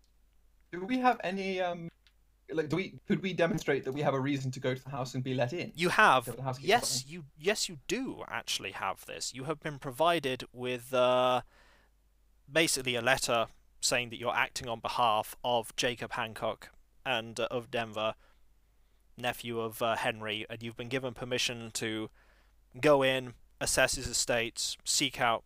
[SPEAKER 4] Do we have any um? Like, do we could we demonstrate that we have a reason to go to the house and be let in?
[SPEAKER 1] You have.
[SPEAKER 4] Yeah, but the housekeeper
[SPEAKER 1] Yes,
[SPEAKER 4] button.
[SPEAKER 1] you yes you do actually have this. You have been provided with uh, basically a letter saying that you're acting on behalf of Jacob Hancock and uh, of Denver, nephew of uh, Henry, and you've been given permission to go in, assess his estates, seek out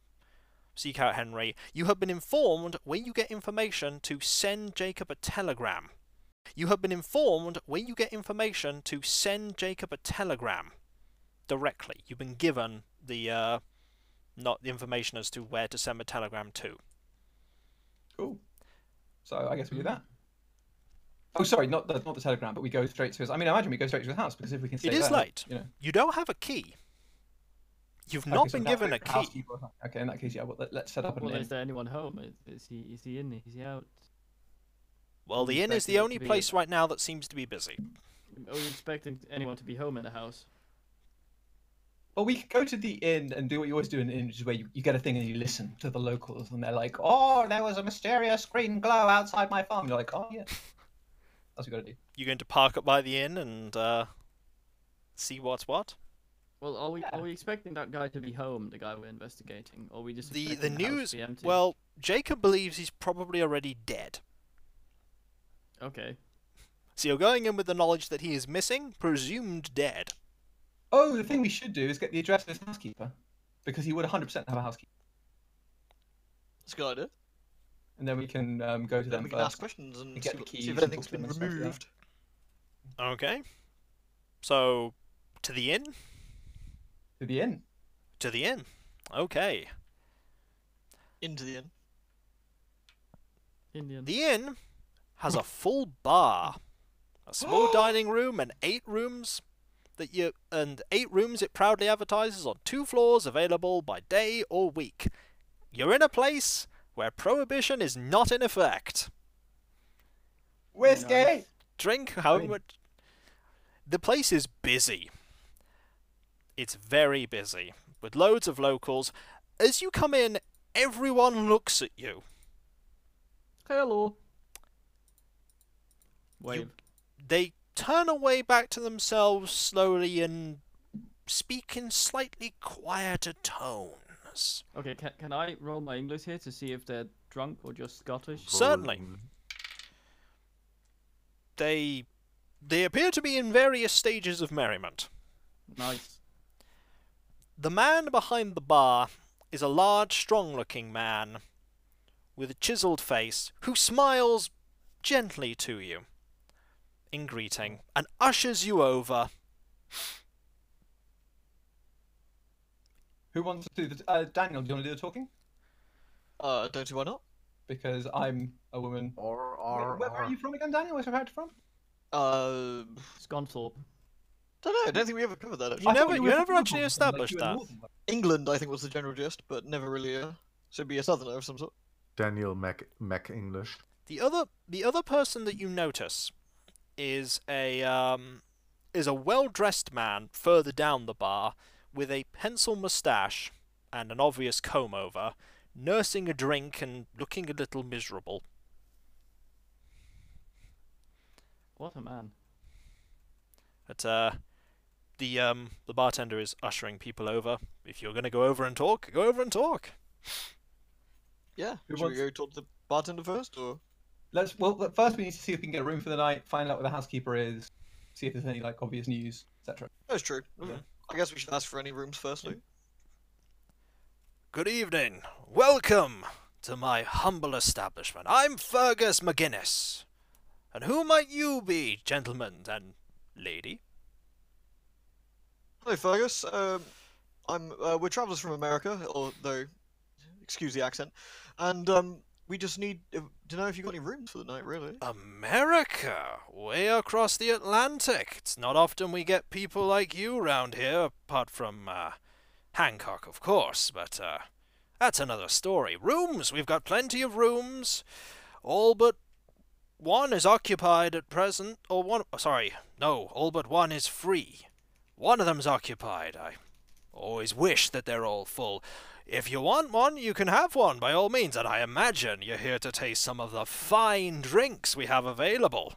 [SPEAKER 1] seek out Henry. You have been informed when you get information to send Jacob a telegram. You have been informed when you get information to send Jacob a telegram directly. You've been given the uh, not the information as to where to send a telegram to.
[SPEAKER 4] Cool. So I guess
[SPEAKER 1] Mm-hmm.
[SPEAKER 4] we do that. Oh, sorry, not the not the telegram, but we go straight to his. I mean, I imagine we go straight to his house because if we can. Stay
[SPEAKER 1] It is
[SPEAKER 4] there,
[SPEAKER 1] late.
[SPEAKER 4] You know.
[SPEAKER 1] You don't have a key. You've
[SPEAKER 4] Okay,
[SPEAKER 1] not
[SPEAKER 4] so
[SPEAKER 1] been
[SPEAKER 4] now
[SPEAKER 1] given a
[SPEAKER 4] house
[SPEAKER 1] key.
[SPEAKER 4] people are- Okay, in that case, yeah. Well, let, us set up an
[SPEAKER 5] Well,
[SPEAKER 4] inn.
[SPEAKER 5] is there anyone home? Is- Is he is he in? Is he out?
[SPEAKER 1] Well, the inn is
[SPEAKER 5] Expecting it
[SPEAKER 1] the
[SPEAKER 5] to
[SPEAKER 1] only
[SPEAKER 5] be-
[SPEAKER 1] place right now that seems to be busy.
[SPEAKER 5] Are you expecting anyone to be home in the house?
[SPEAKER 4] Well, we could go to the inn and do what you always do in an inn, which is where you, you get a thing and you listen to the locals, and they're like, "Oh, there was a mysterious green glow outside my farm." You're like, "Oh yeah." That's what we gotta do.
[SPEAKER 1] You're going to park up by the inn and uh, see what's what.
[SPEAKER 5] Well, are we
[SPEAKER 4] Yeah.
[SPEAKER 5] are we expecting that guy to be home? The guy we're investigating, or are we just
[SPEAKER 1] The the
[SPEAKER 5] expecting house to
[SPEAKER 1] news.
[SPEAKER 5] be empty?
[SPEAKER 1] Well, Jacob believes he's probably already dead.
[SPEAKER 5] okay.
[SPEAKER 1] So you're going in with the knowledge that he is missing, presumed dead.
[SPEAKER 4] Oh, the thing we should do is get the address of his housekeeper, because he would 100% have a housekeeper,
[SPEAKER 2] That's a good idea.
[SPEAKER 4] and then we can um, go to
[SPEAKER 2] Then
[SPEAKER 4] them
[SPEAKER 2] we can
[SPEAKER 4] first.
[SPEAKER 2] ask questions and
[SPEAKER 4] You
[SPEAKER 2] see,
[SPEAKER 4] get the
[SPEAKER 2] what- see
[SPEAKER 4] keys
[SPEAKER 2] if
[SPEAKER 4] and
[SPEAKER 2] anything's
[SPEAKER 4] talk to
[SPEAKER 2] been
[SPEAKER 4] them and stuff, yeah.
[SPEAKER 2] removed.
[SPEAKER 1] Okay. So, to the inn?
[SPEAKER 4] to the inn.
[SPEAKER 1] To the inn. Okay.
[SPEAKER 2] Into the inn.
[SPEAKER 5] Indian.
[SPEAKER 1] The inn has a full bar, a small dining room, and eight rooms that you and eight rooms it proudly advertises on two floors available by day or week. You're in a place where prohibition is not in effect.
[SPEAKER 4] Whiskey.
[SPEAKER 5] Nice.
[SPEAKER 1] drink however
[SPEAKER 4] mean-
[SPEAKER 1] much the place is busy it's very busy with loads of locals as you come in everyone looks at you
[SPEAKER 5] Hello. Wave.
[SPEAKER 1] they turn away back to themselves slowly and speak in slightly quieter tones
[SPEAKER 5] Okay, can, can I roll my English here to see if they're drunk or just Scottish?
[SPEAKER 1] Certainly. they they appear to be in various stages of merriment
[SPEAKER 5] Nice.
[SPEAKER 1] The man behind the bar is a large, strong looking man with a chiselled face who smiles gently to you in greeting and ushers you over.
[SPEAKER 4] Who wants to do the? Uh, Daniel, do you want to do the talking?
[SPEAKER 2] Uh, don't see why not.
[SPEAKER 4] Because I'm a woman.
[SPEAKER 6] Or,
[SPEAKER 4] Where,
[SPEAKER 6] or,
[SPEAKER 4] where are
[SPEAKER 6] or.
[SPEAKER 4] you from again, Daniel? Where's your character from?
[SPEAKER 2] Uh,
[SPEAKER 5] Scunthorpe.
[SPEAKER 2] don't know. I don't think we ever covered that.
[SPEAKER 1] You
[SPEAKER 4] I
[SPEAKER 2] Actually.
[SPEAKER 4] thought
[SPEAKER 1] never-
[SPEAKER 4] were
[SPEAKER 1] you
[SPEAKER 4] from
[SPEAKER 1] never actually
[SPEAKER 4] the north, like you
[SPEAKER 1] established
[SPEAKER 4] were
[SPEAKER 1] that.
[SPEAKER 4] northern, like-
[SPEAKER 2] England, I think, was the general gist, but never really. Uh, so it'd be a southerner of some sort.
[SPEAKER 6] Daniel Mac, Mac English.
[SPEAKER 1] The other the other person that you notice is a um, is a well dressed man further down the bar with a pencil moustache and an obvious comb over, nursing a drink and looking a little miserable.
[SPEAKER 5] What a man.
[SPEAKER 1] But uh, the um, the bartender is ushering people over. If you're going to go over and talk, go over and talk.
[SPEAKER 2] Yeah. Should
[SPEAKER 4] Who
[SPEAKER 2] we
[SPEAKER 4] wants-
[SPEAKER 2] go talk to the bartender first, or
[SPEAKER 4] Let's well but first we need to see if we can get a room for the night, find out where the housekeeper is, see if there's any like obvious news, etc.
[SPEAKER 2] that's true. I guess we should ask for any rooms firstly.
[SPEAKER 1] Good evening. Welcome to my humble establishment. I'm Fergus McGuinness. And who might you be, gentlemen and lady?
[SPEAKER 2] Hello, Fergus. Um, I'm. Uh, we're travellers from America, although, excuse the accent, and um, we just need uh, to know if you've got any rooms for the night, really.
[SPEAKER 1] America, way across the Atlantic. It's not often we get people like you round here, apart from uh, Hancock, of course, but uh, that's another story. Rooms, we've got plenty of rooms. All but one is occupied at present, or one, sorry, no, all but one is free. One of them's occupied. I always wish that they're all full. If you want one, you can have one by all means, and I imagine you're here to taste some of the fine drinks we have available.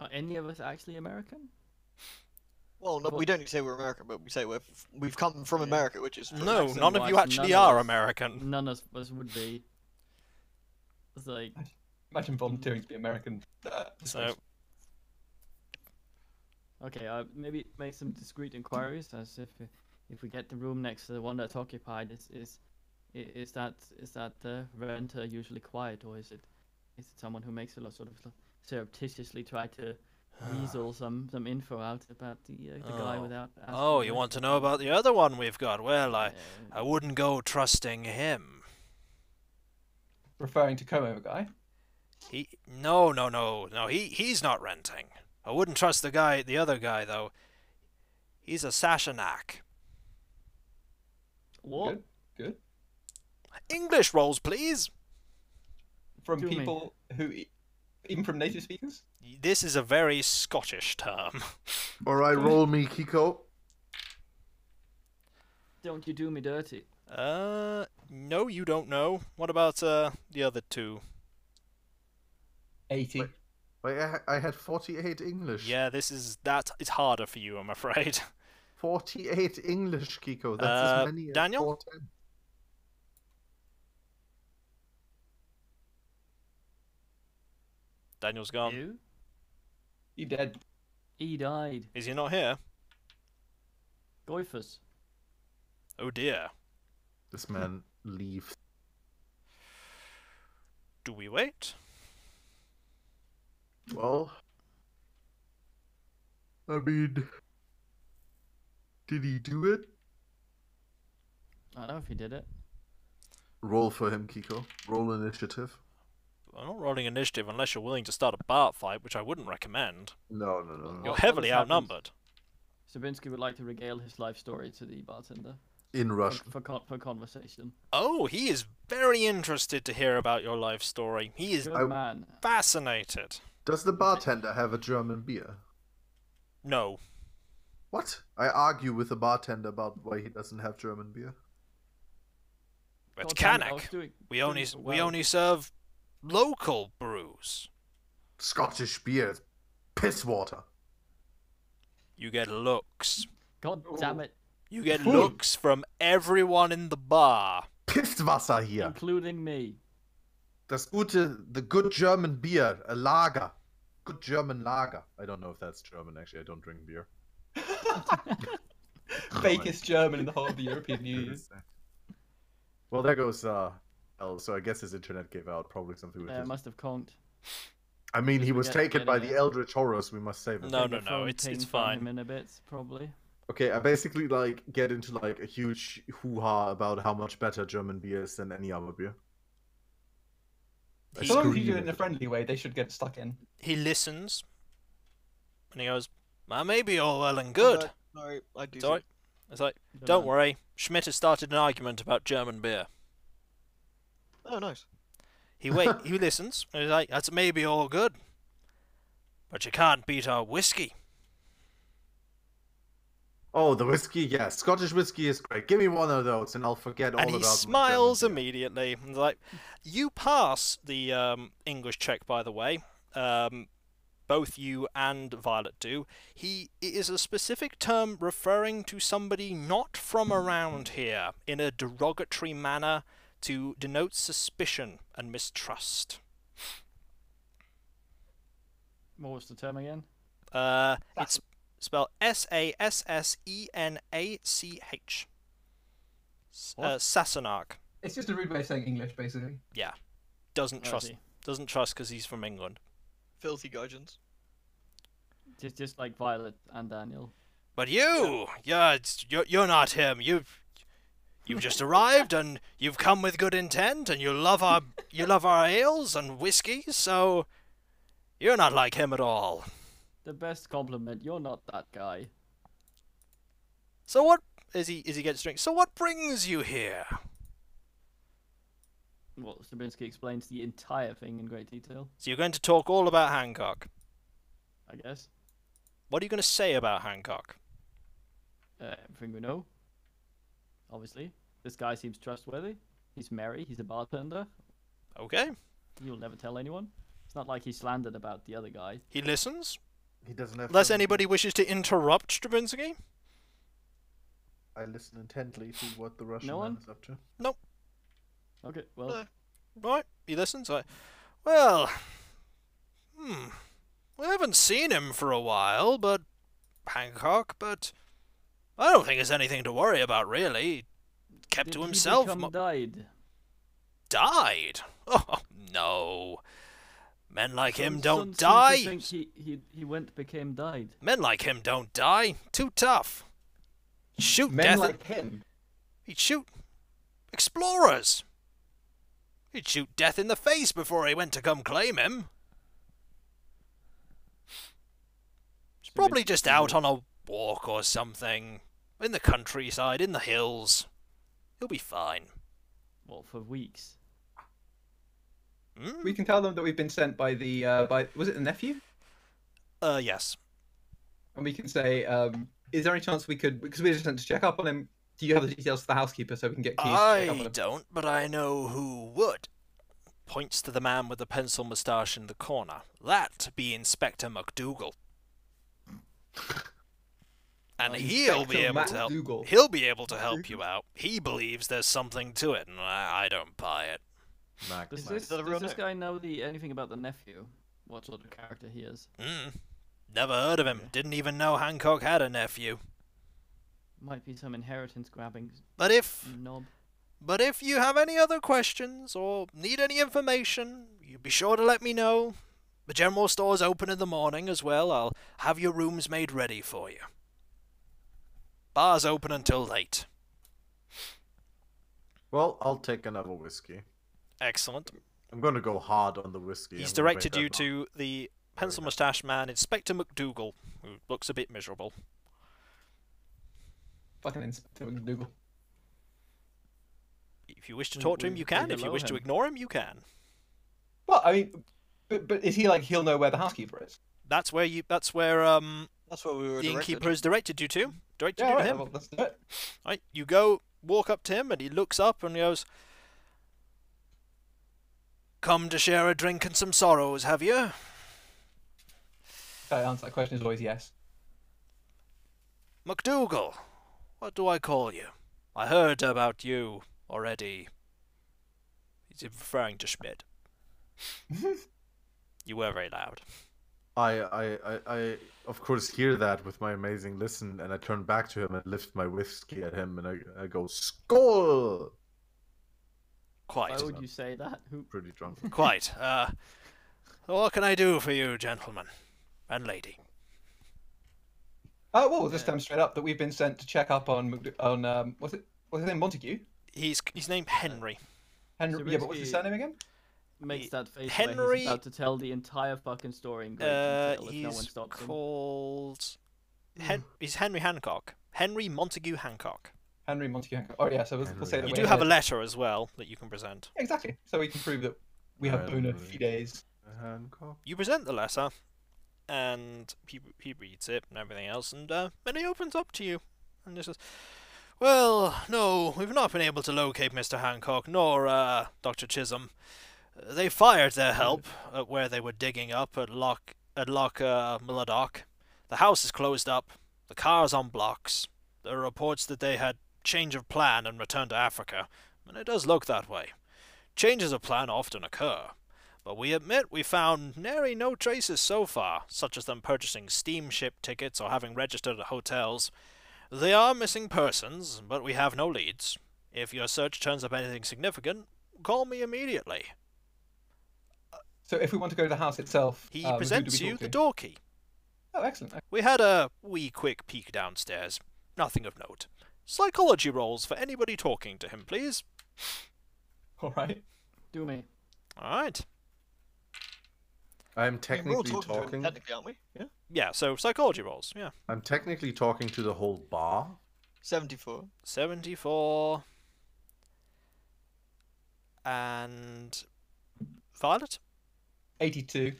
[SPEAKER 5] Are any of us actually American?
[SPEAKER 2] Well, no, we don't need to say we're American, but we say we're f- we've come from America, which is pretty
[SPEAKER 1] No,
[SPEAKER 5] Accent
[SPEAKER 1] none of you
[SPEAKER 5] wise,
[SPEAKER 1] actually
[SPEAKER 5] none of
[SPEAKER 1] are
[SPEAKER 5] us-
[SPEAKER 1] American.
[SPEAKER 5] None of us would be. It's like
[SPEAKER 4] Imagine volunteering to be American. Uh,
[SPEAKER 1] So,
[SPEAKER 5] okay, uh, maybe make some discreet inquiries as if uh, if we get the room next to the one that's occupied, is is i- is that is that the renter usually quiet or is it is it someone who makes a lot sort of surreptitiously try
[SPEAKER 1] [SIGHS]
[SPEAKER 5] to weasel some some info out about the uh, the guy
[SPEAKER 1] Oh.
[SPEAKER 5] without? asking
[SPEAKER 1] oh,
[SPEAKER 5] him?
[SPEAKER 1] you want to know about the other one we've got? Well, I,
[SPEAKER 5] Yeah.
[SPEAKER 1] I wouldn't go trusting him.
[SPEAKER 4] referring to come over guy.
[SPEAKER 1] He, no, no, no, no. He, he's not renting. I wouldn't trust the guy, the other guy though. He's a Sashanak.
[SPEAKER 5] What?
[SPEAKER 4] Good. Good.
[SPEAKER 1] English rolls, please.
[SPEAKER 4] From
[SPEAKER 5] Do me.
[SPEAKER 4] people who e, even from native speakers?
[SPEAKER 1] This is a very Scottish term.
[SPEAKER 3] All right, roll me, Kiko.
[SPEAKER 5] Don't you do me dirty?
[SPEAKER 1] Uh, no, you don't know. What about uh the other two?
[SPEAKER 4] Eighty.
[SPEAKER 6] Wait. Wait, I, I had 48 English.
[SPEAKER 1] Yeah, this is that. It's harder for you, I'm afraid. [LAUGHS]
[SPEAKER 6] 48 English, Kiko. That's
[SPEAKER 1] Uh,
[SPEAKER 6] as many as
[SPEAKER 1] Daniel?
[SPEAKER 6] 410.
[SPEAKER 1] Daniel's gone.
[SPEAKER 5] you?
[SPEAKER 1] [LAUGHS]
[SPEAKER 4] You dead.
[SPEAKER 5] He died.
[SPEAKER 1] Is he not here?
[SPEAKER 5] Goifus.
[SPEAKER 1] Oh dear.
[SPEAKER 6] This man leaves.
[SPEAKER 1] Do we wait?
[SPEAKER 6] Well,
[SPEAKER 3] I mean, did he do it?
[SPEAKER 5] I don't know if he did it.
[SPEAKER 6] roll for him, Kiko. Roll initiative.
[SPEAKER 1] I'm not rolling initiative unless you're willing to start a Bart fight, which I wouldn't recommend.
[SPEAKER 6] No, no, no. no.
[SPEAKER 1] You're
[SPEAKER 5] what
[SPEAKER 1] heavily
[SPEAKER 5] happens-
[SPEAKER 1] outnumbered.
[SPEAKER 5] Sabinsky would like to regale his life story to the bartender
[SPEAKER 6] In
[SPEAKER 5] for,
[SPEAKER 6] Russian.
[SPEAKER 5] for, con- for conversation.
[SPEAKER 1] Oh, he is very interested to hear about your life story. He is
[SPEAKER 5] Good
[SPEAKER 6] I-
[SPEAKER 5] man.
[SPEAKER 1] fascinated.
[SPEAKER 6] Does the bartender have a German beer?
[SPEAKER 1] No.
[SPEAKER 6] What? I argue with the bartender about why he doesn't have German beer.
[SPEAKER 1] It's
[SPEAKER 5] God damn it, I was
[SPEAKER 1] Canuck.
[SPEAKER 5] doing-
[SPEAKER 1] We only
[SPEAKER 5] doing
[SPEAKER 1] s- we
[SPEAKER 5] well.
[SPEAKER 1] only serve local brews.
[SPEAKER 6] Scottish beer is piss water.
[SPEAKER 1] You get looks.
[SPEAKER 5] God damn it,
[SPEAKER 1] You get
[SPEAKER 4] Cool.
[SPEAKER 1] looks from everyone in the bar.
[SPEAKER 6] Pisswasser hier.
[SPEAKER 5] including me.
[SPEAKER 6] Das gute, the good German beer, a lager. Good German lager. I don't know if that's German, actually. I don't drink beer.
[SPEAKER 4] Fakest German in the whole of
[SPEAKER 1] [LAUGHS]
[SPEAKER 4] the European
[SPEAKER 1] Mm.
[SPEAKER 4] Union.
[SPEAKER 6] Well, there goes uh, L. So I guess his internet gave out. Probably something with
[SPEAKER 5] Uh,
[SPEAKER 6] his.
[SPEAKER 5] must have conked.
[SPEAKER 6] I mean, he
[SPEAKER 5] we
[SPEAKER 6] was
[SPEAKER 5] get-
[SPEAKER 6] taken
[SPEAKER 5] get
[SPEAKER 6] by
[SPEAKER 5] in
[SPEAKER 6] the
[SPEAKER 5] there.
[SPEAKER 6] Eldritch Horrors. We must save him.
[SPEAKER 1] No,
[SPEAKER 5] Think
[SPEAKER 1] no,
[SPEAKER 5] the
[SPEAKER 1] no,
[SPEAKER 5] phone
[SPEAKER 1] it's-
[SPEAKER 5] pinged
[SPEAKER 1] it's
[SPEAKER 5] from
[SPEAKER 1] fine.
[SPEAKER 5] him in a bit, probably.
[SPEAKER 6] Okay, I basically like get into like a huge hoo ha about how much better German beer is than any other beer. I
[SPEAKER 1] He,
[SPEAKER 4] So long as you
[SPEAKER 6] scream
[SPEAKER 4] do it in a
[SPEAKER 6] at
[SPEAKER 4] friendly way, they should get stuck in.
[SPEAKER 1] he listens. And he goes, That may be all well and good.
[SPEAKER 2] No, sorry, I do.
[SPEAKER 1] It's alright. It's like,
[SPEAKER 5] Good
[SPEAKER 1] Don't
[SPEAKER 5] man.
[SPEAKER 1] worry. Schmidt has started an argument about German beer.
[SPEAKER 2] something. Oh, nice.
[SPEAKER 1] He wait he listens. And he's like, That's maybe all good. But you can't beat our whiskey.
[SPEAKER 6] Oh, the whiskey, yeah, Scottish whiskey is great. Give me one of those, and I'll forget all
[SPEAKER 1] and he
[SPEAKER 6] about. my German
[SPEAKER 1] smiles
[SPEAKER 6] beer.
[SPEAKER 1] immediately. And he's like, you pass the um, English check, by the way. Um, both you and Violet do. He it is a specific term referring to somebody not from around here in a derogatory manner to denote suspicion and mistrust.
[SPEAKER 5] What was the term again?
[SPEAKER 1] Uh, it's spelled S A S S E N A C H. S-
[SPEAKER 5] What?
[SPEAKER 1] Uh, Sassenach.
[SPEAKER 4] It's just a rude way of saying English, basically.
[SPEAKER 1] Yeah, doesn't
[SPEAKER 5] Oh, I
[SPEAKER 1] trust.
[SPEAKER 5] see.
[SPEAKER 1] Doesn't trust because he's from England.
[SPEAKER 2] Filthy gudgeons.
[SPEAKER 5] Just, just like Violet and Daniel.
[SPEAKER 1] But you, yeah. you're, it's- you're you're not him. You've you've just arrived and you've come with good intent and you love our you love our ales and whiskies. So you're not like him at all.
[SPEAKER 5] The best compliment. You're not that guy.
[SPEAKER 1] So what? As he as he gets drink. So what brings you here?
[SPEAKER 5] Well, Strabinsky explains the entire thing in great detail.
[SPEAKER 1] So you're going to talk all about Hancock.
[SPEAKER 5] I guess
[SPEAKER 1] What are you going to say about Hancock?
[SPEAKER 5] uh, everything we know. Obviously, this guy seems trustworthy. He's merry. He's a bartender.
[SPEAKER 1] Okay,
[SPEAKER 5] He'll never tell anyone. It's not like he slandered about the other guy.
[SPEAKER 1] he listens.
[SPEAKER 3] He doesn't have.
[SPEAKER 1] Unless
[SPEAKER 3] to-
[SPEAKER 1] anybody wishes to interrupt Stravinsky.
[SPEAKER 3] I listen intently to what the Russian
[SPEAKER 5] No one?
[SPEAKER 3] man is up to.
[SPEAKER 5] Okay, well,
[SPEAKER 2] Uh,
[SPEAKER 1] Right, he listens. I, well, hmm, we haven't seen him for a while, but Hancock. But I don't think there's anything to worry about, really. Kept
[SPEAKER 5] did
[SPEAKER 1] to
[SPEAKER 5] he
[SPEAKER 1] himself.
[SPEAKER 5] become
[SPEAKER 1] mo-
[SPEAKER 5] died.
[SPEAKER 1] died. [LAUGHS] Oh no, men like him don't
[SPEAKER 5] Some- some seem to
[SPEAKER 1] die.
[SPEAKER 5] think he, he he went became died.
[SPEAKER 1] Men like him don't die. Too tough. Shoot
[SPEAKER 4] Men
[SPEAKER 1] death.
[SPEAKER 4] like him.
[SPEAKER 1] He'd shoot explorers. He'd shoot death in the face before he went to come claim him. He's
[SPEAKER 5] So
[SPEAKER 1] probably
[SPEAKER 5] basically
[SPEAKER 1] just
[SPEAKER 5] he
[SPEAKER 1] out
[SPEAKER 5] was-
[SPEAKER 1] on a walk or something. In the countryside, in the hills. He'll be fine.
[SPEAKER 5] Well, for weeks.
[SPEAKER 1] Hmm?
[SPEAKER 4] We can tell them that we've been sent by the uh, by was it the nephew?
[SPEAKER 1] Uh, yes.
[SPEAKER 4] And we can say, um, is there any chance we could because we just sent to check up on him? Do you have the details for the housekeeper so we can get keys? to check up on
[SPEAKER 1] I
[SPEAKER 4] him?
[SPEAKER 1] don't, but I know who would. Points to the man with the pencil moustache in the corner. That be Inspector MacDougall. And
[SPEAKER 4] Uh,
[SPEAKER 1] he'll be
[SPEAKER 4] Inspector Mm-hmm.
[SPEAKER 1] able to help.
[SPEAKER 4] MacDougall.
[SPEAKER 1] He'll be able to help you out. He believes there's something to it, and I, I don't buy it.
[SPEAKER 6] Mac,
[SPEAKER 5] Does
[SPEAKER 6] Mac.
[SPEAKER 5] this,
[SPEAKER 2] that a
[SPEAKER 5] does
[SPEAKER 2] real
[SPEAKER 5] this
[SPEAKER 2] name?
[SPEAKER 5] guy know the anything about the nephew? What sort of character he is?
[SPEAKER 1] Mm. Never heard of him. Didn't even know Hancock had a nephew.
[SPEAKER 5] Might be some inheritance grabbing s-
[SPEAKER 1] But
[SPEAKER 4] Mm.
[SPEAKER 1] if
[SPEAKER 5] knob.
[SPEAKER 1] But if you have any other questions or need any information, you be sure to let me know. The general store's open in the morning as well. I'll have your rooms made ready for you. Bar's open until late.
[SPEAKER 6] Well, I'll take another whiskey.
[SPEAKER 1] Excellent.
[SPEAKER 6] I'm gonna go hard on the whiskey.
[SPEAKER 1] He's
[SPEAKER 6] I'm gonna make
[SPEAKER 1] directed
[SPEAKER 6] that
[SPEAKER 1] you
[SPEAKER 6] mark.
[SPEAKER 1] to the pencil
[SPEAKER 6] go.
[SPEAKER 1] moustache man, Inspector McDougal, who looks a bit miserable.
[SPEAKER 4] Fucking Inspector McDougal.
[SPEAKER 1] If you wish to
[SPEAKER 5] We-
[SPEAKER 1] talk to him,
[SPEAKER 5] we-
[SPEAKER 1] you
[SPEAKER 5] we
[SPEAKER 1] can. If you
[SPEAKER 5] hello
[SPEAKER 1] wish to
[SPEAKER 5] him.
[SPEAKER 1] ignore him, you can.
[SPEAKER 4] Well, I mean, but, but is he like he'll know where the housekeeper is?
[SPEAKER 1] That's where you. That's where um
[SPEAKER 2] That's where we were
[SPEAKER 1] the
[SPEAKER 2] directed.
[SPEAKER 1] innkeeper has directed you to. Directed
[SPEAKER 4] Yeah,
[SPEAKER 1] you to
[SPEAKER 4] right,
[SPEAKER 1] him.
[SPEAKER 4] well, let's do it.
[SPEAKER 1] Right, you go walk up to him, and he looks up and goes, "Come to share a drink and some sorrows, have you?"
[SPEAKER 4] The answer to that question is always yes.
[SPEAKER 1] MacDougall, what do I call you? I heard about you already. He's referring to Schmidt. you were very loud.
[SPEAKER 6] I, I, I, I, of course, hear that with my amazing listen, and I turn back to him and lift my whiskey at him, and I, I go, "Skull!"
[SPEAKER 1] Quite,
[SPEAKER 5] Why would you say that? Who?
[SPEAKER 6] Pretty
[SPEAKER 3] [LAUGHS]
[SPEAKER 6] drunk.
[SPEAKER 1] [LAUGHS] quite. Uh, what can I do for you, gentlemen and lady?
[SPEAKER 4] Uh, well, we'll just tell him straight up that we've been sent to check up on McDou- on um, what's it? What's his name? Montague.
[SPEAKER 1] He's he's named Henry.
[SPEAKER 4] Henry. Yeah, but what's his
[SPEAKER 5] Zabriskie.
[SPEAKER 4] surname again?
[SPEAKER 5] Makes
[SPEAKER 1] He-
[SPEAKER 5] that face where
[SPEAKER 1] Henry-
[SPEAKER 5] he's about to tell the entire fucking story in great
[SPEAKER 1] Uh,
[SPEAKER 5] detail if no one
[SPEAKER 1] he's
[SPEAKER 5] stops him. Hmm.
[SPEAKER 1] called. Hen- he's Henry Hancock. Henry Montague Hancock.
[SPEAKER 4] Henry Montague. Hancock. Oh yeah, so we'll, we'll say that
[SPEAKER 1] You
[SPEAKER 4] we
[SPEAKER 1] do have a letter as well that you can present.
[SPEAKER 4] exactly. So we can prove that we have
[SPEAKER 6] Henry.
[SPEAKER 4] bona fides.
[SPEAKER 6] Hancock.
[SPEAKER 1] You present the letter, and he, he reads it and everything else, and uh, then he opens up to you. And he says, Well, no, we've not been able to locate Mr. Hancock nor uh, Dr. Chisholm. They fired their help at where they were digging up at Lock, at Lock uh, Mulladdock. The house is closed up, the car's on blocks. There are reports that they had change of plan and returned to Africa, and it does look that way. Changes of plan often occur, but we admit we found nary no traces so far, such as them purchasing steamship tickets or having registered at hotels. They are missing persons, but we have no leads. If your search turns up anything significant, call me immediately.
[SPEAKER 4] So if we want to go to the house itself,
[SPEAKER 1] He
[SPEAKER 4] um, who do
[SPEAKER 1] presents
[SPEAKER 4] we
[SPEAKER 1] you
[SPEAKER 4] talk
[SPEAKER 1] the
[SPEAKER 4] to?
[SPEAKER 1] door key.
[SPEAKER 4] Oh, excellent. [LAUGHS]
[SPEAKER 1] We had a wee quick peek downstairs. Nothing of note. Psychology rolls for anybody talking to him, please.
[SPEAKER 4] All right.
[SPEAKER 5] Do me.
[SPEAKER 1] Alright.
[SPEAKER 6] I'm
[SPEAKER 2] I mean, we're all
[SPEAKER 6] technically
[SPEAKER 2] talking to him,
[SPEAKER 6] talking.
[SPEAKER 2] technically, aren't we? Yeah.
[SPEAKER 1] Yeah, so psychology rolls, yeah.
[SPEAKER 6] I'm technically talking to the whole bar.
[SPEAKER 2] 74.
[SPEAKER 1] 74. And. Violet?
[SPEAKER 4] 82.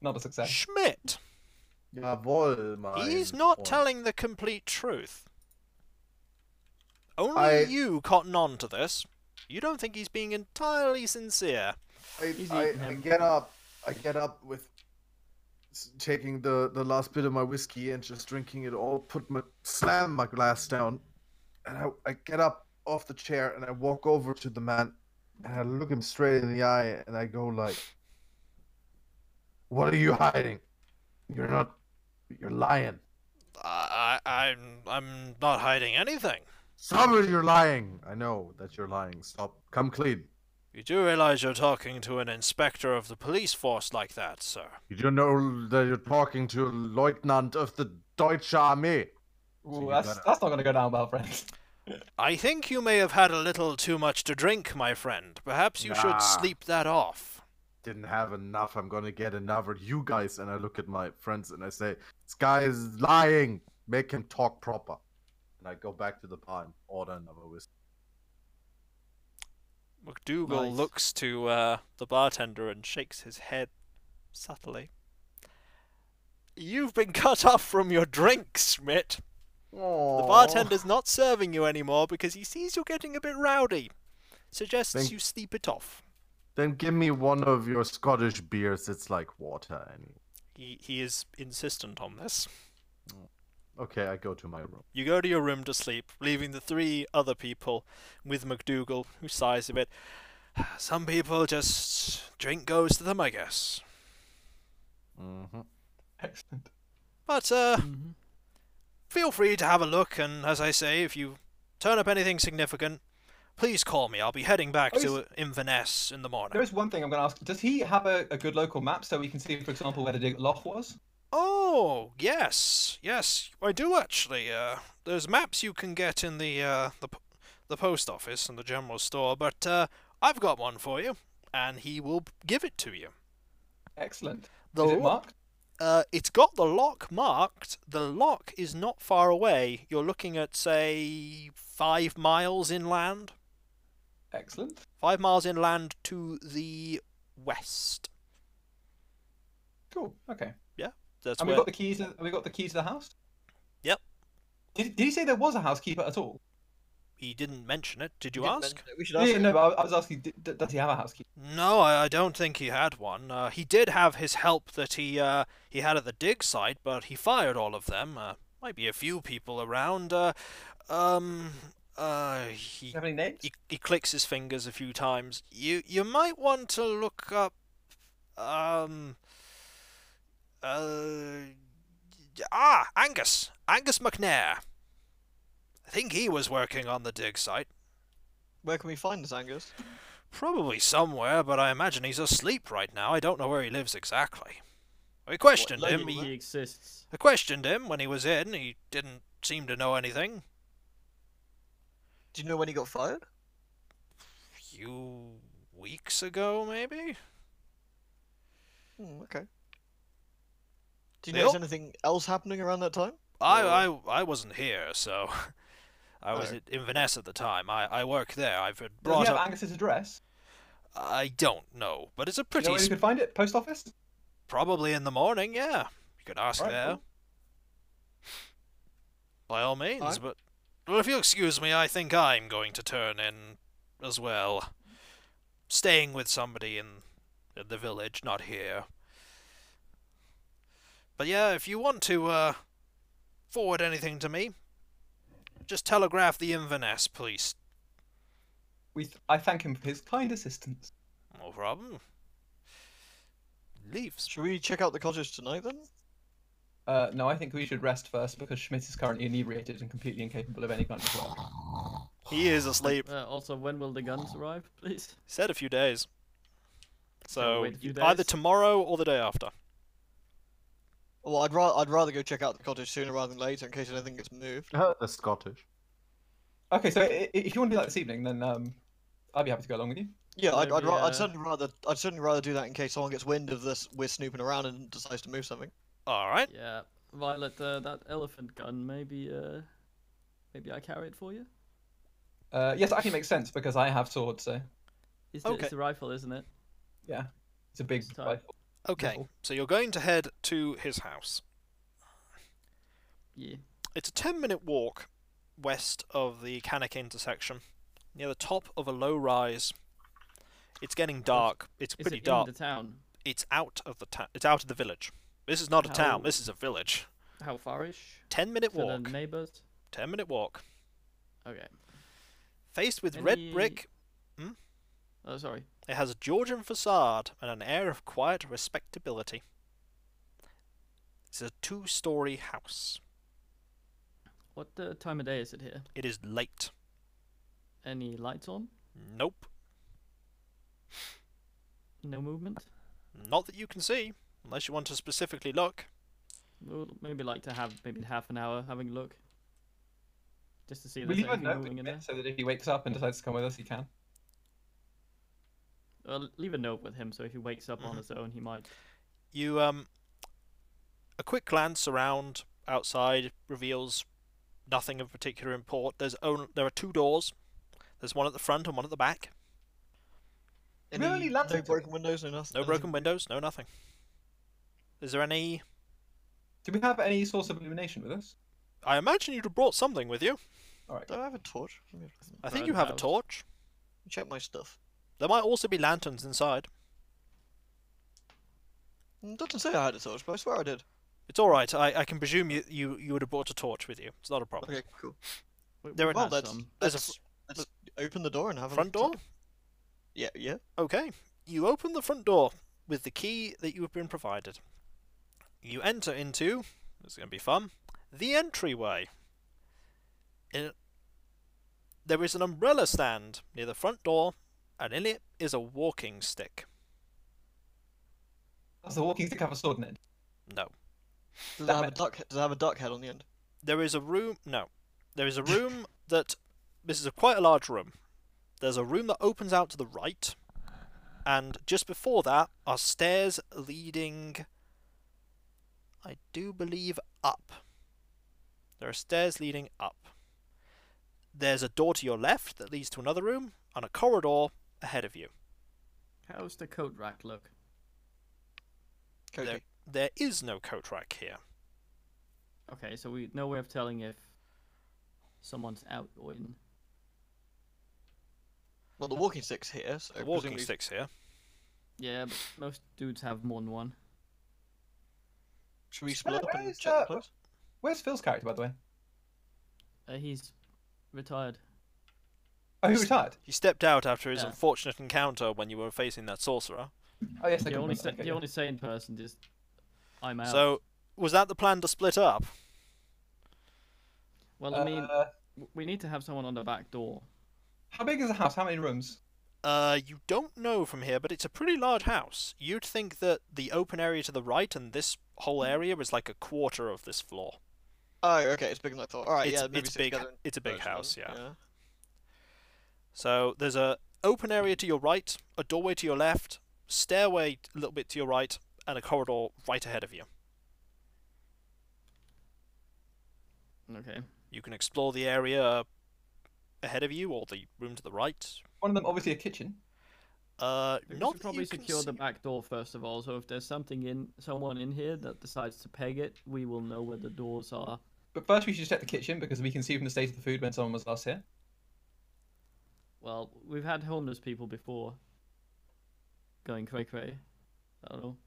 [SPEAKER 4] Not a success.
[SPEAKER 1] Schmidt!
[SPEAKER 6] Jawohl, my.
[SPEAKER 1] He's not
[SPEAKER 6] boy.
[SPEAKER 1] telling the complete truth. Only
[SPEAKER 3] I-
[SPEAKER 1] you cotton on to this. You don't think he's being entirely sincere.
[SPEAKER 3] I,
[SPEAKER 5] He's
[SPEAKER 3] I,
[SPEAKER 5] eating
[SPEAKER 3] I
[SPEAKER 5] him.
[SPEAKER 3] get up. I get up with s- taking the the last bit of my whiskey and just drinking it all. Put my slam my glass down, and I, I get up off the chair and I walk over to the man, and I look him straight in the eye and I go like, "What are you hiding? You're not. You're lying.
[SPEAKER 1] I, I, I'm, I'm not hiding anything.
[SPEAKER 6] Stop it! You're lying. I know that you're lying. Stop. Come clean.
[SPEAKER 1] You do realize you're talking to an inspector of the police force like that, sir.
[SPEAKER 6] You don't know that you're talking to a lieutenant of the Deutsche Armee.
[SPEAKER 4] Ooh,
[SPEAKER 6] you
[SPEAKER 4] that's,
[SPEAKER 6] gotta-
[SPEAKER 4] that's not going to go down well, friends.
[SPEAKER 1] I think you may have had a little too much to drink, my friend. Perhaps you
[SPEAKER 6] Nah.
[SPEAKER 1] should sleep that off.
[SPEAKER 6] Didn't have enough. I'm gonna get another. You guys. And I look at my friends and I say, "This guy is lying. Make him talk proper." And I go back to the bar and order another whiskey.
[SPEAKER 1] McDougal
[SPEAKER 5] Nice.
[SPEAKER 1] looks to uh, the bartender and shakes his head subtly. You've been cut off from your drinks, Schmidt. The bartender's not serving you anymore because he sees you're getting a bit rowdy. Suggests
[SPEAKER 6] Thank-
[SPEAKER 1] you sleep it off.
[SPEAKER 6] Then give me one of your Scottish beers. It's like water. Anyway.
[SPEAKER 1] He, he is insistent on this.
[SPEAKER 6] Okay, I go to my room.
[SPEAKER 1] You go to your room to sleep, leaving the three other people with McDougal, who sighs a bit. [SIGHS] Some people just drink goes to them, I guess.
[SPEAKER 6] Mm-hmm.
[SPEAKER 4] Excellent.
[SPEAKER 1] But uh,
[SPEAKER 5] hmm
[SPEAKER 1] feel free to have a look, and as I say, if you turn up anything significant, please call me. I'll be heading back
[SPEAKER 4] Oh,
[SPEAKER 1] to Inverness in the morning.
[SPEAKER 4] There is one thing I'm going to ask. Does he have a, a good local map so we can see, for example, where the dig- loch was?
[SPEAKER 1] Oh, yes, yes, I do actually. Uh, there's maps you can get in the uh, the p- the post office and the general store, but uh, I've got one for you, and he will b- give it to you.
[SPEAKER 4] Excellent.
[SPEAKER 1] The
[SPEAKER 4] is it
[SPEAKER 1] lo-
[SPEAKER 4] marked?
[SPEAKER 1] Uh, it's got the lock marked. The lock is not far away. You're looking at say five miles inland.
[SPEAKER 4] Excellent.
[SPEAKER 1] five miles inland to the west.
[SPEAKER 4] Cool. Okay.
[SPEAKER 1] That's
[SPEAKER 4] and
[SPEAKER 1] where.
[SPEAKER 4] we got the keys. To, we got the keys to the house.
[SPEAKER 1] Yep.
[SPEAKER 4] Did, did he say there was a housekeeper at all?
[SPEAKER 1] He didn't mention it. Did you
[SPEAKER 2] We didn't
[SPEAKER 1] ask?
[SPEAKER 2] mention it, We should ask
[SPEAKER 4] Yeah,
[SPEAKER 2] him.
[SPEAKER 4] no, but I, I was asking, d d- does he have a housekeeper?
[SPEAKER 1] No, I, I don't think he had one. Uh, he did have his help that he uh, he had at the dig site, but he fired all of them. Uh, might be a few people around. Uh, um. Uh,
[SPEAKER 4] Do
[SPEAKER 1] he,
[SPEAKER 4] you have any names?
[SPEAKER 1] he he clicks his fingers a few times. You you might want to look up. Um. Uh. Ah, Angus. Angus McNair. I think he was working on the dig site.
[SPEAKER 2] Where can we find this, Angus?
[SPEAKER 1] Probably somewhere, but I imagine he's asleep right now. I don't know where he lives exactly. I questioned
[SPEAKER 2] like
[SPEAKER 1] him.
[SPEAKER 2] you
[SPEAKER 5] He
[SPEAKER 1] He-
[SPEAKER 5] exists.
[SPEAKER 1] I questioned him when he was in. He didn't seem to know anything.
[SPEAKER 2] Do you know when he got fired?
[SPEAKER 1] few weeks ago, maybe?
[SPEAKER 2] Hmm, okay. Do you
[SPEAKER 1] They
[SPEAKER 2] notice
[SPEAKER 1] all-
[SPEAKER 2] anything else happening around that time?
[SPEAKER 1] I,
[SPEAKER 2] Or-
[SPEAKER 1] I, I wasn't here, so [LAUGHS] I was
[SPEAKER 2] Oh.
[SPEAKER 1] at Inverness at the time. I, I work there. I've been
[SPEAKER 4] Does he
[SPEAKER 1] brought
[SPEAKER 4] have
[SPEAKER 1] up.
[SPEAKER 4] Angus's address?
[SPEAKER 1] I don't know, but it's a
[SPEAKER 4] Do you
[SPEAKER 1] pretty
[SPEAKER 4] know where you
[SPEAKER 1] s-
[SPEAKER 4] could find it? Post office?
[SPEAKER 1] probably in the morning. Yeah, you could ask
[SPEAKER 4] Right,
[SPEAKER 1] there
[SPEAKER 4] cool.
[SPEAKER 1] by all means. But well, if you'll excuse me, I think I'm going to turn in as well. Staying with somebody in, in the village, not here. But yeah, if you want to uh, forward anything to me, just telegraph the Inverness, please.
[SPEAKER 4] We th- I thank him for his kind assistance.
[SPEAKER 1] No problem. Leaves.
[SPEAKER 2] Should we check out the cottage tonight then?
[SPEAKER 4] Uh, no, I think we should rest first because Schmidt is currently inebriated and completely incapable of any kind of work.
[SPEAKER 1] He is asleep.
[SPEAKER 5] Uh, also, when will the guns arrive, please? [LAUGHS]
[SPEAKER 1] Said a few days. So
[SPEAKER 5] wait a few
[SPEAKER 1] either
[SPEAKER 5] days?
[SPEAKER 1] tomorrow or the day after.
[SPEAKER 2] Well, I'd, ra- I'd rather go check out the cottage sooner rather than later in case anything gets moved.
[SPEAKER 6] the Scottish.
[SPEAKER 4] Okay, so i- i- if you want to do that this evening, then um, I'd be happy to go along with you.
[SPEAKER 2] Yeah, I'd, I'd,
[SPEAKER 5] Maybe,
[SPEAKER 2] ra-
[SPEAKER 5] uh,
[SPEAKER 2] I'd certainly rather I'd certainly rather do that in case someone gets wind of this. We're snooping around and decides to move something.
[SPEAKER 1] All right.
[SPEAKER 5] Yeah, Violet, uh, that elephant gun. Maybe, uh, maybe I carry it for you.
[SPEAKER 4] Uh, yes, that actually makes sense because I have swords, so
[SPEAKER 5] It's the,
[SPEAKER 1] Okay.
[SPEAKER 5] it's the rifle, isn't it?
[SPEAKER 4] it's a big
[SPEAKER 5] It's time.
[SPEAKER 4] rifle.
[SPEAKER 1] Okay.
[SPEAKER 4] Cool.
[SPEAKER 1] So you're going to head to his house.
[SPEAKER 5] Yeah.
[SPEAKER 1] It's a 10 minute walk west of the Canuck intersection, near the top of a low rise. It's getting dark. It's
[SPEAKER 5] Is
[SPEAKER 1] pretty
[SPEAKER 5] it
[SPEAKER 1] dark.
[SPEAKER 5] in the town?
[SPEAKER 1] It's out of the ta- it's out of the village. This is not a town.
[SPEAKER 5] How-
[SPEAKER 1] This is a village.
[SPEAKER 5] How farish?
[SPEAKER 1] 10 minute
[SPEAKER 5] To the
[SPEAKER 1] walk.
[SPEAKER 5] neighbors.
[SPEAKER 1] 10 minute walk.
[SPEAKER 5] Okay.
[SPEAKER 1] Faced with red
[SPEAKER 5] Any-
[SPEAKER 1] brick,
[SPEAKER 5] Oh, sorry.
[SPEAKER 1] it has a Georgian facade and an air of quiet respectability. It's a two story house.
[SPEAKER 5] What uh, time of day is it here?
[SPEAKER 1] It is late.
[SPEAKER 5] Any lights on?
[SPEAKER 1] Nope.
[SPEAKER 5] No movement?
[SPEAKER 1] Not that you can see, unless you want to specifically look.
[SPEAKER 5] We'll maybe like to have maybe half an hour having a look. Just to see if
[SPEAKER 4] We
[SPEAKER 5] there's
[SPEAKER 4] leave a
[SPEAKER 5] anything
[SPEAKER 4] note
[SPEAKER 5] moving
[SPEAKER 4] with
[SPEAKER 5] in
[SPEAKER 4] him
[SPEAKER 5] there.
[SPEAKER 4] so that if he wakes up and decides to come with us, he can.
[SPEAKER 5] Uh, leave a note with him so if he wakes up
[SPEAKER 4] Mm-hmm.
[SPEAKER 5] on his own, he might.
[SPEAKER 1] You um a quick glance around outside reveals nothing of particular import. There's only there are two doors. There's one at the front and one at the back.
[SPEAKER 2] Any,
[SPEAKER 4] Really, lads,
[SPEAKER 2] no
[SPEAKER 4] it's-
[SPEAKER 2] broken windows, no nothing.
[SPEAKER 1] No broken windows, no nothing. Is there any
[SPEAKER 4] Do we have any source of illumination with us?
[SPEAKER 1] I imagine you'd have brought something with you.
[SPEAKER 4] All right.
[SPEAKER 2] Do I have a torch? Let me
[SPEAKER 1] I think you have a
[SPEAKER 5] Roundhouse.
[SPEAKER 1] torch.
[SPEAKER 2] check my stuff.
[SPEAKER 1] There might also be lanterns inside.
[SPEAKER 2] Mm, Doesn't say I had a torch, but I swear I did.
[SPEAKER 1] It's all right. I, I can presume you, you you would have brought a torch with you. It's not a problem.
[SPEAKER 2] Okay, cool.
[SPEAKER 5] we- we
[SPEAKER 1] There are-
[SPEAKER 5] can
[SPEAKER 2] Well,
[SPEAKER 5] have
[SPEAKER 2] that's
[SPEAKER 5] some.
[SPEAKER 1] There's a
[SPEAKER 2] let's, let's open the door and have a
[SPEAKER 1] Front
[SPEAKER 2] look.
[SPEAKER 1] door?
[SPEAKER 2] Yeah, yeah.
[SPEAKER 1] Okay. You open the front door with the key that you have been provided. You enter into, this is going to be fun, the entryway. In, there is an umbrella stand near the front door, and in it is a walking stick.
[SPEAKER 4] Does the walking stick have a sword in it?
[SPEAKER 1] No.
[SPEAKER 2] Does it
[SPEAKER 4] That
[SPEAKER 2] have a
[SPEAKER 4] meant-
[SPEAKER 2] duck? Does it have a duck head on the end?
[SPEAKER 1] There is a room. No. There is a room that. This is a quite a large room. There's a room that opens out to the right, and just before that are stairs leading. I do believe up. There are stairs leading up. There's a door to your left that leads to another room, and a corridor ahead of you.
[SPEAKER 5] How's the coat rack look?
[SPEAKER 2] Cody.
[SPEAKER 1] There, there is no coat rack here.
[SPEAKER 5] Okay, so we no way of telling if someone's out or in.
[SPEAKER 2] Well, the walking stick's here, so
[SPEAKER 1] The walking
[SPEAKER 2] Uh, presumably-
[SPEAKER 1] stick's here.
[SPEAKER 5] Yeah, but most dudes have more than one.
[SPEAKER 2] Should we split up
[SPEAKER 4] where
[SPEAKER 2] and
[SPEAKER 4] is
[SPEAKER 2] check the
[SPEAKER 4] that?
[SPEAKER 2] place?
[SPEAKER 4] Where's Phil's character, by the way?
[SPEAKER 5] Uh, he's retired.
[SPEAKER 4] Oh, he retired.
[SPEAKER 1] He stepped out after his
[SPEAKER 5] Yeah.
[SPEAKER 1] unfortunate encounter when you were facing that sorcerer.
[SPEAKER 4] Oh, yes, I
[SPEAKER 5] The
[SPEAKER 4] can
[SPEAKER 5] only,
[SPEAKER 4] remember.
[SPEAKER 5] sa-
[SPEAKER 4] Okay,
[SPEAKER 5] the
[SPEAKER 4] yeah.
[SPEAKER 5] only sane person is I'm out.
[SPEAKER 1] So, was that the plan to split up?
[SPEAKER 5] well, I mean,
[SPEAKER 4] Uh,
[SPEAKER 5] w- we need to have someone on the back door.
[SPEAKER 4] how big is the house? How many rooms?
[SPEAKER 1] Uh, you don't know from here, but it's a pretty large house. You'd think that the open area to the right and this
[SPEAKER 5] Hmm.
[SPEAKER 1] whole area was like a quarter of this floor.
[SPEAKER 2] Oh, okay, it's bigger than I thought. All right,
[SPEAKER 1] It's-
[SPEAKER 2] yeah, maybe
[SPEAKER 1] it's
[SPEAKER 2] sit
[SPEAKER 1] big-
[SPEAKER 2] together and
[SPEAKER 1] it's a big
[SPEAKER 2] merge them
[SPEAKER 1] house,
[SPEAKER 2] in,
[SPEAKER 1] yeah. So there's a open area to your right, a doorway to your left, stairway a little bit to your right, and a corridor right ahead of you.
[SPEAKER 5] Okay.
[SPEAKER 1] You can explore the area ahead of you or the room to the right.
[SPEAKER 4] One of them, obviously, a kitchen.
[SPEAKER 1] Uh,
[SPEAKER 5] We
[SPEAKER 1] not
[SPEAKER 5] should
[SPEAKER 1] that
[SPEAKER 5] probably
[SPEAKER 1] you can
[SPEAKER 5] secure the
[SPEAKER 1] see-
[SPEAKER 5] back door first of all. So if there's something in someone in here that decides to peg it, we will know where the doors are.
[SPEAKER 4] But first, we should check the kitchen because we can see from the state of the food when someone was last here.
[SPEAKER 5] Well, we've had homeless people before going cray cray. I don't know.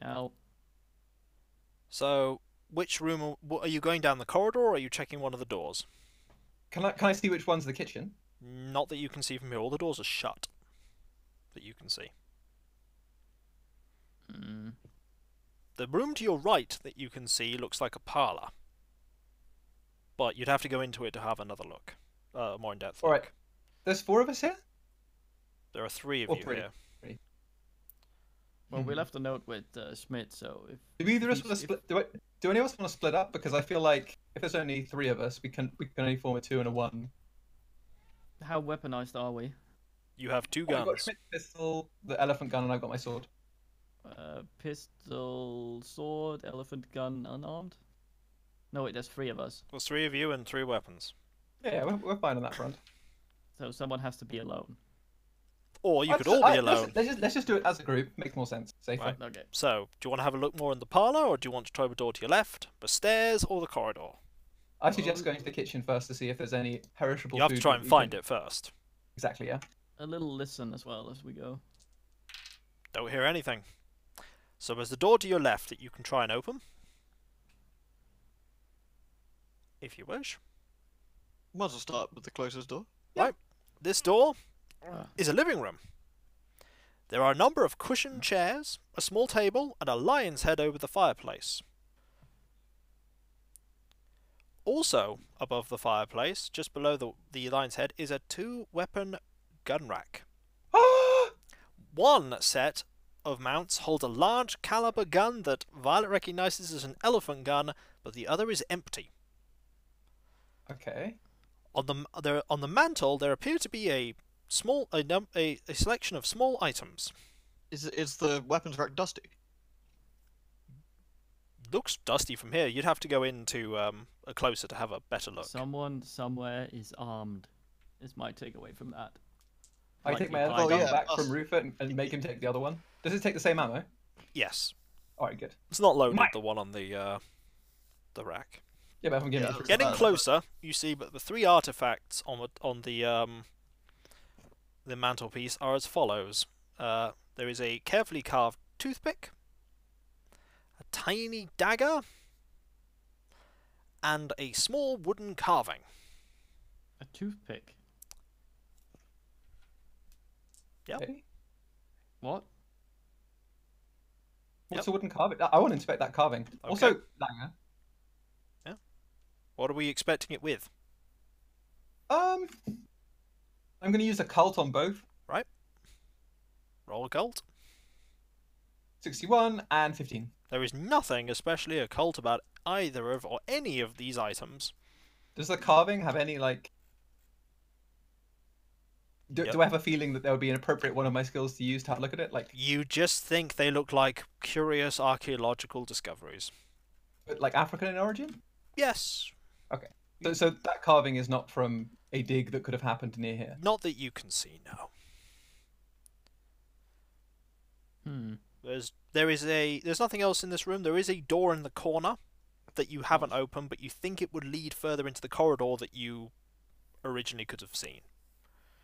[SPEAKER 5] Now,
[SPEAKER 1] So, which room are, wh- are you going down the corridor or are you checking one of the doors?
[SPEAKER 4] Can I can I see which one's the kitchen?
[SPEAKER 1] Not that you can see from here. All the doors are shut. That you can see.
[SPEAKER 5] Mm.
[SPEAKER 1] The room to your right that you can see looks like a parlor. But you'd have to go into it to have another look. Uh, more in depth
[SPEAKER 4] All
[SPEAKER 1] look.
[SPEAKER 4] right. There's four of us here.
[SPEAKER 1] There are three of
[SPEAKER 4] Or
[SPEAKER 1] you
[SPEAKER 4] three.
[SPEAKER 1] here.
[SPEAKER 5] Well,
[SPEAKER 1] [LAUGHS]
[SPEAKER 5] we
[SPEAKER 4] Mhm.
[SPEAKER 5] left a note with uh, Schmidt, so if
[SPEAKER 4] Do either of
[SPEAKER 5] If-
[SPEAKER 4] us want
[SPEAKER 5] if-
[SPEAKER 4] to split? Do, I, do any of us want to split up? Because I feel like if there's only three of us, we can we can only form a two and a one.
[SPEAKER 5] how weaponized are we?
[SPEAKER 1] You have two
[SPEAKER 4] I've Oh, got
[SPEAKER 1] guns.
[SPEAKER 4] Schmidt's pistol, the elephant gun, and I've got my sword.
[SPEAKER 5] Uh, pistol, sword, elephant gun, unarmed. No, wait, there's three of us,
[SPEAKER 1] There's three of you and three weapons.
[SPEAKER 4] Yeah, we're, we're fine on that front.
[SPEAKER 5] so someone has to be alone.
[SPEAKER 1] Or you
[SPEAKER 4] I'd
[SPEAKER 1] could
[SPEAKER 4] s-
[SPEAKER 1] all be
[SPEAKER 4] I-
[SPEAKER 1] alone.
[SPEAKER 4] Let's, let's just let's just do it as a group. Makes more sense. Safer.
[SPEAKER 1] Right.
[SPEAKER 5] Okay.
[SPEAKER 1] So, do you want to have a look more in the parlour, or do you want to try the door to your left, the stairs, or the corridor?
[SPEAKER 4] I suggest going to the kitchen first to see if there's any perishable.
[SPEAKER 1] You have
[SPEAKER 4] food
[SPEAKER 1] to try
[SPEAKER 4] that
[SPEAKER 1] and
[SPEAKER 4] we
[SPEAKER 1] find
[SPEAKER 4] can-
[SPEAKER 1] it first.
[SPEAKER 4] Exactly. Yeah. [GASPS]
[SPEAKER 5] A little listen as well as we go.
[SPEAKER 1] Don't hear anything. So there's the door to your left that you can try and open. If you wish.
[SPEAKER 2] Might as well start with the closest door.
[SPEAKER 1] This door
[SPEAKER 5] Ah.
[SPEAKER 1] is a living room. There are a number of cushioned chairs, a small table, and a lion's head over the fireplace. Also, above the fireplace, just below the, the lion's head, is a two weapon gun rack. One set of mounts holds a large caliber gun that Violet recognizes as an elephant gun, but the other is empty.
[SPEAKER 4] okay.
[SPEAKER 1] On the there, on the mantle, there appear to be a small a, num, a, a selection of small items.
[SPEAKER 2] Is is the weapons rack dusty?
[SPEAKER 1] Looks dusty from here. You'd have to go into um, a closer to have a better look.
[SPEAKER 5] Someone somewhere is armed. Is my takeaway from that.
[SPEAKER 4] I
[SPEAKER 5] Might
[SPEAKER 4] take
[SPEAKER 5] be
[SPEAKER 4] my other
[SPEAKER 5] fine.
[SPEAKER 4] gun
[SPEAKER 2] Oh, yeah,
[SPEAKER 4] back
[SPEAKER 2] us.
[SPEAKER 4] from Rupert and, and make him take the other one. Does it take the same ammo?
[SPEAKER 1] Yes,
[SPEAKER 4] All right, good.
[SPEAKER 1] it's not loaded.
[SPEAKER 4] Might-
[SPEAKER 1] The one on the uh, the rack.
[SPEAKER 4] Yeah, but if I'm giving
[SPEAKER 2] Yeah,
[SPEAKER 4] it.
[SPEAKER 1] Getting
[SPEAKER 2] about-
[SPEAKER 1] closer, you see that the three artifacts on the, on the um, the mantelpiece are as follows. Uh, there is a carefully carved toothpick, a tiny dagger, and a small wooden carving.
[SPEAKER 5] A toothpick.
[SPEAKER 1] Yep.
[SPEAKER 4] Okay.
[SPEAKER 5] What?
[SPEAKER 4] What's a wooden carving? I- I want to inspect that carving. Also, Langer.
[SPEAKER 1] What are we expecting it with?
[SPEAKER 4] Um, I'm going to use a cult on both
[SPEAKER 1] Roll occult.
[SPEAKER 4] 61 and 15.
[SPEAKER 1] There is nothing especially occult about either of or any of these items.
[SPEAKER 4] Does the carving have any like? Do,
[SPEAKER 1] Yep.
[SPEAKER 4] do I have a feeling that there would be an appropriate one of my skills to use to have a look at it? Like,
[SPEAKER 1] You just think they look like curious archaeological discoveries.
[SPEAKER 4] like African in origin?
[SPEAKER 1] Yes,
[SPEAKER 4] So, so that carving is not from a dig that could have happened near here.
[SPEAKER 1] not that you can see now.
[SPEAKER 5] Hmm.
[SPEAKER 1] There's there is a there's nothing else in this room. There is a door in the corner that you haven't
[SPEAKER 5] Hmm.
[SPEAKER 1] opened, but you think it would lead further into the corridor that you originally could have seen.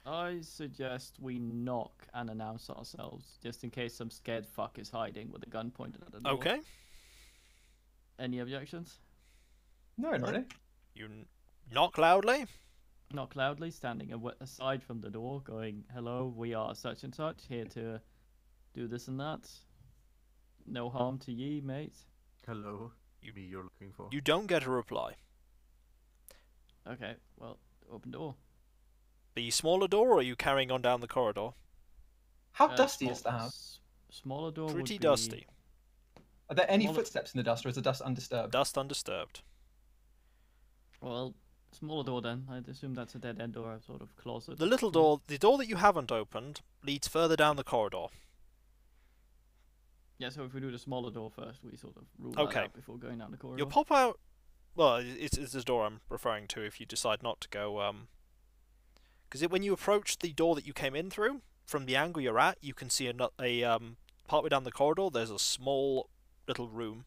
[SPEAKER 5] I suggest we knock and announce ourselves, just in case some scared fuck is hiding with a gun pointed at the door.
[SPEAKER 1] Okay.
[SPEAKER 5] Any objections?
[SPEAKER 4] No, not really.
[SPEAKER 1] You n- knock loudly.
[SPEAKER 5] Knock loudly, standing awa- aside from the door, going, "Hello, we are such and such here to do this and that. No harm to ye, mate."
[SPEAKER 6] Hello, me you're looking for.
[SPEAKER 1] You don't get a reply.
[SPEAKER 5] Okay, well, open door.
[SPEAKER 1] The smaller door, or are you carrying on down the corridor?
[SPEAKER 4] How
[SPEAKER 5] Uh,
[SPEAKER 4] dusty
[SPEAKER 5] small-
[SPEAKER 4] is the house?
[SPEAKER 5] s- Smaller door. would
[SPEAKER 1] Pretty
[SPEAKER 5] be-
[SPEAKER 1] dusty.
[SPEAKER 4] Are there any
[SPEAKER 5] small-
[SPEAKER 4] footsteps in the dust, or is the dust undisturbed?
[SPEAKER 1] Dust undisturbed.
[SPEAKER 5] Well, smaller door then. I'd assume that's a dead end or a sort of closet.
[SPEAKER 1] The little door, the door that you haven't opened, leads further down the corridor.
[SPEAKER 5] Yeah, so if we do the smaller door first, we sort of rule
[SPEAKER 1] Okay.
[SPEAKER 5] that out before going down the corridor.
[SPEAKER 1] You'll pop out. Well, i- it's, it's the door I'm referring to. If you decide not to go, um, because when you approach the door that you came in through, from the angle you're at, you can see a, nu- a um, partway down the corridor. There's a small little room.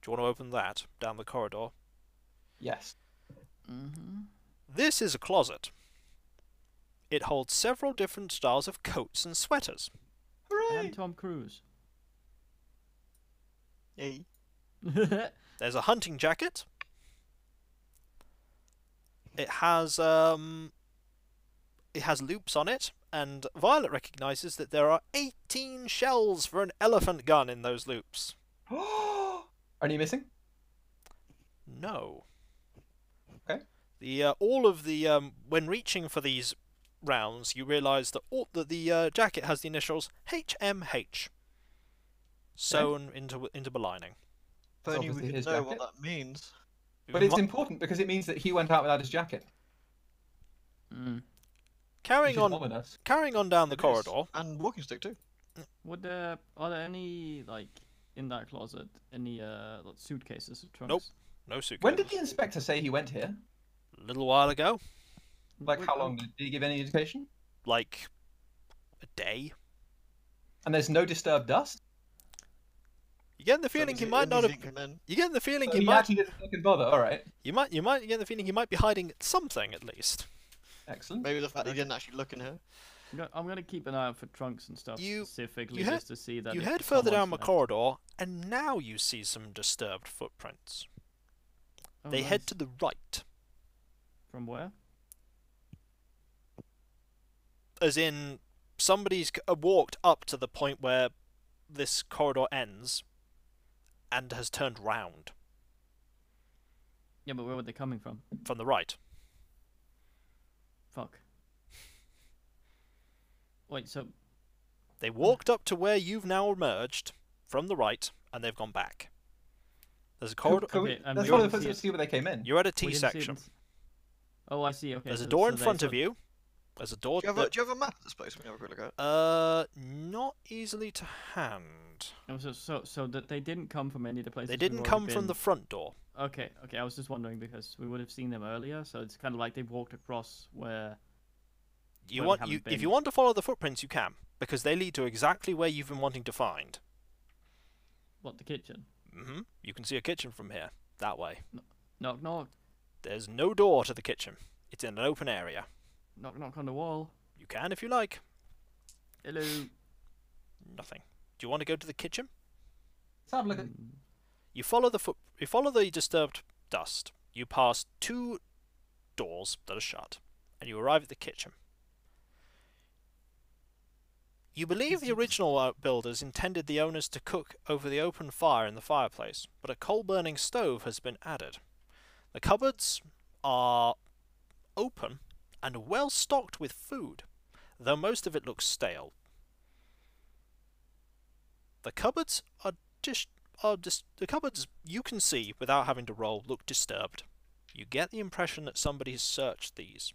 [SPEAKER 1] Do you want to open that down the corridor?
[SPEAKER 4] Yes. [GASPS]
[SPEAKER 5] hmm
[SPEAKER 1] This is a closet. It holds several different styles of coats and sweaters.
[SPEAKER 4] Hooray!
[SPEAKER 5] And Tom Cruise. [LAUGHS]
[SPEAKER 2] Yay.
[SPEAKER 1] There's a hunting jacket. It has um it has loops on it, and Violet recognizes that there are 18 shells for an elephant gun in those loops.
[SPEAKER 4] Are you missing?
[SPEAKER 1] No.
[SPEAKER 4] Okay.
[SPEAKER 1] The uh, all of the um, when reaching for these rounds, you realise that all that the uh, jacket has the initials HMH sewn into into the lining.
[SPEAKER 2] If only we
[SPEAKER 4] obviously
[SPEAKER 2] could
[SPEAKER 4] his
[SPEAKER 2] know
[SPEAKER 4] jacket.
[SPEAKER 2] what that means.
[SPEAKER 4] But it's important because it means that he went out without his jacket.
[SPEAKER 1] Hmm.
[SPEAKER 5] Mm.
[SPEAKER 4] Which
[SPEAKER 1] carrying
[SPEAKER 4] is
[SPEAKER 1] on,
[SPEAKER 4] ominous.
[SPEAKER 1] carrying on down the
[SPEAKER 2] It is.
[SPEAKER 1] corridor.
[SPEAKER 2] And walking stick too.
[SPEAKER 5] Would there are there any like in that closet any uh like, suitcases or trunks?
[SPEAKER 1] Nope. No suitcase.
[SPEAKER 4] When did the inspector say he went here?
[SPEAKER 1] A little while ago,
[SPEAKER 4] Like,
[SPEAKER 5] Wait,
[SPEAKER 4] how
[SPEAKER 5] oh,
[SPEAKER 4] long did he give any indication?
[SPEAKER 1] like a day.
[SPEAKER 4] And there's no disturbed dust.
[SPEAKER 1] You getting the
[SPEAKER 2] So
[SPEAKER 1] feeling
[SPEAKER 2] is
[SPEAKER 1] he
[SPEAKER 2] it-
[SPEAKER 1] might
[SPEAKER 2] it
[SPEAKER 1] not
[SPEAKER 2] means
[SPEAKER 1] have.
[SPEAKER 2] he didn't come in.
[SPEAKER 1] You getting the feeling
[SPEAKER 4] So
[SPEAKER 1] he
[SPEAKER 4] he
[SPEAKER 1] might.
[SPEAKER 4] actually didn't fucking bother. All right,
[SPEAKER 1] You might. You might get the feeling he might be hiding something at least.
[SPEAKER 4] excellent.
[SPEAKER 2] Maybe the fact that he didn't actually look in here.
[SPEAKER 5] I'm go- I'm gonna keep an eye out for trunks and stuff
[SPEAKER 1] You-
[SPEAKER 5] specifically
[SPEAKER 1] you head-
[SPEAKER 5] just to see that.
[SPEAKER 1] you
[SPEAKER 5] if
[SPEAKER 1] head further down
[SPEAKER 5] someone's
[SPEAKER 1] the
[SPEAKER 5] left-
[SPEAKER 1] corridor, and now you see some disturbed footprints.
[SPEAKER 5] Oh,
[SPEAKER 1] they head
[SPEAKER 5] nice.
[SPEAKER 1] to the right,
[SPEAKER 5] from where?
[SPEAKER 1] as in somebody's c- uh, walked up to the point where this corridor ends, and has turned round
[SPEAKER 5] Yeah, but where were they coming from?
[SPEAKER 1] from the right.
[SPEAKER 5] Fuck. Wait, so
[SPEAKER 1] They walked up to where you've now emerged from the right, and they've gone back. There's a
[SPEAKER 4] Could-
[SPEAKER 1] corridor.
[SPEAKER 4] could we-
[SPEAKER 5] okay, um,
[SPEAKER 4] that's
[SPEAKER 5] we
[SPEAKER 4] one of
[SPEAKER 5] didn't
[SPEAKER 4] the
[SPEAKER 5] see
[SPEAKER 4] first to see where they came in.
[SPEAKER 1] You're at a
[SPEAKER 5] we
[SPEAKER 1] T
[SPEAKER 5] didn't see
[SPEAKER 1] section.
[SPEAKER 5] it. Oh, I see. Okay.
[SPEAKER 1] There's a
[SPEAKER 5] so-
[SPEAKER 1] door
[SPEAKER 5] so
[SPEAKER 1] in
[SPEAKER 5] they
[SPEAKER 1] front of
[SPEAKER 5] sort-
[SPEAKER 1] you. There's a
[SPEAKER 2] Do
[SPEAKER 1] door.
[SPEAKER 2] you have a,
[SPEAKER 1] that-
[SPEAKER 2] do you have a map of this place? We can have a quick look at. it.
[SPEAKER 1] Uh, not easily to hand.
[SPEAKER 5] Oh, So, so, so that they didn't come from any of the places.
[SPEAKER 1] They
[SPEAKER 5] we've
[SPEAKER 1] didn't
[SPEAKER 5] already
[SPEAKER 1] come from
[SPEAKER 5] been.
[SPEAKER 1] the front door.
[SPEAKER 5] Okay, okay. I was just wondering because we would have seen them earlier, so it's kind of like they've walked across where.
[SPEAKER 1] You
[SPEAKER 5] Where we
[SPEAKER 1] want you
[SPEAKER 5] haven't
[SPEAKER 1] if you
[SPEAKER 5] been.
[SPEAKER 1] want to follow the footprints, you can because they lead to exactly where you've been wanting to find.
[SPEAKER 5] What the kitchen?
[SPEAKER 1] hmm You can see a kitchen from here that way.
[SPEAKER 5] Knock, knock,
[SPEAKER 1] There's no door to the kitchen. It's in an open area.
[SPEAKER 5] knock, knock on the wall.
[SPEAKER 1] You can if you like.
[SPEAKER 5] Hello.
[SPEAKER 1] Nothing. Do you want to go to the kitchen?
[SPEAKER 4] Let's have a look at.
[SPEAKER 5] Mm,
[SPEAKER 1] You follow the foot. You follow the disturbed dust. You pass two doors that are shut, and you arrive at the kitchen. You believe the original outbuilders intended the owners to cook over the open fire in the fireplace, but a coal-burning stove has been added. The cupboards are open and well stocked with food, though most of it looks stale. The cupboards are dis- are dis- the cupboards you can see without having to roll look disturbed. You get the impression that somebody has searched these.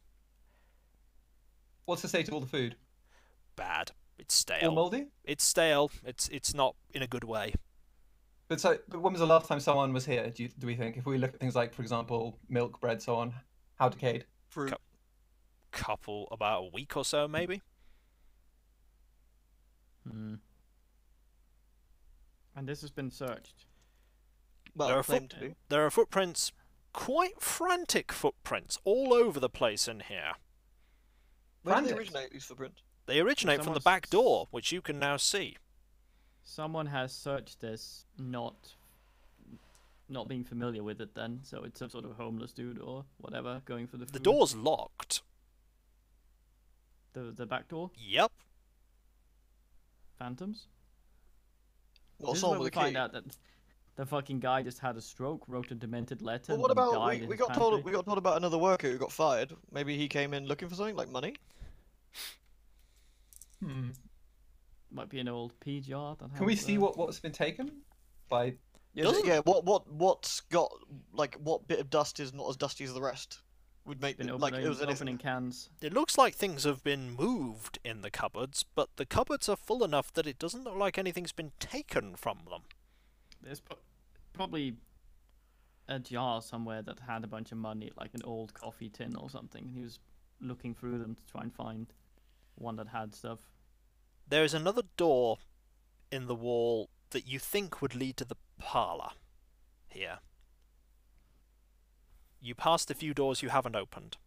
[SPEAKER 4] What's to say to all the food?
[SPEAKER 1] Bad. It's
[SPEAKER 4] All
[SPEAKER 1] stale.
[SPEAKER 4] moldy.
[SPEAKER 1] It's stale. It's it's not in a good way.
[SPEAKER 4] But so, but when was the last time someone was here? Do, you, do we think? If we look at things like, for example, milk, bread, so on, how decayed?
[SPEAKER 2] Fruit.
[SPEAKER 1] Cup. Couple about a week or so maybe.
[SPEAKER 5] mm. And this has been searched.
[SPEAKER 1] there
[SPEAKER 2] Well,
[SPEAKER 1] are
[SPEAKER 2] claimed
[SPEAKER 1] foot-
[SPEAKER 2] to be.
[SPEAKER 1] there are footprints, quite frantic footprints all over the place in here.
[SPEAKER 2] Where did they
[SPEAKER 4] Frantic.
[SPEAKER 2] originate these footprints?
[SPEAKER 1] They originate from the
[SPEAKER 5] Someone's-
[SPEAKER 1] back door, which you can now see.
[SPEAKER 5] Someone has searched this, not not being familiar with it. Then, so it's some sort of homeless dude or whatever going for the
[SPEAKER 1] The
[SPEAKER 2] Hmm.
[SPEAKER 5] food.
[SPEAKER 1] door's locked.
[SPEAKER 5] the the back door.
[SPEAKER 1] Yep.
[SPEAKER 5] Phantoms.
[SPEAKER 2] Well,
[SPEAKER 5] this is
[SPEAKER 2] someone
[SPEAKER 5] where
[SPEAKER 2] with
[SPEAKER 5] we
[SPEAKER 2] a key.
[SPEAKER 5] find out that the fucking guy just had a stroke, wrote a demented letter.
[SPEAKER 2] Well, what
[SPEAKER 5] and then
[SPEAKER 2] about
[SPEAKER 5] died
[SPEAKER 2] we,
[SPEAKER 5] in
[SPEAKER 2] we
[SPEAKER 5] his
[SPEAKER 2] got told
[SPEAKER 5] pantry.
[SPEAKER 2] we got told about another worker who got fired? Maybe he came in looking for something like money.
[SPEAKER 4] Hmm.
[SPEAKER 5] Might be an old pea jar. that
[SPEAKER 4] Can we
[SPEAKER 5] has,
[SPEAKER 4] see
[SPEAKER 5] uh,
[SPEAKER 4] what what's been taken? By
[SPEAKER 2] Yeah,
[SPEAKER 1] Doesn't-
[SPEAKER 2] yeah. What what what's got like what bit of dust is not as dusty as the rest? Would make
[SPEAKER 5] Been
[SPEAKER 2] it-
[SPEAKER 5] opening,
[SPEAKER 2] like it was anything.
[SPEAKER 5] opening cans.
[SPEAKER 1] It looks like things have been moved in the cupboards, but the cupboards are full enough that it doesn't look like anything's been taken from them.
[SPEAKER 5] There's pro- probably a jar somewhere that had a bunch of money, like an old coffee tin or something, and he was looking through them to try and find one that had stuff.
[SPEAKER 1] There is another door in the wall that you think would lead to the parlour. Here. You passed a few doors you haven't opened.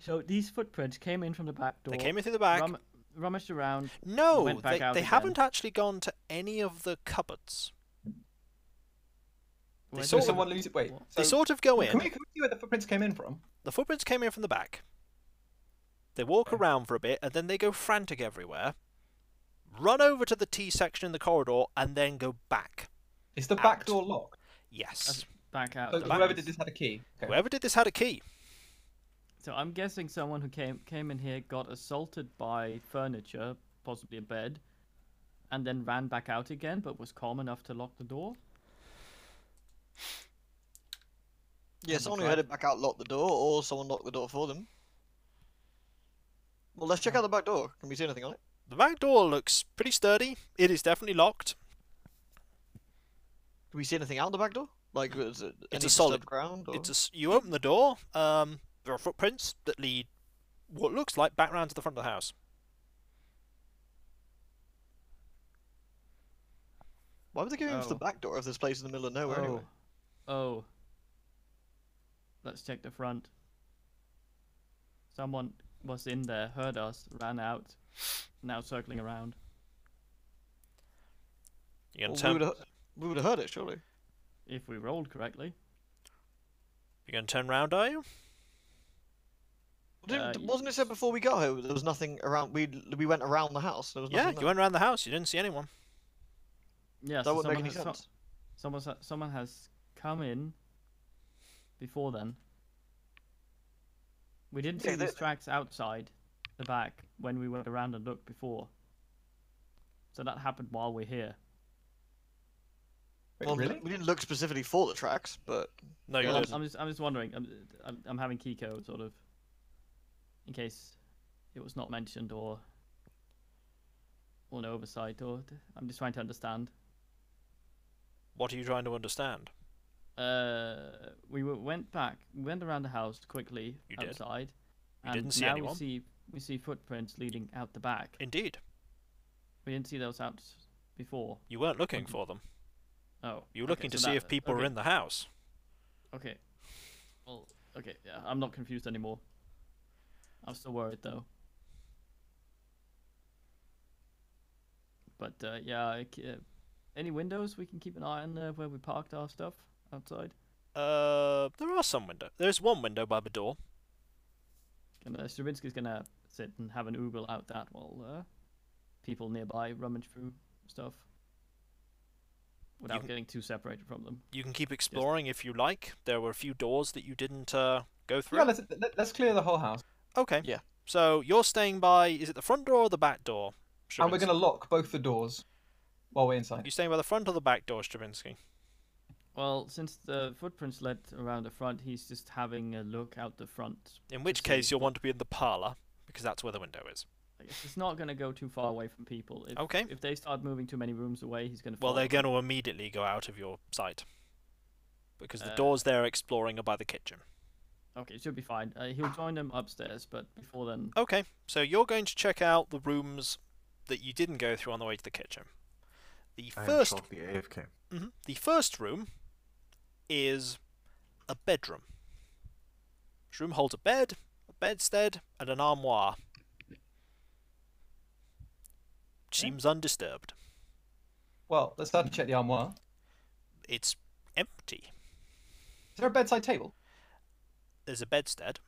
[SPEAKER 5] So these footprints came in from the back door.
[SPEAKER 1] They came in through the back.
[SPEAKER 5] rum- rummaged around.
[SPEAKER 1] no,
[SPEAKER 5] went back
[SPEAKER 1] they,
[SPEAKER 5] out
[SPEAKER 1] they
[SPEAKER 5] again.
[SPEAKER 1] haven't actually gone to any of the cupboards.
[SPEAKER 5] Where
[SPEAKER 1] saw
[SPEAKER 4] so
[SPEAKER 5] did
[SPEAKER 1] them.
[SPEAKER 4] someone lose it. Wait,
[SPEAKER 5] What?
[SPEAKER 4] so
[SPEAKER 1] they sort of go in.
[SPEAKER 4] Can we, can we see where the footprints came in from?
[SPEAKER 1] The footprints came in from the back. They walk around for a bit and then they go frantic everywhere. Run over to the T section in the corridor and then go back.
[SPEAKER 4] Is the
[SPEAKER 1] Out.
[SPEAKER 4] back door locked?
[SPEAKER 1] Yes.
[SPEAKER 5] Back out.
[SPEAKER 4] So
[SPEAKER 5] the
[SPEAKER 4] whoever
[SPEAKER 5] place.
[SPEAKER 4] did this had a key. Okay.
[SPEAKER 1] Whoever did this had a key.
[SPEAKER 5] So I'm guessing someone who came came in here got assaulted by furniture, possibly a bed, and then ran back out again, but was calm enough to lock the door.
[SPEAKER 2] Yeah,
[SPEAKER 5] On the
[SPEAKER 2] someone who
[SPEAKER 5] drive.
[SPEAKER 2] headed back out locked the door, or someone locked the door for them. Well, let's check
[SPEAKER 5] Hmm.
[SPEAKER 2] out the back door. Can we see anything on it?
[SPEAKER 1] The back door looks pretty sturdy. It is definitely locked.
[SPEAKER 2] Do we see anything out the back door? Like,
[SPEAKER 5] Hmm.
[SPEAKER 2] is it any disturbed
[SPEAKER 1] solid-
[SPEAKER 2] ground? Or...
[SPEAKER 1] It's a s you open the door. Um, there are footprints that lead what looks like back round to the front of the house.
[SPEAKER 2] Why would they go into the
[SPEAKER 5] Oh.
[SPEAKER 2] back door if this place is in the middle of nowhere? Anyway?
[SPEAKER 5] Oh. Oh. Let's check the front. Someone was in there, heard us, ran out, now circling around.
[SPEAKER 1] You're gonna turn.
[SPEAKER 2] Well, we would have we would've heard it surely.
[SPEAKER 5] If we rolled correctly.
[SPEAKER 1] You're gonna turn round, are you?
[SPEAKER 5] Uh,
[SPEAKER 2] Didn't, wasn't it said before we got here there was nothing around? We we went around the house. There was
[SPEAKER 1] Yeah.
[SPEAKER 2] nothing
[SPEAKER 1] You went around the house. You didn't see anyone.
[SPEAKER 5] Yeah,
[SPEAKER 2] there.
[SPEAKER 5] so
[SPEAKER 2] That wouldn't
[SPEAKER 5] someone,
[SPEAKER 2] make any
[SPEAKER 5] has, so-
[SPEAKER 2] sense.
[SPEAKER 5] someone, sa- someone has come in before then. We didn't see
[SPEAKER 2] Yeah,
[SPEAKER 5] these
[SPEAKER 2] the-
[SPEAKER 5] tracks outside the back when we went around and looked before. So that happened while we're here.
[SPEAKER 4] Wait,
[SPEAKER 2] Well,
[SPEAKER 4] really?
[SPEAKER 2] we didn't look specifically for the tracks, but
[SPEAKER 1] No, you
[SPEAKER 5] Well,
[SPEAKER 2] Yeah.
[SPEAKER 5] I'm,
[SPEAKER 1] didn't.
[SPEAKER 5] I'm just, I'm just wondering. I'm, I'm, I'm having Kiko sort of, in case it was not mentioned or or an oversight, or I'm just trying to understand.
[SPEAKER 1] What are you trying to understand?
[SPEAKER 5] Uh, we w- went back, went around the house quickly
[SPEAKER 1] You did.
[SPEAKER 5] outside,
[SPEAKER 1] You
[SPEAKER 5] and
[SPEAKER 1] didn't see
[SPEAKER 5] now
[SPEAKER 1] anyone.
[SPEAKER 5] we see we see footprints leading out the back.
[SPEAKER 1] Indeed,
[SPEAKER 5] We didn't see those out before.
[SPEAKER 1] you weren't looking for them.
[SPEAKER 5] Oh,
[SPEAKER 1] You were
[SPEAKER 5] okay,
[SPEAKER 1] looking to
[SPEAKER 5] so
[SPEAKER 1] see
[SPEAKER 5] that-
[SPEAKER 1] if people
[SPEAKER 5] okay,
[SPEAKER 1] were in the house.
[SPEAKER 5] Okay. Well, okay. Yeah, I'm not confused anymore. I'm still worried though. But uh, yeah, I c- uh, any windows we can keep an eye on uh, where we parked our stuff outside.
[SPEAKER 1] Uh, there are some window. There's one window by the door.
[SPEAKER 5] And uh, Stravinsky's gonna sit and have an oogle out that while uh, people nearby rummage through stuff without
[SPEAKER 1] can-
[SPEAKER 5] getting too separated from them.
[SPEAKER 1] You can keep exploring if you like. There were a few doors that you didn't uh, go through.
[SPEAKER 4] Yeah, let's, let, let's clear the whole house.
[SPEAKER 1] Okay.
[SPEAKER 2] Yeah.
[SPEAKER 1] So you're staying by. Is it the front door or the back door?
[SPEAKER 4] And we're
[SPEAKER 1] Stravinsky?
[SPEAKER 4] going to lock both the doors while we're inside.
[SPEAKER 1] You staying by the front or the back door, Stravinsky?
[SPEAKER 5] Well, since the footprints led around the front, he's just having a look out the front
[SPEAKER 1] In which
[SPEAKER 5] see
[SPEAKER 1] case,
[SPEAKER 5] if
[SPEAKER 1] you'll want to be in the parlor because that's where the window is.
[SPEAKER 5] I guess it's not going to go too far away from people. If,
[SPEAKER 1] Okay.
[SPEAKER 5] If they start moving too many rooms away, he's going to.
[SPEAKER 1] Well, they're going to immediately go out of your sight because the
[SPEAKER 5] Uh,
[SPEAKER 1] doors they're exploring are by the kitchen.
[SPEAKER 5] Okay, it should be fine. Uh, he'll join them upstairs, but before then,
[SPEAKER 1] Okay. So you're going to check out the rooms that you didn't go through on the way to the kitchen. The
[SPEAKER 6] I am
[SPEAKER 1] first,
[SPEAKER 6] shocked the AFK.
[SPEAKER 1] Mhm. the first room is a bedroom. This room holds a bed, a bedstead, and an armoire. Seems undisturbed.
[SPEAKER 4] Well, let's start to check the armoire.
[SPEAKER 1] It's empty.
[SPEAKER 4] Is there a bedside table?
[SPEAKER 1] There's a bedstead.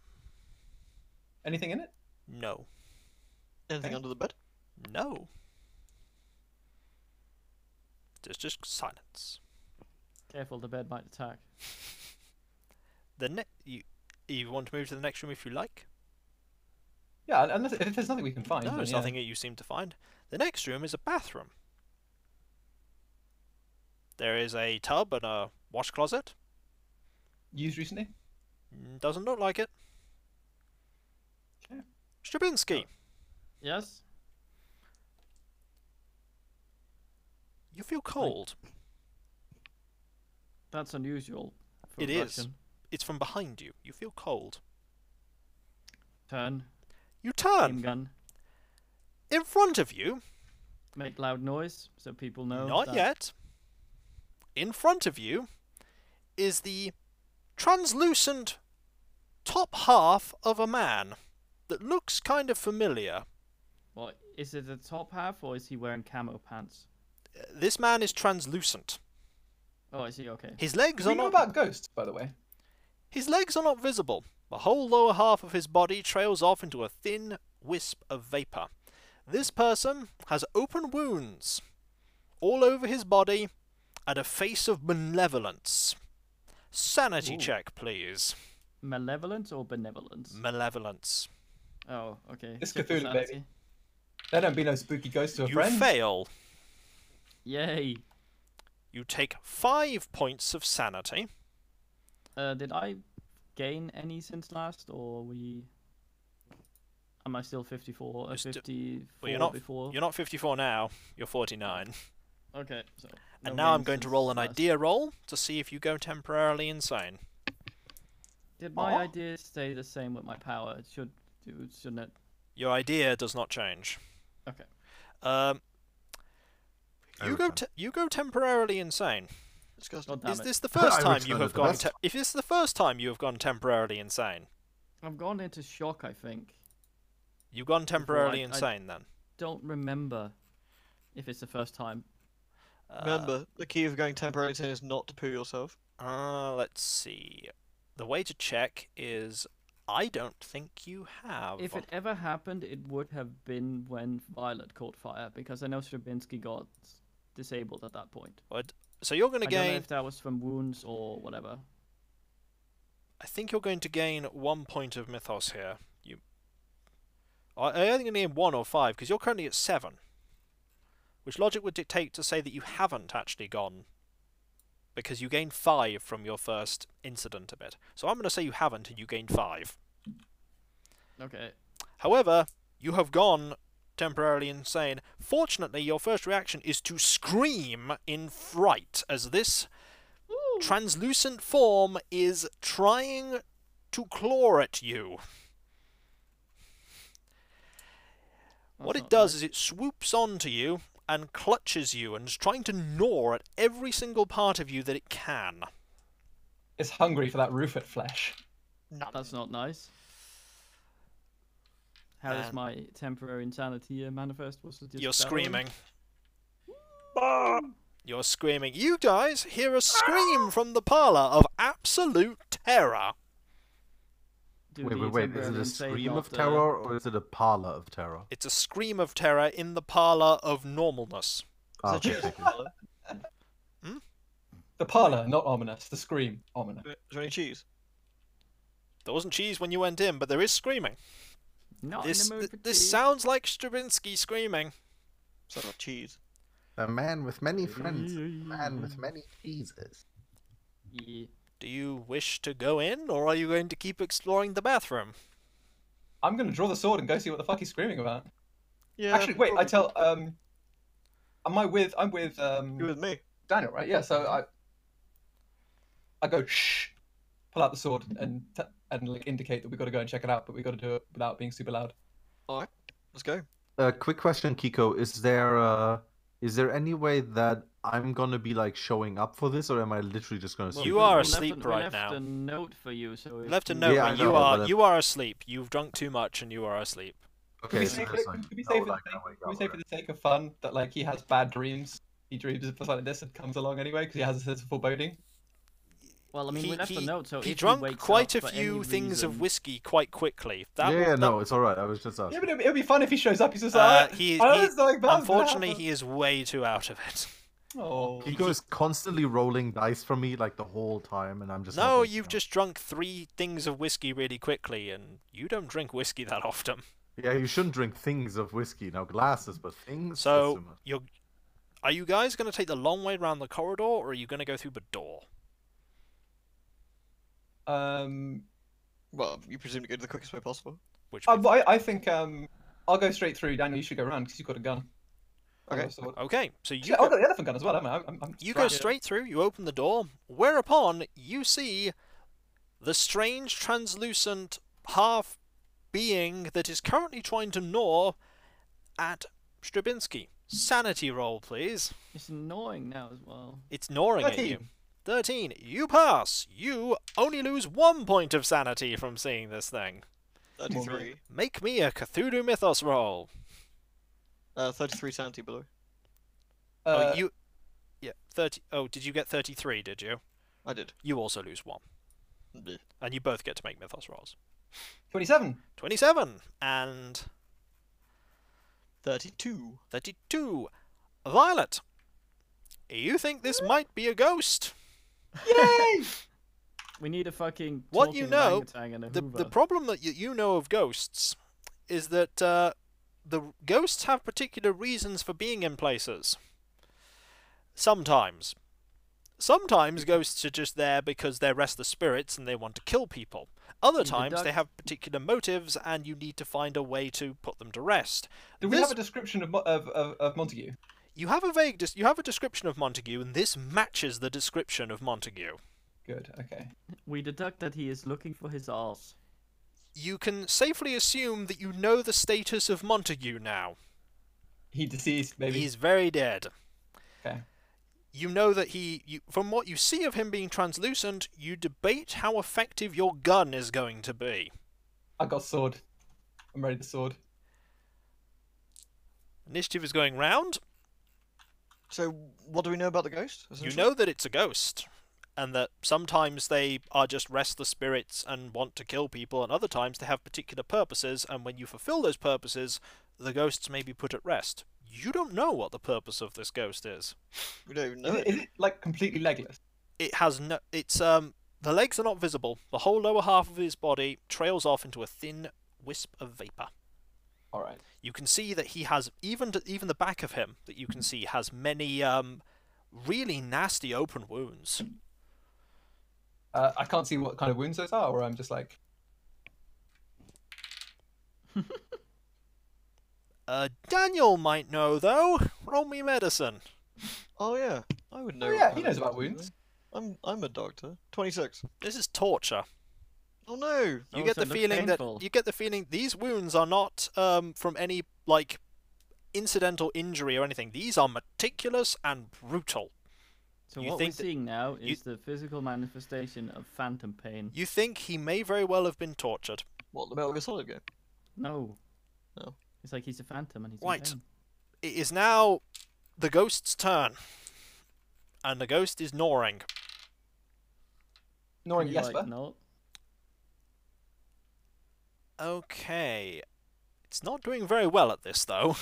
[SPEAKER 4] Anything in it?
[SPEAKER 1] No.
[SPEAKER 2] anything
[SPEAKER 4] Okay.
[SPEAKER 2] under the bed?
[SPEAKER 1] No. There's just silence.
[SPEAKER 5] careful, the bed might attack.
[SPEAKER 1] The ne- you you want to move to the next room if you like.
[SPEAKER 4] Yeah, un- unless if there's nothing we can find.
[SPEAKER 1] no,
[SPEAKER 4] then
[SPEAKER 1] there's
[SPEAKER 4] yeah.
[SPEAKER 1] nothing that you seem to find. The next room is a bathroom. There is a tub and a wash closet.
[SPEAKER 4] used recently.
[SPEAKER 1] Mm, Doesn't look like it.
[SPEAKER 4] Okay.
[SPEAKER 1] Strabinsky,
[SPEAKER 5] Yes.
[SPEAKER 1] you feel cold.
[SPEAKER 5] That's unusual. For
[SPEAKER 1] It
[SPEAKER 5] a
[SPEAKER 1] is.
[SPEAKER 5] Russian.
[SPEAKER 1] It's from behind you. You feel cold.
[SPEAKER 5] Turn.
[SPEAKER 1] You
[SPEAKER 5] Aim
[SPEAKER 1] turn.
[SPEAKER 5] gun.
[SPEAKER 1] In front of you,
[SPEAKER 5] Make loud noise so people know.
[SPEAKER 1] Not
[SPEAKER 5] that-
[SPEAKER 1] yet. In front of you is the translucent top half of a man that looks kind of familiar.
[SPEAKER 5] Well, is it the top half or is he wearing camo pants?
[SPEAKER 1] Uh, This man is translucent.
[SPEAKER 5] Oh, I see. Okay.
[SPEAKER 1] His legs
[SPEAKER 4] Do
[SPEAKER 1] are
[SPEAKER 4] we know
[SPEAKER 1] not
[SPEAKER 4] about ghosts, by the way?
[SPEAKER 1] his legs are not visible. The whole lower half of his body trails off into a thin wisp of vapor. This person has open wounds all over his body and a face of malevolence. Sanity
[SPEAKER 5] Ooh.
[SPEAKER 1] check, please.
[SPEAKER 5] Malevolence or benevolence?
[SPEAKER 1] Malevolence.
[SPEAKER 5] Oh, okay.
[SPEAKER 4] It's
[SPEAKER 5] Check the
[SPEAKER 4] Cthulhu, baby.
[SPEAKER 5] sanity.
[SPEAKER 4] There don't be no spooky ghosts to a
[SPEAKER 1] you
[SPEAKER 4] friend.
[SPEAKER 1] fail.
[SPEAKER 5] Yay.
[SPEAKER 1] You take five points of sanity.
[SPEAKER 5] Uh, did I gain any since last, or we? Am I still 54 or
[SPEAKER 1] You're still-
[SPEAKER 5] 54
[SPEAKER 1] Well, you're not.
[SPEAKER 5] before?
[SPEAKER 1] You're not 54 now. You're 49.
[SPEAKER 5] Okay, so.
[SPEAKER 1] And
[SPEAKER 5] no
[SPEAKER 1] now I'm
[SPEAKER 5] gains
[SPEAKER 1] going to
[SPEAKER 5] since
[SPEAKER 1] roll an
[SPEAKER 5] last.
[SPEAKER 1] idea roll to see if you go temporarily insane.
[SPEAKER 5] Did my
[SPEAKER 4] Aw.
[SPEAKER 5] idea stay the same with my power? It should do, shouldn't it?
[SPEAKER 1] Your idea does not change.
[SPEAKER 5] Okay.
[SPEAKER 1] Um, you
[SPEAKER 6] Every
[SPEAKER 1] go.
[SPEAKER 6] time.
[SPEAKER 1] Te- you go temporarily insane.
[SPEAKER 2] Disgusting.
[SPEAKER 5] God damn
[SPEAKER 1] Is
[SPEAKER 6] [LAUGHS]
[SPEAKER 5] it.
[SPEAKER 1] this the first
[SPEAKER 6] I
[SPEAKER 1] time you
[SPEAKER 6] returned
[SPEAKER 1] have
[SPEAKER 6] the
[SPEAKER 1] gone?
[SPEAKER 6] best.
[SPEAKER 1] Te- if this is the first time you have gone temporarily insane,
[SPEAKER 5] I've gone into shock, I think.
[SPEAKER 1] you've gone temporarily
[SPEAKER 5] I- I-
[SPEAKER 1] insane then.
[SPEAKER 5] Don't remember if it's the first time.
[SPEAKER 1] Uh,
[SPEAKER 2] Remember, the key of going temporary insane is not to poo yourself.
[SPEAKER 1] Uh, let's see. The way to check is I don't think you have.
[SPEAKER 5] If it ever happened, it would have been when Violet caught fire, because I know Strabinsky got disabled at that point.
[SPEAKER 1] What- So you're going to
[SPEAKER 5] I don't know
[SPEAKER 1] gain.
[SPEAKER 5] if that was from wounds or whatever.
[SPEAKER 1] I think you're going to gain one point of mythos here. You. I I only need one or five because you're currently at seven, which logic would dictate to say that you haven't actually gone, because you gained five from your first incident a bit. So I'm going to say you haven't, and you gained five.
[SPEAKER 5] Okay.
[SPEAKER 1] However, you have gone temporarily insane. Fortunately, your first reaction is to scream in fright as this translucent form is trying to claw at you. What
[SPEAKER 5] That's
[SPEAKER 1] it
[SPEAKER 5] not
[SPEAKER 1] does is it swoops onto you and clutches you and is trying to gnaw at every single part of you that it can.
[SPEAKER 4] It's hungry for that Rufet flesh.
[SPEAKER 1] Um,
[SPEAKER 5] nice. That's not nice. How does
[SPEAKER 1] And-
[SPEAKER 5] my temporary insanity uh, manifest? What's the
[SPEAKER 1] uh, You're
[SPEAKER 5] discovery?
[SPEAKER 1] screaming. You're screaming. You guys hear a scream from the parlor of absolute terror.
[SPEAKER 5] Do
[SPEAKER 6] wait,
[SPEAKER 5] the
[SPEAKER 6] wait, wait. Is it
[SPEAKER 5] temporarily
[SPEAKER 6] a
[SPEAKER 5] insane
[SPEAKER 6] scream
[SPEAKER 5] not,
[SPEAKER 6] of
[SPEAKER 5] uh,
[SPEAKER 6] terror or is it a parlor of terror?
[SPEAKER 1] It's a scream of terror in the parlor of normalness.
[SPEAKER 6] Ah,
[SPEAKER 2] Is that
[SPEAKER 6] okay,
[SPEAKER 2] you?
[SPEAKER 6] thank you.
[SPEAKER 2] Is
[SPEAKER 4] The parlor, not ominous. The scream, ominous.
[SPEAKER 2] there any cheese?
[SPEAKER 1] There wasn't cheese when you went in, but there is screaming.
[SPEAKER 5] Not in
[SPEAKER 1] this
[SPEAKER 5] the mood
[SPEAKER 1] th-
[SPEAKER 5] for
[SPEAKER 1] this
[SPEAKER 5] tea.
[SPEAKER 1] sounds like Stravinsky screaming.
[SPEAKER 2] Sounds like cheese.
[SPEAKER 6] A man with many friends. Man with many cheeses.
[SPEAKER 5] Yeah.
[SPEAKER 1] Do you wish to go in, or are you going to keep exploring the bathroom?
[SPEAKER 4] I'm gonna draw the sword and go see what the fuck he's screaming about.
[SPEAKER 2] Yeah.
[SPEAKER 4] Actually, wait. I tell um, am I with? I'm with um
[SPEAKER 2] You with me?
[SPEAKER 4] Daniel, right? Yeah. So I, I go shh, pull out the sword and t- and like indicate that we got to go and check it out, but we got to do it without being super loud.
[SPEAKER 2] Alright, let's go.
[SPEAKER 6] Uh, quick question, Kiko. Is there uh, is there any way that I'm gonna be like showing up for this, or am I literally just gonna?
[SPEAKER 1] Well,
[SPEAKER 6] sleep
[SPEAKER 1] you
[SPEAKER 6] in?
[SPEAKER 1] are
[SPEAKER 5] We
[SPEAKER 1] asleep
[SPEAKER 5] left, a- we
[SPEAKER 1] right
[SPEAKER 5] left
[SPEAKER 1] now.
[SPEAKER 5] a note for you, so if
[SPEAKER 1] Left a
[SPEAKER 5] you-
[SPEAKER 1] note
[SPEAKER 6] Yeah, I
[SPEAKER 1] when you
[SPEAKER 6] know,
[SPEAKER 1] are
[SPEAKER 6] but it-
[SPEAKER 1] you are asleep. You've drunk too much and you are asleep.
[SPEAKER 6] Okay,
[SPEAKER 4] we
[SPEAKER 6] so
[SPEAKER 4] say
[SPEAKER 6] that's
[SPEAKER 4] for-
[SPEAKER 6] like,
[SPEAKER 4] could we
[SPEAKER 6] no,
[SPEAKER 4] say for the
[SPEAKER 6] like,
[SPEAKER 4] sake-
[SPEAKER 6] I wake
[SPEAKER 4] Can we
[SPEAKER 6] up
[SPEAKER 4] say
[SPEAKER 6] or-
[SPEAKER 4] for the sake of fun that like he has bad dreams? He dreams of something like this and comes along anyway because he has a sense of foreboding.
[SPEAKER 5] Well, I mean,
[SPEAKER 1] he,
[SPEAKER 5] we left
[SPEAKER 1] he,
[SPEAKER 5] a note, so
[SPEAKER 1] he
[SPEAKER 5] if
[SPEAKER 1] drunk
[SPEAKER 5] wakes
[SPEAKER 1] quite
[SPEAKER 5] up
[SPEAKER 1] a
[SPEAKER 5] for any
[SPEAKER 1] few things of
[SPEAKER 5] reason-
[SPEAKER 1] whiskey quite quickly. That
[SPEAKER 6] yeah,
[SPEAKER 1] will-
[SPEAKER 6] yeah,
[SPEAKER 1] that-
[SPEAKER 6] no, it's all right. I was just
[SPEAKER 4] Yeah,
[SPEAKER 6] asking.
[SPEAKER 4] but it'd, it'd be fun if he shows up. He's just
[SPEAKER 1] Uh,
[SPEAKER 4] like,
[SPEAKER 1] he-
[SPEAKER 4] I
[SPEAKER 1] he-
[SPEAKER 4] was like, that was gonna
[SPEAKER 1] Unfortunately,
[SPEAKER 4] happen."
[SPEAKER 1] he is way too out of it.
[SPEAKER 4] Oh,
[SPEAKER 6] Kiko is constantly rolling dice for me like the whole time, and I'm just. not
[SPEAKER 1] No,
[SPEAKER 6] waking
[SPEAKER 1] you've
[SPEAKER 6] up.
[SPEAKER 1] just drunk three things of whiskey really quickly, and you don't drink whiskey that often.
[SPEAKER 6] Yeah, you shouldn't drink things of whiskey. Now glasses, but things.
[SPEAKER 1] So
[SPEAKER 6] that's
[SPEAKER 1] you're, are you guys going to take the long way round the corridor, or are you going to go through the door?
[SPEAKER 4] um,
[SPEAKER 2] Well, you presume to go to the quickest way possible.
[SPEAKER 1] Which
[SPEAKER 4] I,
[SPEAKER 1] we-
[SPEAKER 4] I, I think um, I'll go straight through. Daniel, you should go around because you've got a gun. I'll
[SPEAKER 2] Okay.
[SPEAKER 4] go sword.
[SPEAKER 1] okay, so you
[SPEAKER 4] Actually, I've
[SPEAKER 1] go,
[SPEAKER 4] got the elephant gun as well. haven't I? I'm, I'm, I'm
[SPEAKER 1] you go
[SPEAKER 4] strapped.
[SPEAKER 1] straight through. You open the door, whereupon you see the strange translucent half being that is currently trying to gnaw at Strabinsky. Sanity roll, please.
[SPEAKER 5] It's annoying now as well.
[SPEAKER 1] It's gnawing at you.
[SPEAKER 4] 13.
[SPEAKER 1] 13. You pass. You only lose one point of sanity from seeing this thing.
[SPEAKER 4] on,
[SPEAKER 2] 33.
[SPEAKER 1] Make me a Cthulhu Mythos roll.
[SPEAKER 2] Uh, 33 sanity below.
[SPEAKER 4] Uh,
[SPEAKER 1] oh, you. Yeah, 30. Oh, did you get 33, did you?
[SPEAKER 2] I did.
[SPEAKER 1] You also lose one.
[SPEAKER 2] Bleh.
[SPEAKER 1] and you both get to make mythos rolls.
[SPEAKER 4] 27.
[SPEAKER 1] 27 and
[SPEAKER 2] 32.
[SPEAKER 1] 32. Violet, you think this might be a ghost?
[SPEAKER 4] Yay!
[SPEAKER 5] We need a fucking
[SPEAKER 1] What
[SPEAKER 5] talking
[SPEAKER 1] you know,
[SPEAKER 5] orangutan and a
[SPEAKER 1] The,
[SPEAKER 5] Hoover.
[SPEAKER 1] the problem that you, you know of ghosts is that uh, the r- ghosts have particular reasons for being in places. Sometimes. Sometimes ghosts are just there because they're restless spirits and they want to kill people. Other
[SPEAKER 5] You
[SPEAKER 1] times they
[SPEAKER 5] deduct-
[SPEAKER 1] have particular motives and you need to find a way to put them to rest.
[SPEAKER 4] Do we
[SPEAKER 1] This-
[SPEAKER 4] have a description of, Mo- of, of, of Montague?
[SPEAKER 1] You have a vague des- you have a description of Montague and this matches the description of Montague.
[SPEAKER 4] Good, okay.
[SPEAKER 5] we deduct that he is looking for his arse.
[SPEAKER 1] You can safely assume that you know the status of Montague now.
[SPEAKER 4] He deceased, maybe.
[SPEAKER 1] He's very dead.
[SPEAKER 4] Okay.
[SPEAKER 1] You know that he, you, from what you see of him being translucent, you debate how effective your gun is going to be.
[SPEAKER 4] I got sword. I'm ready to sword.
[SPEAKER 1] Initiative is going round.
[SPEAKER 2] So, what do we know about the ghost?
[SPEAKER 1] You
[SPEAKER 2] essentially?
[SPEAKER 1] know that it's a ghost, and that sometimes they are just restless spirits and want to kill people, and other times they have particular purposes, and when you fulfill those purposes, the ghosts may be put at rest. You don't know what the purpose of this ghost is.
[SPEAKER 2] We don't even know.
[SPEAKER 4] Is it,
[SPEAKER 2] it.
[SPEAKER 4] is it like completely legless?
[SPEAKER 1] it has no it's um the legs are not visible the whole lower half of his body trails off into a thin wisp of vapor
[SPEAKER 4] Alright.
[SPEAKER 1] you can see that he has even t- even the back of him that you can see has many um really nasty open wounds
[SPEAKER 4] Uh, I can't see what kind of wounds those are, or I'm just like,
[SPEAKER 1] uh daniel might know though roll me medicine
[SPEAKER 2] Oh, yeah. I would know.
[SPEAKER 4] oh
[SPEAKER 2] what
[SPEAKER 4] yeah, he
[SPEAKER 2] kind
[SPEAKER 4] knows
[SPEAKER 2] of
[SPEAKER 4] about
[SPEAKER 2] wounds.
[SPEAKER 4] wounds.
[SPEAKER 2] I'm, I'm a doctor. 26.
[SPEAKER 1] this is torture
[SPEAKER 2] Oh, no.
[SPEAKER 1] you
[SPEAKER 5] Oh,
[SPEAKER 1] get
[SPEAKER 5] so
[SPEAKER 1] the
[SPEAKER 5] it looks
[SPEAKER 1] feeling
[SPEAKER 5] painful.
[SPEAKER 1] that you get the feeling these wounds are not um from any like incidental injury or anything these are meticulous and brutal
[SPEAKER 5] So
[SPEAKER 1] You
[SPEAKER 5] what we're
[SPEAKER 1] think that-
[SPEAKER 5] seeing now
[SPEAKER 1] you-
[SPEAKER 5] is the physical manifestation of phantom pain.
[SPEAKER 1] you think he may very well have been tortured
[SPEAKER 2] What, the Metal Gear Solid game?
[SPEAKER 5] No.
[SPEAKER 2] No.
[SPEAKER 5] It's like he's a phantom and he's
[SPEAKER 1] Right.
[SPEAKER 5] in pain.
[SPEAKER 1] it is now the ghost's turn. And the ghost is gnawing.
[SPEAKER 4] Gnawing
[SPEAKER 5] He's
[SPEAKER 4] Jesper.
[SPEAKER 5] like, no.
[SPEAKER 1] Okay. It's not doing very well at this, though.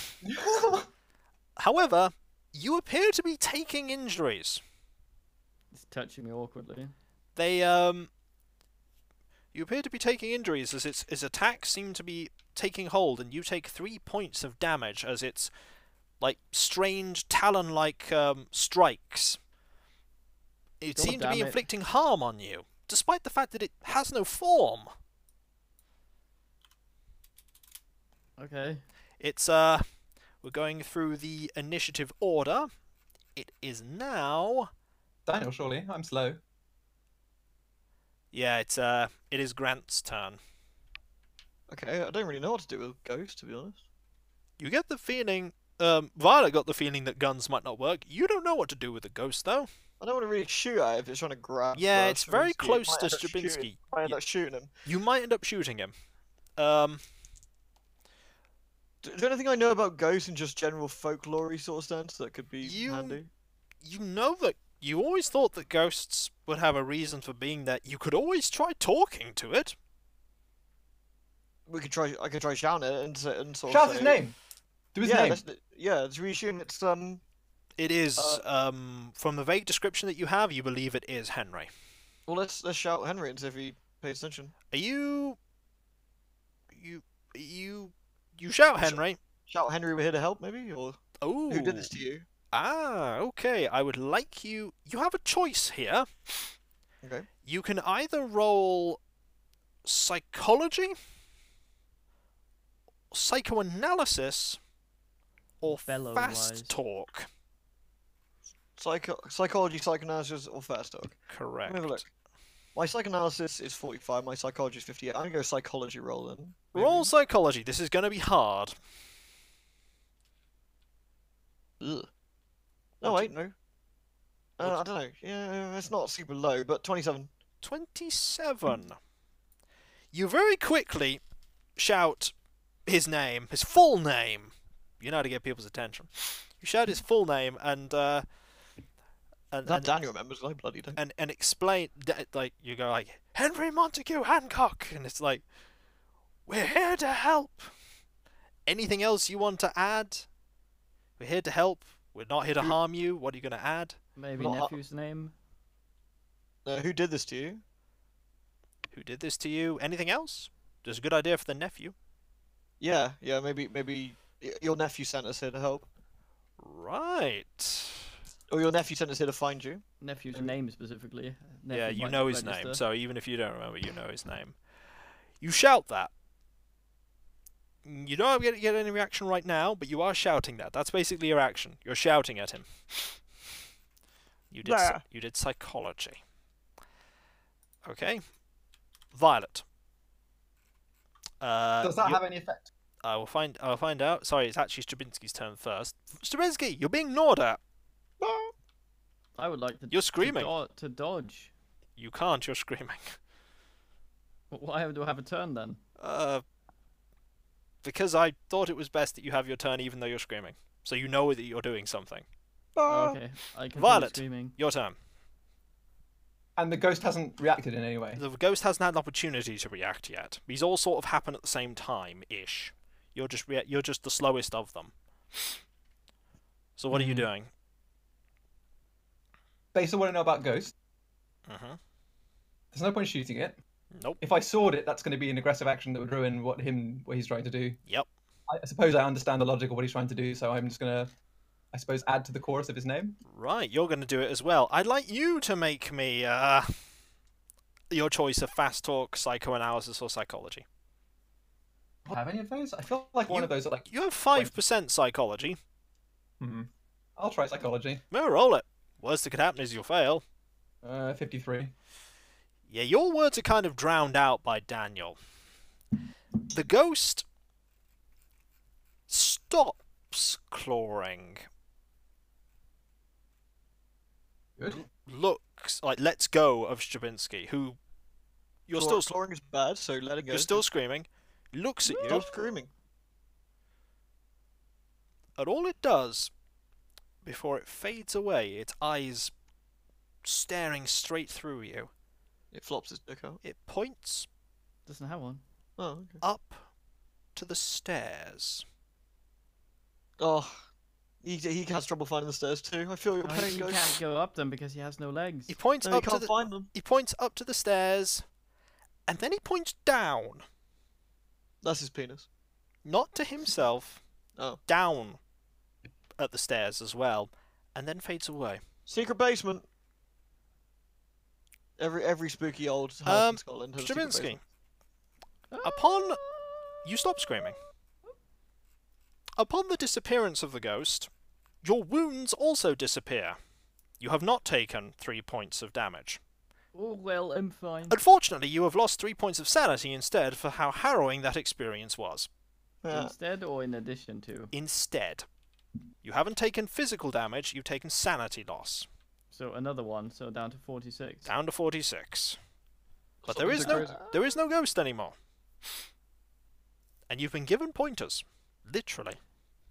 [SPEAKER 1] However, you appear to be taking injuries.
[SPEAKER 5] It's touching me awkwardly.
[SPEAKER 1] They, um. You appear to be taking injuries as its, its attacks seem to be taking hold, and you take three points of damage as its, like, strange talon like um, strikes. It
[SPEAKER 5] God
[SPEAKER 1] seemed to be
[SPEAKER 5] damn it.
[SPEAKER 1] inflicting harm on you, despite the fact that it has no form.
[SPEAKER 5] Okay.
[SPEAKER 1] It's uh we're going through the initiative order. It is now
[SPEAKER 4] Daniel, surely. I'm slow.
[SPEAKER 1] Yeah, it's uh it is Grant's turn.
[SPEAKER 2] Okay, I don't really know what to do with ghosts, to be honest.
[SPEAKER 1] You get the feeling um Violet got the feeling that guns might not work. You don't know what to do with a ghost though.
[SPEAKER 2] I don't want to really shoot at it if it's trying to grab.
[SPEAKER 1] yeah,
[SPEAKER 2] for
[SPEAKER 1] it's very
[SPEAKER 2] Straczynski. It
[SPEAKER 1] close to
[SPEAKER 2] might end up shooting-
[SPEAKER 1] Strabinsky.
[SPEAKER 2] might end
[SPEAKER 1] Y-
[SPEAKER 2] up shooting him.
[SPEAKER 1] You might end up shooting him. Um
[SPEAKER 2] Do, is there anything I know about ghosts and just general folklore sort of sense that could be
[SPEAKER 1] You-
[SPEAKER 2] handy?
[SPEAKER 1] you know that you always thought that ghosts would have a reason for being there. You could always try talking to it.
[SPEAKER 2] We could try. I could try shouting it and, say- and sort
[SPEAKER 4] Shout
[SPEAKER 2] of.
[SPEAKER 4] his
[SPEAKER 2] say-
[SPEAKER 4] name! Do his
[SPEAKER 2] yeah,
[SPEAKER 4] name.
[SPEAKER 2] That's, the- yeah. It's reassuring. It's um.
[SPEAKER 1] It is
[SPEAKER 2] Uh.
[SPEAKER 1] um from the vague description that you have, you believe it is Henry.
[SPEAKER 2] Well, let's let's shout Henry and see if he pays attention.
[SPEAKER 1] Are you you you you shout Henry?
[SPEAKER 2] Shout Henry, we're here to help, maybe, or
[SPEAKER 1] Oh,
[SPEAKER 2] who did this to you?
[SPEAKER 1] Ah, okay. I would like you. You have a choice here.
[SPEAKER 2] Okay.
[SPEAKER 1] You can either roll psychology, psychoanalysis, or
[SPEAKER 5] Bellow
[SPEAKER 1] fast
[SPEAKER 5] wise.
[SPEAKER 1] talk.
[SPEAKER 2] Psycho- psychology, psychoanalysis, or fast talk. Let
[SPEAKER 1] Correct.
[SPEAKER 2] me have a look. My psychoanalysis is 45. My psychology is 58. I'm gonna go psychology roll then. maybe.
[SPEAKER 1] Roll psychology. This is going to be hard.
[SPEAKER 2] Ugh. No, wait, no. Uh, I don't know. Yeah, it's not super low, but 27.
[SPEAKER 1] 27. You very quickly shout his name, his full name. You know how to get people's attention. You shout his full name, and uh, and
[SPEAKER 2] That
[SPEAKER 1] and,
[SPEAKER 2] Daniel remembers, I bloody don't.
[SPEAKER 1] and and explain that like you go like Henry Montague Hancock, and it's like we're here to help. Anything else you want to add? We're here to help. We're not here to harm you. What are you going to add?
[SPEAKER 5] Maybe
[SPEAKER 2] Well, I-
[SPEAKER 5] nephew's name.
[SPEAKER 2] Uh, who did this to you?
[SPEAKER 1] Who did this to you? Anything else? Just a good idea for the nephew.
[SPEAKER 2] Yeah, yeah, maybe, maybe y- your nephew sent us here to help,
[SPEAKER 1] Right.
[SPEAKER 2] or your nephew sent us here to find you.
[SPEAKER 5] Nephew's name specifically. Nephew
[SPEAKER 1] yeah, you
[SPEAKER 5] might
[SPEAKER 1] know his
[SPEAKER 5] register.
[SPEAKER 1] name, so even if you don't remember, you know his name. You shout that. You don't get, get any reaction right now, but you are shouting that. That's basically your action. You're shouting at him. You did psy-
[SPEAKER 2] There.
[SPEAKER 1] you did psychology. Okay, Violet. Uh,
[SPEAKER 4] Does that
[SPEAKER 1] you-
[SPEAKER 4] have any effect?
[SPEAKER 1] I will find. I'll find out. Sorry, it's actually Strabinsky's turn first. Strabinsky, you're being gnawed at.
[SPEAKER 5] I would like to.
[SPEAKER 1] You're
[SPEAKER 5] to
[SPEAKER 1] screaming.
[SPEAKER 5] do- to dodge.
[SPEAKER 1] You can't. You're screaming. [LAUGHS]
[SPEAKER 5] Wh- Why do I have a turn then?
[SPEAKER 1] Uh, because I thought it was best that you have your turn even though you're screaming. So you know that you're doing something.
[SPEAKER 2] Ah.
[SPEAKER 5] Oh, okay, I can
[SPEAKER 1] Violet.
[SPEAKER 5] screaming.
[SPEAKER 1] Your turn.
[SPEAKER 4] And the ghost hasn't reacted in any way.
[SPEAKER 1] The ghost hasn't had an opportunity to react yet. These all sort of happen at the same time ish. You're just rea- you're just the slowest of them. So what are you
[SPEAKER 4] Mhm.
[SPEAKER 1] doing?
[SPEAKER 4] Based on what I know about ghosts,
[SPEAKER 1] Mm-hmm.
[SPEAKER 4] there's no point shooting it.
[SPEAKER 1] Nope.
[SPEAKER 4] If I sword it, that's going to be an aggressive action that would ruin what him what he's trying to do.
[SPEAKER 1] Yep.
[SPEAKER 4] I, I suppose I understand the logic of what he's trying to do, so I'm just going to, I suppose, add to the chorus of his name.
[SPEAKER 1] Right. You're going to do it as well. I'd like you to make me uh your choice of fast talk, psychoanalysis, or psychology.
[SPEAKER 4] Do I have any of those? I feel like one
[SPEAKER 1] You-
[SPEAKER 4] of those are like.
[SPEAKER 1] You have five percent psychology.
[SPEAKER 4] Hmm. I'll try psychology.
[SPEAKER 1] No, roll it. Worst that could happen is you'll fail.
[SPEAKER 4] Uh, 53.
[SPEAKER 1] Yeah, your words are kind of drowned out by Daniel. The ghost stops clawing,
[SPEAKER 4] Good.
[SPEAKER 1] looks like lets go of Stravinsky, who you're
[SPEAKER 2] Claw-
[SPEAKER 1] still
[SPEAKER 2] clawing is bad, so let it go.
[SPEAKER 1] you're still screaming, looks at you,
[SPEAKER 2] Stop screaming.
[SPEAKER 1] and all it does before it fades away, its eyes staring straight through you,
[SPEAKER 2] It flops its dick out.
[SPEAKER 1] it points
[SPEAKER 5] Doesn't have one.
[SPEAKER 2] Oh, okay.
[SPEAKER 1] up to the stairs.
[SPEAKER 2] Oh, he, he has trouble finding the stairs too. I feel your
[SPEAKER 5] Oh,
[SPEAKER 2] pain,
[SPEAKER 5] he
[SPEAKER 2] goes.
[SPEAKER 5] can't go up them because he has no legs.
[SPEAKER 1] He points
[SPEAKER 2] No, he
[SPEAKER 1] up to
[SPEAKER 2] can't
[SPEAKER 1] the
[SPEAKER 2] find them.
[SPEAKER 1] He points up to the stairs, and then he points down,
[SPEAKER 2] That's his penis.
[SPEAKER 1] not to himself,
[SPEAKER 2] Oh,
[SPEAKER 1] down at the stairs as well, and then fades away.
[SPEAKER 2] secret basement. Every every spooky old house
[SPEAKER 1] Um,
[SPEAKER 2] in Scotland has a secret
[SPEAKER 1] Stravinsky,
[SPEAKER 2] basement.
[SPEAKER 1] upon you stop screaming. Upon the disappearance of the ghost, your wounds also disappear. You have not taken three points of damage.
[SPEAKER 5] Oh well, I'm fine.
[SPEAKER 1] Unfortunately, you have lost three points of sanity instead for how harrowing that experience was.
[SPEAKER 2] Yeah.
[SPEAKER 5] Instead or in addition to.
[SPEAKER 1] Instead, you haven't taken physical damage, you've taken sanity loss.
[SPEAKER 5] So another one. So down to 46.
[SPEAKER 1] down to 46. But
[SPEAKER 2] Something's
[SPEAKER 1] there is
[SPEAKER 2] a
[SPEAKER 1] no
[SPEAKER 2] crazy-
[SPEAKER 1] there is no ghost anymore. And you've been given pointers, literally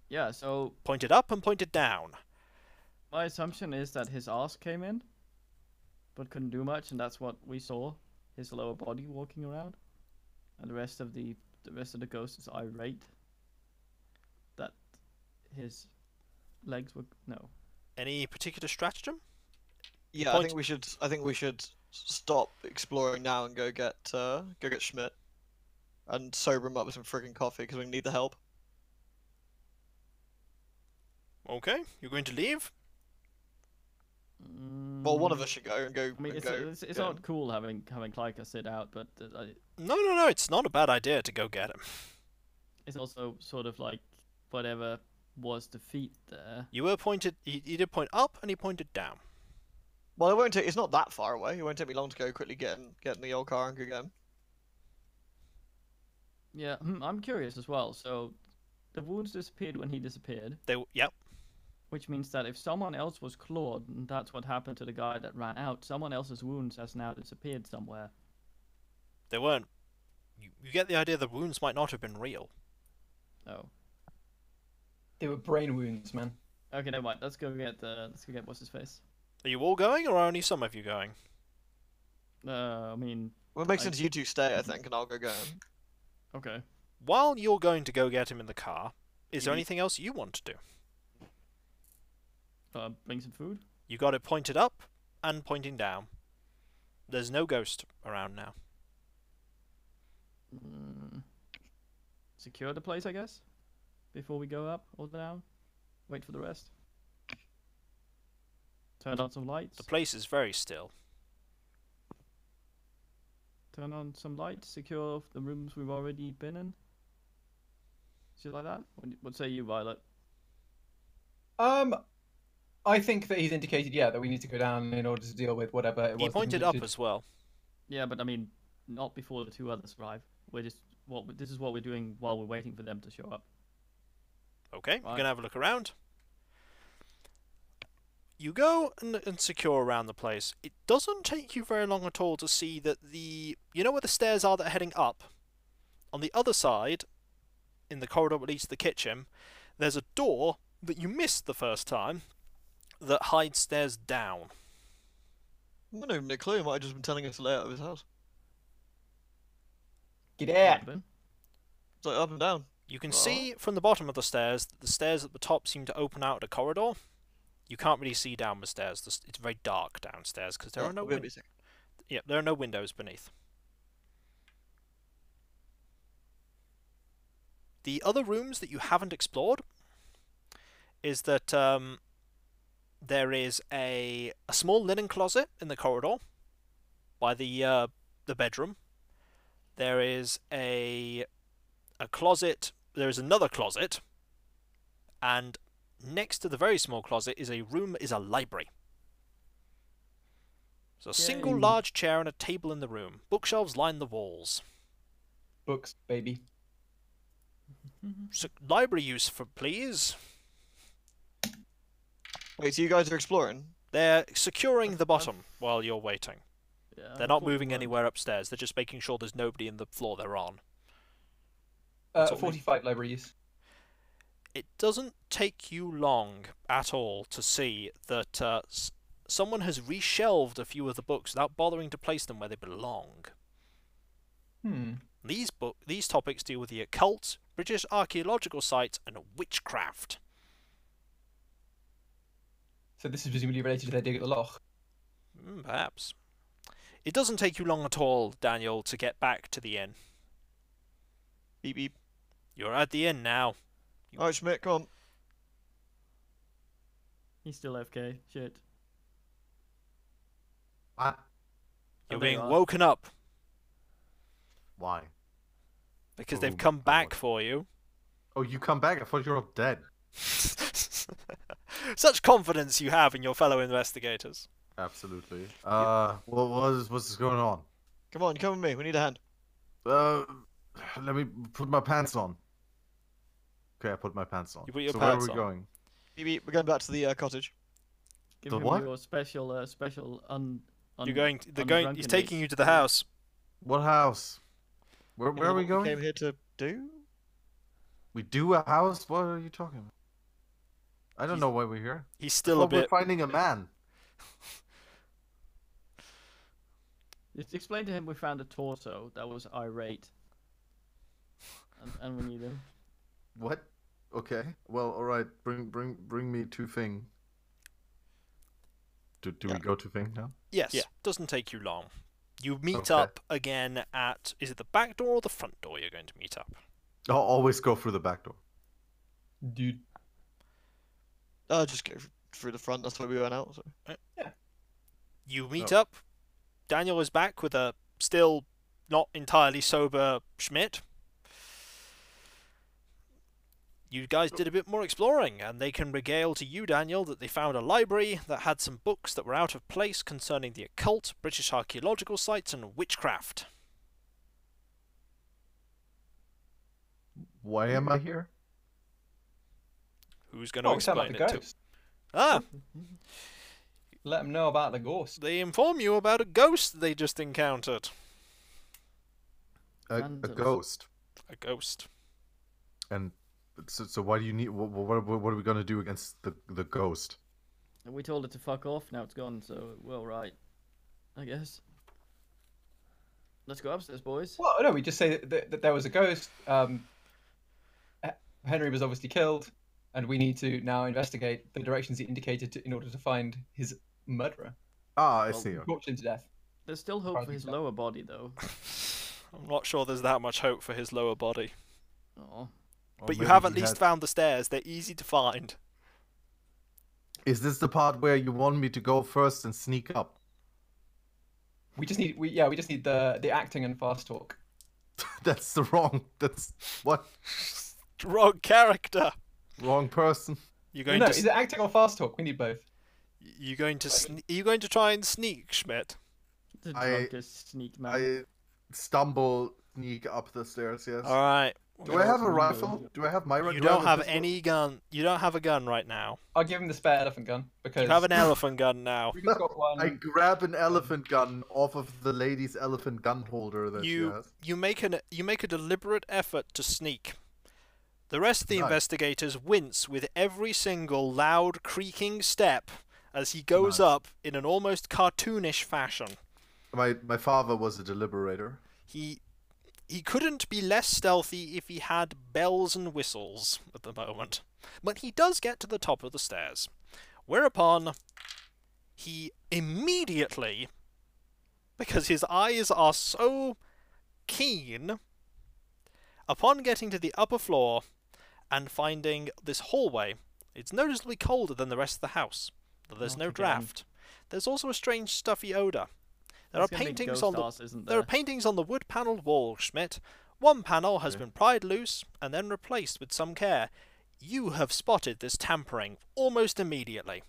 [SPEAKER 5] Yeah. So
[SPEAKER 1] pointed up and pointed down.
[SPEAKER 5] my assumption is that his ass came in, but couldn't do much, and that's what we saw. His lower body walking around, and the rest of the the rest of the ghost is irate. That his legs were no.
[SPEAKER 1] Any particular stratagem?
[SPEAKER 2] Yeah, I
[SPEAKER 1] Point-
[SPEAKER 2] think we should. I think we should s- stop exploring now and go get uh, go get Schmidt, and sober him up with some friggin' coffee because we need the help.
[SPEAKER 1] Okay, you're going to leave.
[SPEAKER 2] Well, one of
[SPEAKER 5] Mm,
[SPEAKER 2] us should go and go.
[SPEAKER 5] I mean,
[SPEAKER 2] and
[SPEAKER 5] it's,
[SPEAKER 2] go
[SPEAKER 5] it's, it's
[SPEAKER 2] get
[SPEAKER 5] not
[SPEAKER 2] him.
[SPEAKER 5] cool having having Clyka sit out, but uh, I-
[SPEAKER 1] No, no, no. It's not a bad idea to go get him.
[SPEAKER 5] it's also sort of like whatever was the feat there.
[SPEAKER 1] You were pointed. He, he did point up and he pointed down.
[SPEAKER 2] Well, it won't take. It's not that far away. It won't take me long to go quickly get in, get in the old car and go get him.
[SPEAKER 5] Yeah, hmm, I'm curious as well. So, the wounds disappeared when he disappeared,
[SPEAKER 1] They w- yep.
[SPEAKER 5] which means that if someone else was clawed, and that's what happened to the guy that ran out, someone else's wounds has now disappeared somewhere.
[SPEAKER 1] They weren't. You, you get the idea the wounds might not have been real.
[SPEAKER 5] Oh,
[SPEAKER 4] They were brain wounds, man.
[SPEAKER 5] okay, never mind. Let's go get the. Let's go get what's his face.
[SPEAKER 1] Are you all going, or are only some of you going?
[SPEAKER 5] Uh, I mean,
[SPEAKER 2] Well, it makes
[SPEAKER 5] I-
[SPEAKER 2] sense you two stay, I think, and I'll go get him.
[SPEAKER 5] okay.
[SPEAKER 1] While you're going to go get him in the car, is there
[SPEAKER 4] Mm.
[SPEAKER 5] Mhm.
[SPEAKER 1] anything else you want to do?
[SPEAKER 5] Uh, bring some food.
[SPEAKER 1] You got it pointed up and pointing down. There's no ghost around now.
[SPEAKER 5] Mm. Secure the place, I guess. Before we go up or down. Wait for the rest. Turn on some lights.
[SPEAKER 1] The place is very still.
[SPEAKER 5] Turn on some lights. Secure the rooms we've already been in. Shit like that. What, what say you, Violet?
[SPEAKER 4] Um, I think that he's indicated, yeah, that we need to go down in order to deal with whatever it was.
[SPEAKER 1] He
[SPEAKER 4] that
[SPEAKER 1] pointed up
[SPEAKER 4] convicted-
[SPEAKER 1] as well.
[SPEAKER 5] Yeah, but I mean, not before the two others arrive. We're just what we- this is what we're doing while we're waiting for them to show up.
[SPEAKER 1] Okay, you
[SPEAKER 5] Right.
[SPEAKER 1] can have a look around. You go and, and secure around the place. It doesn't take you very long at all to see that the. You know where the stairs are that are heading up? On the other side, in the corridor that leads to the kitchen, there's a door that you missed the first time that hides stairs down.
[SPEAKER 2] I'm not even a clue. He might have just been telling us the layout of his house.
[SPEAKER 4] Get out!
[SPEAKER 5] Robin?
[SPEAKER 2] It's like up and down.
[SPEAKER 1] You can
[SPEAKER 2] Right.
[SPEAKER 1] see from the bottom of the stairs that the stairs at the top seem to open out at a corridor. You can't really see down the stairs. The s- It's very dark downstairs because there
[SPEAKER 2] Oh,
[SPEAKER 1] are no
[SPEAKER 2] we're gonna
[SPEAKER 1] win-
[SPEAKER 2] be sick.
[SPEAKER 1] yeah, there are no windows beneath. The other rooms that you haven't explored is that um, there is a, a small linen closet in the corridor by the uh, the bedroom. There is a a closet. There is another closet, and next to the very small closet is a room is a library. So a single
[SPEAKER 5] Yay.
[SPEAKER 1] large chair and a table in the room. Bookshelves line the walls.
[SPEAKER 4] Books, baby.
[SPEAKER 1] So library use for please.
[SPEAKER 2] Wait, so you guys are exploring?
[SPEAKER 1] They're securing the
[SPEAKER 5] I've-
[SPEAKER 1] bottom while you're waiting.
[SPEAKER 5] Yeah,
[SPEAKER 1] They're
[SPEAKER 5] I
[SPEAKER 1] not
[SPEAKER 5] thought
[SPEAKER 1] moving
[SPEAKER 5] so.
[SPEAKER 1] anywhere upstairs. They're just making sure there's nobody in the floor they're on.
[SPEAKER 4] Uh,
[SPEAKER 1] So we-
[SPEAKER 4] 45 libraries.
[SPEAKER 1] It doesn't take you long at all to see that uh, s- someone has reshelved a few of the books without bothering to place them where they belong.
[SPEAKER 4] Hmm.
[SPEAKER 1] These book these topics deal with the occult, British archaeological sites, and witchcraft.
[SPEAKER 4] So this is presumably related to their dig at the loch.
[SPEAKER 1] Mm, perhaps. It doesn't take you long at all, Daniel, to get back to the inn.
[SPEAKER 2] Beep beep.
[SPEAKER 1] You're at the inn now.
[SPEAKER 2] All right, Schmidt, come on.
[SPEAKER 5] He's still FK. Shit.
[SPEAKER 6] What?
[SPEAKER 1] You're
[SPEAKER 5] there you
[SPEAKER 1] being
[SPEAKER 5] are.
[SPEAKER 1] woken up
[SPEAKER 6] Why?
[SPEAKER 1] because
[SPEAKER 6] Oh
[SPEAKER 1] they've
[SPEAKER 6] my
[SPEAKER 1] come back
[SPEAKER 6] God.
[SPEAKER 1] for you. [LAUGHS]
[SPEAKER 6] Oh, you come back. I thought you were all dead.
[SPEAKER 1] Such confidence you have in your fellow investigators.
[SPEAKER 6] Absolutely. Uh, what was what's going on?
[SPEAKER 2] Come on, come with me. We need a hand.
[SPEAKER 6] Uh, let me put my pants on. Okay, I put my pants on.
[SPEAKER 1] You put your
[SPEAKER 6] so
[SPEAKER 1] pants
[SPEAKER 6] where
[SPEAKER 1] on.
[SPEAKER 6] are we going?
[SPEAKER 2] Beep beep. We're going back to the uh, cottage.
[SPEAKER 5] Give
[SPEAKER 6] The
[SPEAKER 5] him
[SPEAKER 6] what?
[SPEAKER 5] your special, uh, special un. un
[SPEAKER 1] You're going. They're
[SPEAKER 5] on
[SPEAKER 1] going.
[SPEAKER 5] drunken
[SPEAKER 1] He's taking
[SPEAKER 5] dates.
[SPEAKER 1] you to the house.
[SPEAKER 6] What house? Where
[SPEAKER 2] You
[SPEAKER 6] where
[SPEAKER 2] know
[SPEAKER 6] are we
[SPEAKER 2] what
[SPEAKER 6] going?
[SPEAKER 2] Came here to do.
[SPEAKER 6] We do a house? What are you talking about? I don't
[SPEAKER 1] He's
[SPEAKER 6] know why we're here.
[SPEAKER 1] He's
[SPEAKER 6] Well,
[SPEAKER 1] still a bit.
[SPEAKER 6] we're finding a man.
[SPEAKER 5] Just explain to him we found a torso that was irate. [LAUGHS] And, and we need him.
[SPEAKER 6] What? Okay. Well, all right. Bring bring bring me two thing. Do do
[SPEAKER 2] Yeah.
[SPEAKER 6] we go to thing now?
[SPEAKER 1] Yes. Doesn't take you long. You meet
[SPEAKER 6] Okay.
[SPEAKER 1] up again at. Is it the back door or the front door? You're going to meet up.
[SPEAKER 6] I'll always go through the back door.
[SPEAKER 4] Dude.
[SPEAKER 2] Uh, just go through the front. That's where we went out. So.
[SPEAKER 1] You meet
[SPEAKER 6] Oh.
[SPEAKER 1] up. Daniel is back with a still not entirely sober Schmidt. You guys did a bit more exploring, and they can regale to you, Daniel, that they found a library that had some books that were out of place concerning the occult, British archaeological sites, and witchcraft.
[SPEAKER 6] Why am I here?
[SPEAKER 1] Who's going to
[SPEAKER 4] Oh, we sound
[SPEAKER 1] explain
[SPEAKER 4] like the
[SPEAKER 1] it to?
[SPEAKER 4] ghost.
[SPEAKER 1] Ah,
[SPEAKER 4] Let them know about the ghost.
[SPEAKER 1] they inform you about a ghost they just encountered.
[SPEAKER 6] A, a
[SPEAKER 5] Vandals.
[SPEAKER 6] ghost.
[SPEAKER 1] A ghost.
[SPEAKER 6] And so, so why do you need? What, what, what are we gonna do against the the ghost?
[SPEAKER 5] And we told it to fuck off. Now it's gone. So well, right. I guess. Let's go upstairs, boys.
[SPEAKER 4] Well, no, we just say that, that there was a ghost. Um, H- Henry was obviously killed, and we need to now investigate the directions he indicated to, in order to find his murderer.
[SPEAKER 6] Ah, I
[SPEAKER 5] Well,
[SPEAKER 6] see. okay.
[SPEAKER 4] Tortured him to death.
[SPEAKER 5] There's still hope for
[SPEAKER 4] Probably
[SPEAKER 5] his
[SPEAKER 4] so.
[SPEAKER 5] lower body, though.
[SPEAKER 1] I'm not sure there's that much hope for his lower body.
[SPEAKER 5] Oh,
[SPEAKER 6] Or
[SPEAKER 1] but you
[SPEAKER 6] maybe
[SPEAKER 1] have
[SPEAKER 6] he
[SPEAKER 1] at least
[SPEAKER 6] had-
[SPEAKER 1] found the stairs. They're easy to find.
[SPEAKER 6] Is this the part where you want me to go first and sneak up? [LAUGHS]
[SPEAKER 4] We just need, we yeah, we just need the the acting and fast talk.
[SPEAKER 6] That's the wrong. That's what
[SPEAKER 1] Wrong character.
[SPEAKER 6] wrong person.
[SPEAKER 1] You're
[SPEAKER 4] No,
[SPEAKER 1] going
[SPEAKER 4] no,
[SPEAKER 1] to.
[SPEAKER 4] is it acting or fast talk? We need both.
[SPEAKER 1] You're going to. Sne- are you going to try and sneak, Schmidt?
[SPEAKER 5] the
[SPEAKER 6] I-
[SPEAKER 5] drunkest sneak
[SPEAKER 6] I
[SPEAKER 5] man.
[SPEAKER 3] Stumble, sneak up the stairs. Yes.
[SPEAKER 1] All right.
[SPEAKER 3] Do I have a rifle? Do I have my rifle?
[SPEAKER 1] Uh, You don't have any gun. You don't have a gun right now.
[SPEAKER 4] I'll give him the spare elephant gun because
[SPEAKER 1] You have an elephant gun [LAUGHS] now.
[SPEAKER 4] [LAUGHS] We've just got one.
[SPEAKER 3] I-
[SPEAKER 4] I,
[SPEAKER 6] grab an elephant gun off of the lady's elephant gun holder that she
[SPEAKER 1] You
[SPEAKER 6] has.
[SPEAKER 1] you make an you make a deliberate effort to sneak. The rest of the
[SPEAKER 6] Nice.
[SPEAKER 1] investigators wince with every single loud creaking step as he goes
[SPEAKER 6] Nice.
[SPEAKER 1] up in an almost cartoonish fashion.
[SPEAKER 6] My my father was a deliberator.
[SPEAKER 1] He he couldn't be less stealthy if he had bells and whistles at the moment. But he does get to the top of the stairs. Whereupon he immediately because his eyes are so keen upon getting to the upper floor and finding this hallway it's noticeably colder than the rest of the house though there's
[SPEAKER 4] Not
[SPEAKER 1] no
[SPEAKER 4] again.
[SPEAKER 1] draft there's also a strange stuffy odor there
[SPEAKER 5] There's
[SPEAKER 1] are
[SPEAKER 5] gonna be
[SPEAKER 1] paintings
[SPEAKER 5] ghost
[SPEAKER 1] on the
[SPEAKER 5] arse, isn't
[SPEAKER 1] there
[SPEAKER 5] there?
[SPEAKER 1] are paintings on the wood panelled wall, Schmidt. One panel has
[SPEAKER 6] Okay.
[SPEAKER 1] been pried loose and then replaced with some care. You have spotted this tampering almost immediately.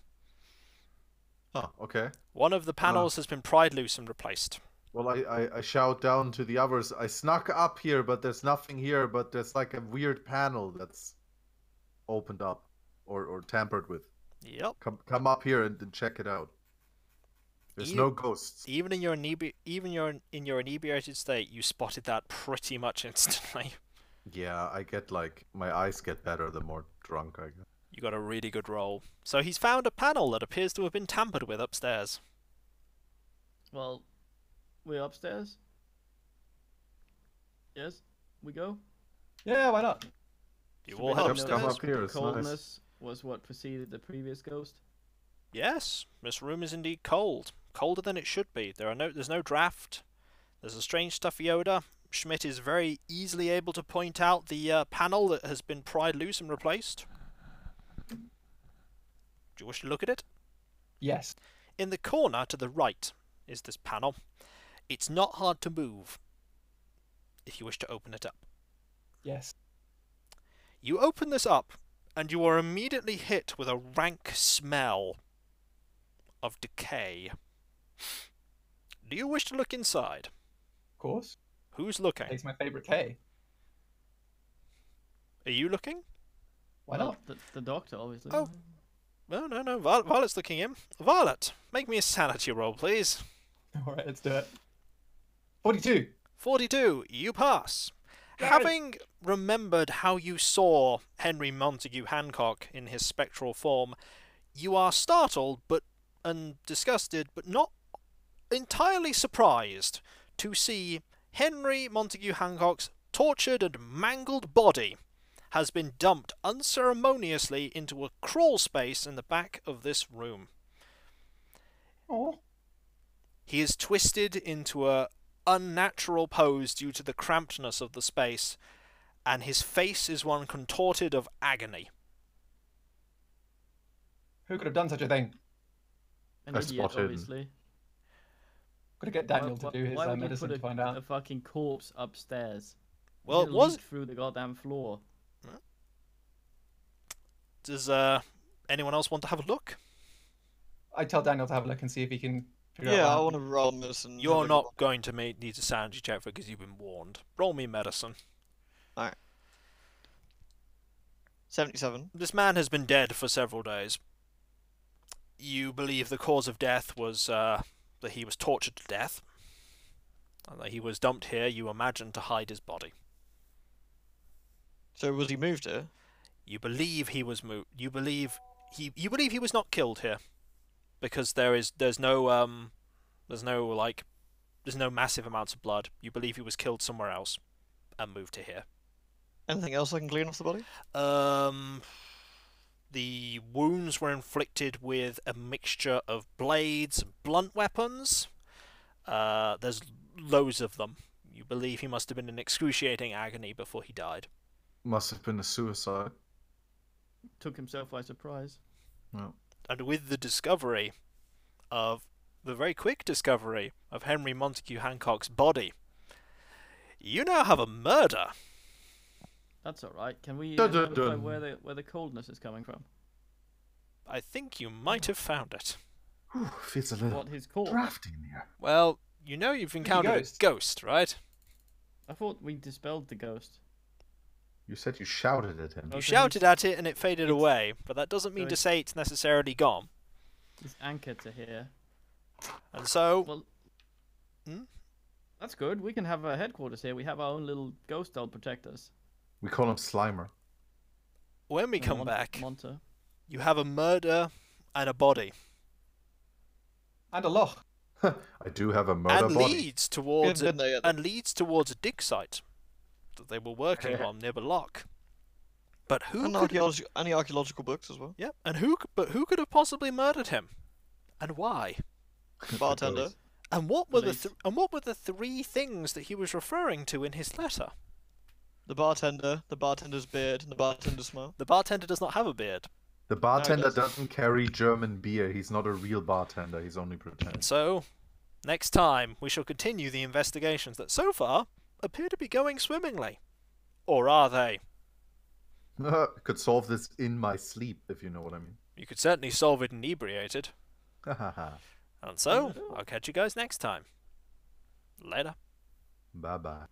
[SPEAKER 6] Oh, okay.
[SPEAKER 1] One of the panels has been pried loose and replaced.
[SPEAKER 6] Well, I, I I shout down to the others. I snuck up here, but there's nothing here. But there's like a weird panel that's opened up or or tampered with.
[SPEAKER 1] Yep.
[SPEAKER 6] Come come up here and, and check it out. There's
[SPEAKER 1] You-
[SPEAKER 6] no ghosts.
[SPEAKER 1] Even in your inebi- even your in your inebriated state, you spotted that pretty much [LAUGHS] instantly.
[SPEAKER 6] Yeah, I get like my eyes get better the more drunk I get.
[SPEAKER 1] You got a really good roll. So he's found a panel that appears to have been tampered with upstairs.
[SPEAKER 5] Well, we're upstairs. Yes, we go.
[SPEAKER 4] yeah, why not?
[SPEAKER 1] You
[SPEAKER 5] Should
[SPEAKER 1] all
[SPEAKER 5] we
[SPEAKER 1] head
[SPEAKER 5] have
[SPEAKER 6] Just come
[SPEAKER 1] upstairs.
[SPEAKER 5] noticed
[SPEAKER 6] up here,
[SPEAKER 5] The
[SPEAKER 6] it's nice.
[SPEAKER 5] coldness was what preceded the previous ghost.
[SPEAKER 1] Yes, this room is indeed cold, colder than it should be. There are no, there's no draft. There's a strange stuffy odor. Schmidt is very easily able to point out the uh, panel that has been pried loose and replaced. Do you wish to look at it?
[SPEAKER 4] Yes.
[SPEAKER 1] In the corner to the right is this panel. It's not hard to move. If you wish to open it up,
[SPEAKER 4] Yes.
[SPEAKER 1] you open this up, and you are immediately hit with a rank smell of decay. Do you wish to look inside?
[SPEAKER 4] Of course.
[SPEAKER 1] Who's looking?
[SPEAKER 4] Takes my favorite K.
[SPEAKER 1] Are you looking?
[SPEAKER 4] Why
[SPEAKER 5] Well,
[SPEAKER 4] not?
[SPEAKER 5] The, the doctor, obviously.
[SPEAKER 1] Oh. No, no, no. Violet, Violet's looking in. Violet, make me a sanity roll, please.
[SPEAKER 4] [LAUGHS] All right, let's do it. Forty-two.
[SPEAKER 1] 42. You pass.
[SPEAKER 4] Got it.
[SPEAKER 1] Having remembered how you saw Henry Montague Hancock in his spectral form, you are startled but and disgusted, but not entirely surprised to see Henry Montague Hancock's tortured and mangled body has been dumped unceremoniously into a crawl space in the back of this room.
[SPEAKER 4] Oh.
[SPEAKER 1] He is twisted into a unnatural pose due to the crampedness of the space, and his face is one contorted of agony.
[SPEAKER 4] Who could have done such a thing?
[SPEAKER 5] An
[SPEAKER 6] I
[SPEAKER 5] idiot,
[SPEAKER 6] spotted-
[SPEAKER 5] obviously.
[SPEAKER 4] Could have get
[SPEAKER 5] Why-
[SPEAKER 4] Daniel
[SPEAKER 5] why-
[SPEAKER 4] to do his
[SPEAKER 5] why
[SPEAKER 4] uh,
[SPEAKER 5] would you
[SPEAKER 4] medicine
[SPEAKER 5] put a,
[SPEAKER 4] to find out.
[SPEAKER 5] a fucking corpse upstairs? You
[SPEAKER 1] Well, it
[SPEAKER 5] could
[SPEAKER 1] was
[SPEAKER 5] leak through the goddamn floor.
[SPEAKER 1] does uh, anyone else want to have a look?
[SPEAKER 4] I tell Daniel to have a look and see if he can figure
[SPEAKER 2] Yeah, I
[SPEAKER 4] out.
[SPEAKER 2] want to roll medicine. and
[SPEAKER 1] You're
[SPEAKER 2] look at
[SPEAKER 1] not going to ma- need a sanity check for because you've been warned. Roll me medicine.
[SPEAKER 2] Seventy-seven.
[SPEAKER 1] This man has been dead for several days. You believe the cause of death was uh, that he was tortured to death, and that he was dumped here. You imagine to hide his body.
[SPEAKER 2] So was he moved here?
[SPEAKER 1] You believe he was moved. You believe he. You believe he was not killed here. because there is there's no um there's no like there's no massive amounts of blood. You believe he was killed somewhere else and moved to here.
[SPEAKER 2] Anything else I can clean off the body?
[SPEAKER 1] Um, the wounds were inflicted with a mixture of blades and blunt weapons. Uh, there's loads of them. You believe he must have been in excruciating agony before he died.
[SPEAKER 6] Must have been a suicide.
[SPEAKER 5] Took himself by surprise.
[SPEAKER 6] Well,
[SPEAKER 1] And with the discovery of the very quick discovery of Henry Montague Hancock's body, you now have a murder.
[SPEAKER 5] That's all right. Can we
[SPEAKER 6] Dun, dun,
[SPEAKER 5] identify
[SPEAKER 6] dun.
[SPEAKER 5] where the where the coldness is coming from?
[SPEAKER 1] I think you might have found it.
[SPEAKER 6] whew, feels a little
[SPEAKER 5] What his call?
[SPEAKER 6] drafty in here.
[SPEAKER 1] Well, you know you've encountered a
[SPEAKER 4] ghost.
[SPEAKER 1] ghost, right?
[SPEAKER 5] I thought we dispelled the ghost.
[SPEAKER 6] You said you shouted at him.
[SPEAKER 1] You
[SPEAKER 5] Okay.
[SPEAKER 1] shouted at it and it faded away, but that doesn't mean
[SPEAKER 5] Sorry.
[SPEAKER 1] to say it's necessarily gone.
[SPEAKER 5] His anchor to here.
[SPEAKER 1] And so,
[SPEAKER 5] Well,
[SPEAKER 1] Oh. Hmm?
[SPEAKER 5] that's good. We can have our headquarters here. We have our own little ghost that'll protect us.
[SPEAKER 6] We call him Slimer. [LAUGHS]
[SPEAKER 1] when we
[SPEAKER 5] And
[SPEAKER 1] come
[SPEAKER 5] Mon-
[SPEAKER 1] back,
[SPEAKER 5] Monta.
[SPEAKER 1] you have a murder and a body.
[SPEAKER 4] And a loch.
[SPEAKER 6] I do have a murder
[SPEAKER 1] And
[SPEAKER 6] body.
[SPEAKER 1] leads
[SPEAKER 2] We
[SPEAKER 1] towards
[SPEAKER 2] haven't
[SPEAKER 1] a,
[SPEAKER 2] been there yet.
[SPEAKER 1] and leads towards a dig site that they were working
[SPEAKER 2] [LAUGHS]
[SPEAKER 1] on near Balak. But who
[SPEAKER 2] And
[SPEAKER 1] could
[SPEAKER 2] archaeology, any archaeological books [LAUGHS] as well.
[SPEAKER 1] Yep, and who c- but who could have possibly murdered him? And why?
[SPEAKER 2] Bartender.
[SPEAKER 1] And what were the
[SPEAKER 5] Police.
[SPEAKER 1] th- and what were the three things that he was referring to in his letter?
[SPEAKER 2] The bartender, the bartender's beard, and the bartender's smile.
[SPEAKER 1] The bartender does not have a beard.
[SPEAKER 6] The bartender
[SPEAKER 2] doesn't.
[SPEAKER 6] doesn't carry German beer. He's not a real bartender. He's only
[SPEAKER 1] And
[SPEAKER 6] pretending.
[SPEAKER 1] so, next time we shall continue the investigations that so far appear to be going swimmingly. Or are they?
[SPEAKER 6] [LAUGHS] Could solve this in my sleep, if you know what I mean. [LAUGHS]
[SPEAKER 1] You could certainly solve it inebriated.
[SPEAKER 6] Ha ha ha.
[SPEAKER 1] And so, I'll catch you guys next time. Later.
[SPEAKER 6] Bye bye.